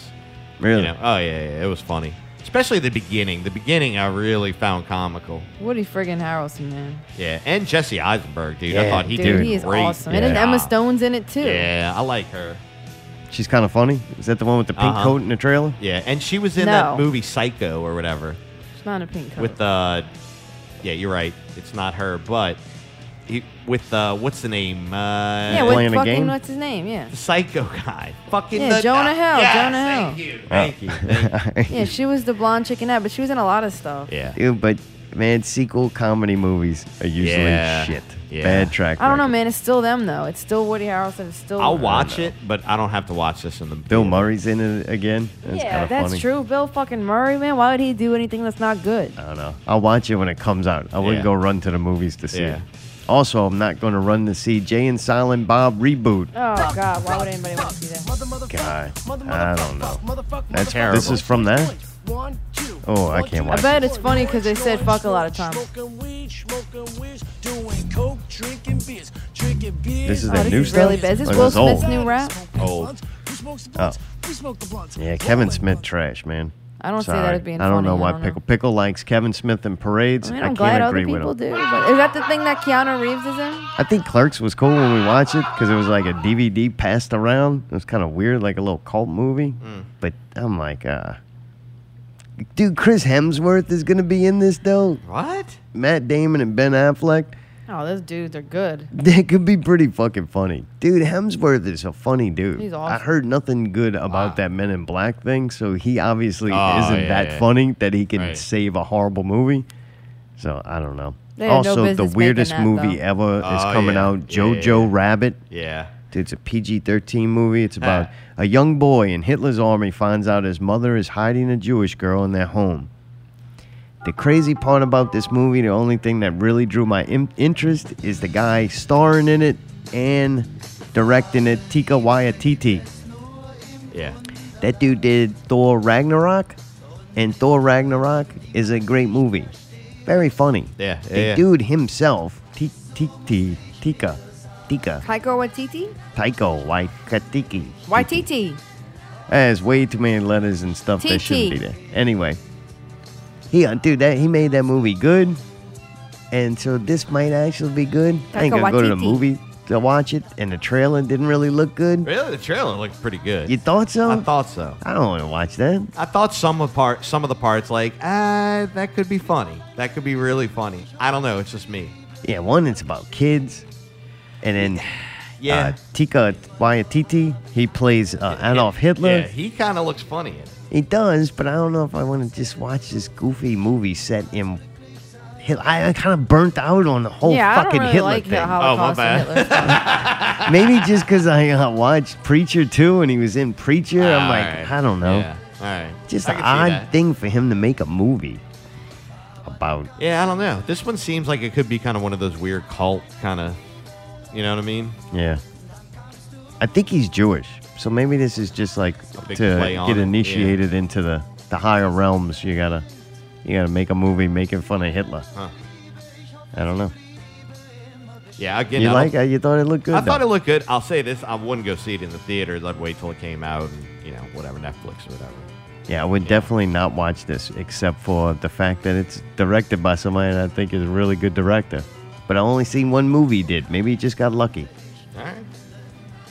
[SPEAKER 1] Really?
[SPEAKER 4] know, oh yeah, yeah, it was funny. Especially the beginning. The beginning I really found comical.
[SPEAKER 5] Woody friggin' Harrelson, man.
[SPEAKER 4] Yeah, and Jesse Eisenberg, dude. I
[SPEAKER 1] Yeah,
[SPEAKER 4] thought he
[SPEAKER 5] Dude,
[SPEAKER 4] did a
[SPEAKER 5] he is
[SPEAKER 4] great
[SPEAKER 5] awesome. And then
[SPEAKER 4] job.
[SPEAKER 5] Emma Stone's in it too.
[SPEAKER 4] Yeah, I like her.
[SPEAKER 1] She's kind of funny. Is that the one with the pink
[SPEAKER 4] Uh-huh.
[SPEAKER 1] coat in the trailer?
[SPEAKER 4] Yeah, and she was in that
[SPEAKER 5] No. Oh.
[SPEAKER 4] movie Psycho or whatever.
[SPEAKER 5] It's not a pink color.
[SPEAKER 4] with the yeah you're right it's not her but he, with uh what's the name uh
[SPEAKER 5] yeah, what fucking what's his name? Yeah.
[SPEAKER 4] the psycho guy fucking
[SPEAKER 5] Yeah,
[SPEAKER 4] the-
[SPEAKER 5] Jonah Hill.
[SPEAKER 4] Yes,
[SPEAKER 5] Jonah Hill.
[SPEAKER 4] thank you thank you
[SPEAKER 5] Yeah, she was the blonde chicken out, but she was in a lot of stuff.
[SPEAKER 4] Yeah.
[SPEAKER 1] Dude, but man, sequel comedy movies are usually
[SPEAKER 4] Yeah.
[SPEAKER 1] shit.
[SPEAKER 4] Yeah.
[SPEAKER 1] Bad track.
[SPEAKER 5] I don't know, man. It's still them though. It's still Woody Harrelson. It's still.
[SPEAKER 4] i'll watch it but i don't have to watch this in the
[SPEAKER 1] Bill Murray's in it again. That's
[SPEAKER 5] yeah,
[SPEAKER 1] kinda
[SPEAKER 5] that's
[SPEAKER 1] funny.
[SPEAKER 5] true. Bill fucking Murray, man. Why would he do anything that's not good?
[SPEAKER 1] I don't know. I'll watch it when it comes out. I wouldn't
[SPEAKER 4] Yeah.
[SPEAKER 1] go run to the movies to see
[SPEAKER 4] Yeah.
[SPEAKER 1] it. Also, I'm not going to run to see Jay and Silent Bob reboot.
[SPEAKER 5] Oh God, why would anybody want to see that?
[SPEAKER 1] God, I don't know. That's terrible. This is from that. Oh, I can't watch.
[SPEAKER 5] I bet it's funny because they said fuck a lot of times.
[SPEAKER 1] it. This is
[SPEAKER 5] Oh,
[SPEAKER 1] their
[SPEAKER 5] this
[SPEAKER 1] new
[SPEAKER 5] is
[SPEAKER 1] stuff.
[SPEAKER 5] really bad. Is this
[SPEAKER 1] Or
[SPEAKER 5] Will
[SPEAKER 1] old?
[SPEAKER 5] Smith's new rap?
[SPEAKER 1] Old. Oh. Yeah, Kevin Smith trash, man.
[SPEAKER 5] I don't see that
[SPEAKER 1] Sorry.
[SPEAKER 5] as being
[SPEAKER 1] I don't know
[SPEAKER 5] funny.
[SPEAKER 1] why
[SPEAKER 5] I don't know.
[SPEAKER 1] Pickle Pickle likes Kevin Smith and parades. I,
[SPEAKER 5] I mean, I'm
[SPEAKER 1] can't
[SPEAKER 5] glad
[SPEAKER 1] agree
[SPEAKER 5] other
[SPEAKER 1] with
[SPEAKER 5] people
[SPEAKER 1] him.
[SPEAKER 5] do. But is that the thing that Keanu Reeves is in?
[SPEAKER 1] I think Clerks was cool when we watched it because it was like a DVD passed around. It was kind of weird, like a little cult movie. But I'm like, uh, dude, Chris Hemsworth is gonna be in this though.
[SPEAKER 4] What?
[SPEAKER 1] Matt Damon and Ben Affleck.
[SPEAKER 5] Oh, those dudes are good.
[SPEAKER 1] That could be pretty fucking funny. Dude, Hemsworth is a funny dude.
[SPEAKER 5] He's
[SPEAKER 1] I
[SPEAKER 5] awesome.
[SPEAKER 1] heard nothing good about that Men in Black thing, so he obviously
[SPEAKER 4] Oh,
[SPEAKER 1] isn't
[SPEAKER 4] yeah,
[SPEAKER 1] that
[SPEAKER 4] yeah.
[SPEAKER 1] funny that he can
[SPEAKER 4] Right.
[SPEAKER 1] save a horrible movie. So I don't know.
[SPEAKER 4] They had no
[SPEAKER 1] also, the
[SPEAKER 4] business making
[SPEAKER 1] weirdest
[SPEAKER 4] that,
[SPEAKER 1] movie
[SPEAKER 4] though.
[SPEAKER 1] ever is
[SPEAKER 4] Oh,
[SPEAKER 1] coming
[SPEAKER 4] yeah.
[SPEAKER 1] out
[SPEAKER 4] Yeah, yeah,
[SPEAKER 1] Jojo
[SPEAKER 4] yeah.
[SPEAKER 1] Rabbit.
[SPEAKER 4] yeah
[SPEAKER 1] Dude, it's a PG 13 movie. It's about
[SPEAKER 4] Ah.
[SPEAKER 1] a young boy in Hitler's army finds out his mother is hiding a Jewish girl in their home. The crazy part about this movie, the only thing that really drew my in- interest is the guy starring in it and directing it, Tika Waititi.
[SPEAKER 4] yeah
[SPEAKER 1] That dude did Thor Ragnarok, and Thor Ragnarok is a great movie. Very funny.
[SPEAKER 4] Yeah,
[SPEAKER 1] The
[SPEAKER 4] yeah, yeah.
[SPEAKER 1] dude himself, Ti- Ti- Ti- Tika, Tika,
[SPEAKER 5] Taiko Waititi?
[SPEAKER 1] Taiko Waikatiki.
[SPEAKER 5] Waititi.
[SPEAKER 1] There's way too many letters and stuff that shouldn't be
[SPEAKER 5] TT.
[SPEAKER 1] there. Anyway, he uh, dude that he made that movie good, and so this might actually be good. I ain't
[SPEAKER 4] Taika
[SPEAKER 1] gonna go to the
[SPEAKER 4] Waititi.
[SPEAKER 1] movie to watch it, and the trailer didn't really look good.
[SPEAKER 4] really the trailer looked pretty good
[SPEAKER 1] You thought so?
[SPEAKER 4] i thought so
[SPEAKER 1] I don't want to watch that.
[SPEAKER 4] I thought some of part, some of the parts, like ah, that could be funny. That could be really funny. I don't know. It's just me.
[SPEAKER 1] Yeah, one it's about kids, and then
[SPEAKER 4] Yeah.
[SPEAKER 1] uh, Tika Waititi he plays uh, Adolf Hitler.
[SPEAKER 4] Yeah, he kind of looks funny in it.
[SPEAKER 1] He does, but I don't know if I want to just watch this goofy movie set in. Hit- I, I kind of burnt out on the whole
[SPEAKER 5] yeah,
[SPEAKER 1] Oh, fucking
[SPEAKER 5] I don't really
[SPEAKER 1] Hitler
[SPEAKER 5] like
[SPEAKER 1] thing. Oh,
[SPEAKER 5] The
[SPEAKER 4] Oh,
[SPEAKER 5] Holocaust and Hitler stuff.
[SPEAKER 1] Maybe just because I uh, watched Preacher too, and he was in Preacher. I'm like,
[SPEAKER 4] Alright.
[SPEAKER 1] I don't know.
[SPEAKER 4] Yeah. All right.
[SPEAKER 1] Just
[SPEAKER 4] I
[SPEAKER 1] an
[SPEAKER 4] can see
[SPEAKER 1] odd
[SPEAKER 4] that.
[SPEAKER 1] thing for him to make a movie about.
[SPEAKER 4] Yeah, I don't know. This one seems like it could be kind of one of those weird cult kind of. You know what I mean?
[SPEAKER 1] Yeah. I think he's Jewish, so maybe this is just like
[SPEAKER 4] big play
[SPEAKER 1] to
[SPEAKER 4] on
[SPEAKER 1] get
[SPEAKER 4] it, yeah.
[SPEAKER 1] initiated into the, the higher realms. You gotta you gotta make a movie making fun of Hitler.
[SPEAKER 4] Huh.
[SPEAKER 1] I don't know.
[SPEAKER 4] Yeah. Again,
[SPEAKER 1] you
[SPEAKER 4] I
[SPEAKER 1] like
[SPEAKER 4] don't-
[SPEAKER 1] it? You thought it looked good?
[SPEAKER 4] I thought
[SPEAKER 1] though.
[SPEAKER 4] it looked good. I'll say this: I wouldn't go see it in the theaters. I'd wait till it came out, and you know, whatever Netflix or whatever.
[SPEAKER 1] Yeah, I would definitely not watch this except for the fact that it's directed by somebody that I think is a really good director. But I only seen one movie he did. Maybe he just got lucky.
[SPEAKER 4] All right.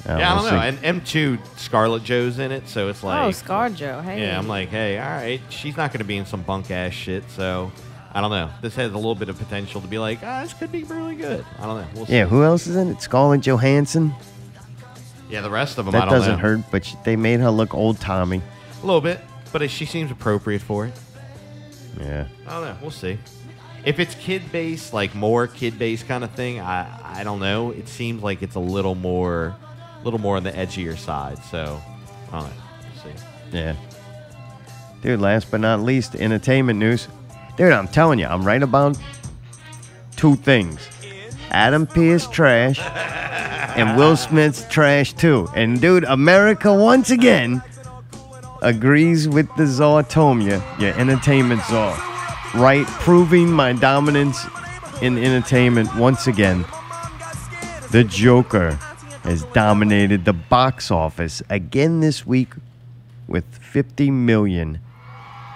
[SPEAKER 1] Uh,
[SPEAKER 4] yeah, I don't
[SPEAKER 1] we'll
[SPEAKER 4] know.
[SPEAKER 1] see.
[SPEAKER 4] And M two Scarlet Joe's in it, so it's like
[SPEAKER 5] oh, ScarJo. Hey.
[SPEAKER 4] Yeah, I'm like, hey, all right, she's not going to be in some bunk ass shit. So I don't know. This has a little bit of potential to be like, ah, this could be really good. I don't know. We'll
[SPEAKER 1] yeah,
[SPEAKER 4] see.
[SPEAKER 1] who else is in it? Scarlett Johansson.
[SPEAKER 4] Yeah, the rest of them. I
[SPEAKER 1] That
[SPEAKER 4] don't
[SPEAKER 1] doesn't
[SPEAKER 4] know.
[SPEAKER 1] hurt, but she- they made her look old Tommy.
[SPEAKER 4] A little bit, but she seems appropriate for it.
[SPEAKER 1] Yeah.
[SPEAKER 4] I don't know. Oh, We'll see. If it's kid based, like more kid based kind of thing, I I don't know. It seems like it's a little more, little more on the edgier side. So I don't know. We'll see.
[SPEAKER 1] Yeah. Dude, last but not least, entertainment news. Dude, I'm telling you, I'm right about two things. Adam Pearce trash and Will Smith's trash too. And dude, America once again agrees with the czar Tomia, your entertainment czar. Right, proving my dominance in entertainment once again. The Joker has dominated the box office again this week with 50 million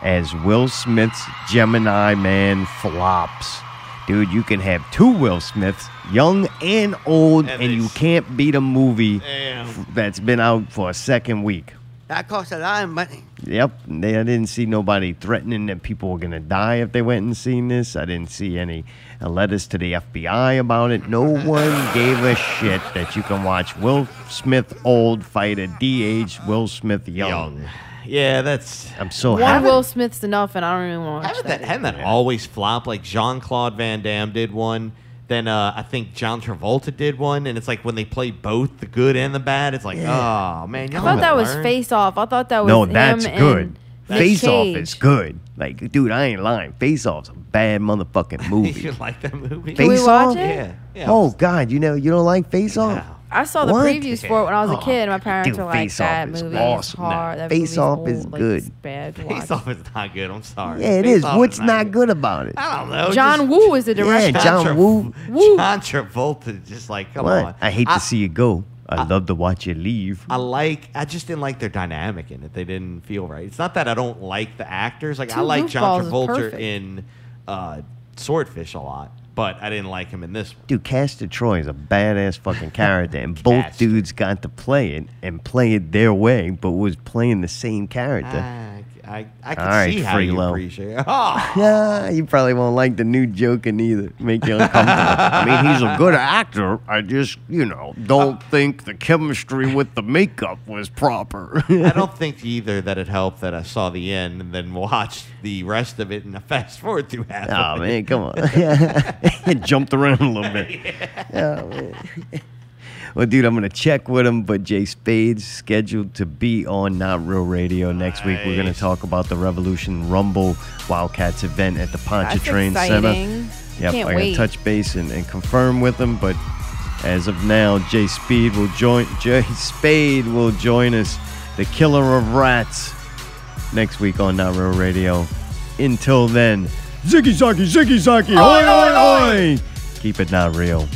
[SPEAKER 1] as Will Smith's Gemini Man flops. Dude, you can have two Will Smiths, young and old, and you can't beat a movie f- that's been out for a second week.
[SPEAKER 7] That costs a lot of money.
[SPEAKER 1] Yep. They, I didn't see nobody threatening that people were going to die if they went and seen this. I didn't see any uh, letters to the FBI about it. No one gave a shit that you can watch Will Smith old fight a DH Will Smith young.
[SPEAKER 4] Yeah, that's.
[SPEAKER 1] I'm so
[SPEAKER 5] One
[SPEAKER 1] happy.
[SPEAKER 5] Will Smith's enough, and I don't even want to watch that.
[SPEAKER 4] Hadn't that always flop? Like Jean Claude Van Damme did one. Then uh, I think John Travolta did one, and it's like when they play both the good and the bad. It's like, oh man,
[SPEAKER 5] I
[SPEAKER 4] y'all
[SPEAKER 5] thought
[SPEAKER 4] haven't
[SPEAKER 5] that was
[SPEAKER 4] learned.
[SPEAKER 5] Face Off. I thought that was
[SPEAKER 1] No,
[SPEAKER 5] him
[SPEAKER 1] that's
[SPEAKER 5] and
[SPEAKER 1] good.
[SPEAKER 5] Nick
[SPEAKER 1] Face Off
[SPEAKER 5] Cage.
[SPEAKER 1] is good. Like, dude, I ain't lying. Face Off's a bad motherfucking movie.
[SPEAKER 4] you like that movie?
[SPEAKER 1] Face Off?
[SPEAKER 4] Yeah. yeah.
[SPEAKER 1] Oh God, you know you don't like Face Off.
[SPEAKER 5] I saw the
[SPEAKER 1] What?
[SPEAKER 5] previews for it when I was a
[SPEAKER 1] Oh,
[SPEAKER 5] kid. and My parents
[SPEAKER 1] dude,
[SPEAKER 5] were like,
[SPEAKER 1] Face Off
[SPEAKER 5] "That
[SPEAKER 1] is
[SPEAKER 5] movie is
[SPEAKER 1] awesome.
[SPEAKER 5] hard. That
[SPEAKER 1] Face
[SPEAKER 5] movie's
[SPEAKER 1] Off
[SPEAKER 5] old.
[SPEAKER 1] is
[SPEAKER 5] Like,
[SPEAKER 1] good.
[SPEAKER 5] it's bad to watch."
[SPEAKER 4] Face Off is not good. I'm sorry.
[SPEAKER 1] Yeah, it
[SPEAKER 4] Face
[SPEAKER 1] is.
[SPEAKER 4] Off
[SPEAKER 1] What's not good about it?
[SPEAKER 4] I don't know.
[SPEAKER 5] John Woo is the director.
[SPEAKER 1] Yeah, John Woo.
[SPEAKER 4] John Travolta is just like, come on.
[SPEAKER 1] What? I hate
[SPEAKER 4] I,
[SPEAKER 1] to see you go. I, love to watch you leave.
[SPEAKER 4] I like. I just didn't like their dynamic in it. They didn't feel right. It's not that I don't like the actors. Like I
[SPEAKER 1] Two
[SPEAKER 4] like
[SPEAKER 1] goofballs
[SPEAKER 4] John
[SPEAKER 1] is
[SPEAKER 4] Travolta
[SPEAKER 1] perfect.
[SPEAKER 4] in uh, Swordfish a lot, but I didn't like him in this. one.
[SPEAKER 1] Dude, Castor Troy is a badass fucking character, and both dudes got to play it and play it their way, but was playing the same character.
[SPEAKER 4] I, I, I can
[SPEAKER 1] All right,
[SPEAKER 4] see how you
[SPEAKER 1] Freelo.
[SPEAKER 4] appreciate. It. Oh,
[SPEAKER 1] Yeah, you probably won't like the new Joker either. Make you uncomfortable. I mean, he's a good actor. I just, you know, don't think the chemistry with the makeup was proper.
[SPEAKER 4] I don't think either that it helped that I saw the end and then watched the rest of it and I fast forward through half.
[SPEAKER 1] Oh
[SPEAKER 4] of
[SPEAKER 1] man,
[SPEAKER 4] it.
[SPEAKER 1] come on! it jumped around a little bit. Oh, man. Well, dude, I'm gonna check with him, but Jay Spade's scheduled to be on Not Real Radio next week. We're gonna
[SPEAKER 4] Nice.
[SPEAKER 1] talk about the Revolution Rumble Wildcats event at the Pontchartrain
[SPEAKER 5] That's
[SPEAKER 1] Center.
[SPEAKER 5] exciting.
[SPEAKER 1] Yep,
[SPEAKER 5] Can't
[SPEAKER 1] I gotta
[SPEAKER 5] wait.
[SPEAKER 1] touch base and, and confirm with him, but as of now, Jay Speed will join. Jay Spade will join us, the killer of rats, next week on Not Real Radio. Until then, ziggy zaggy, ziggy zaggy, oi oi oi! Keep it not real.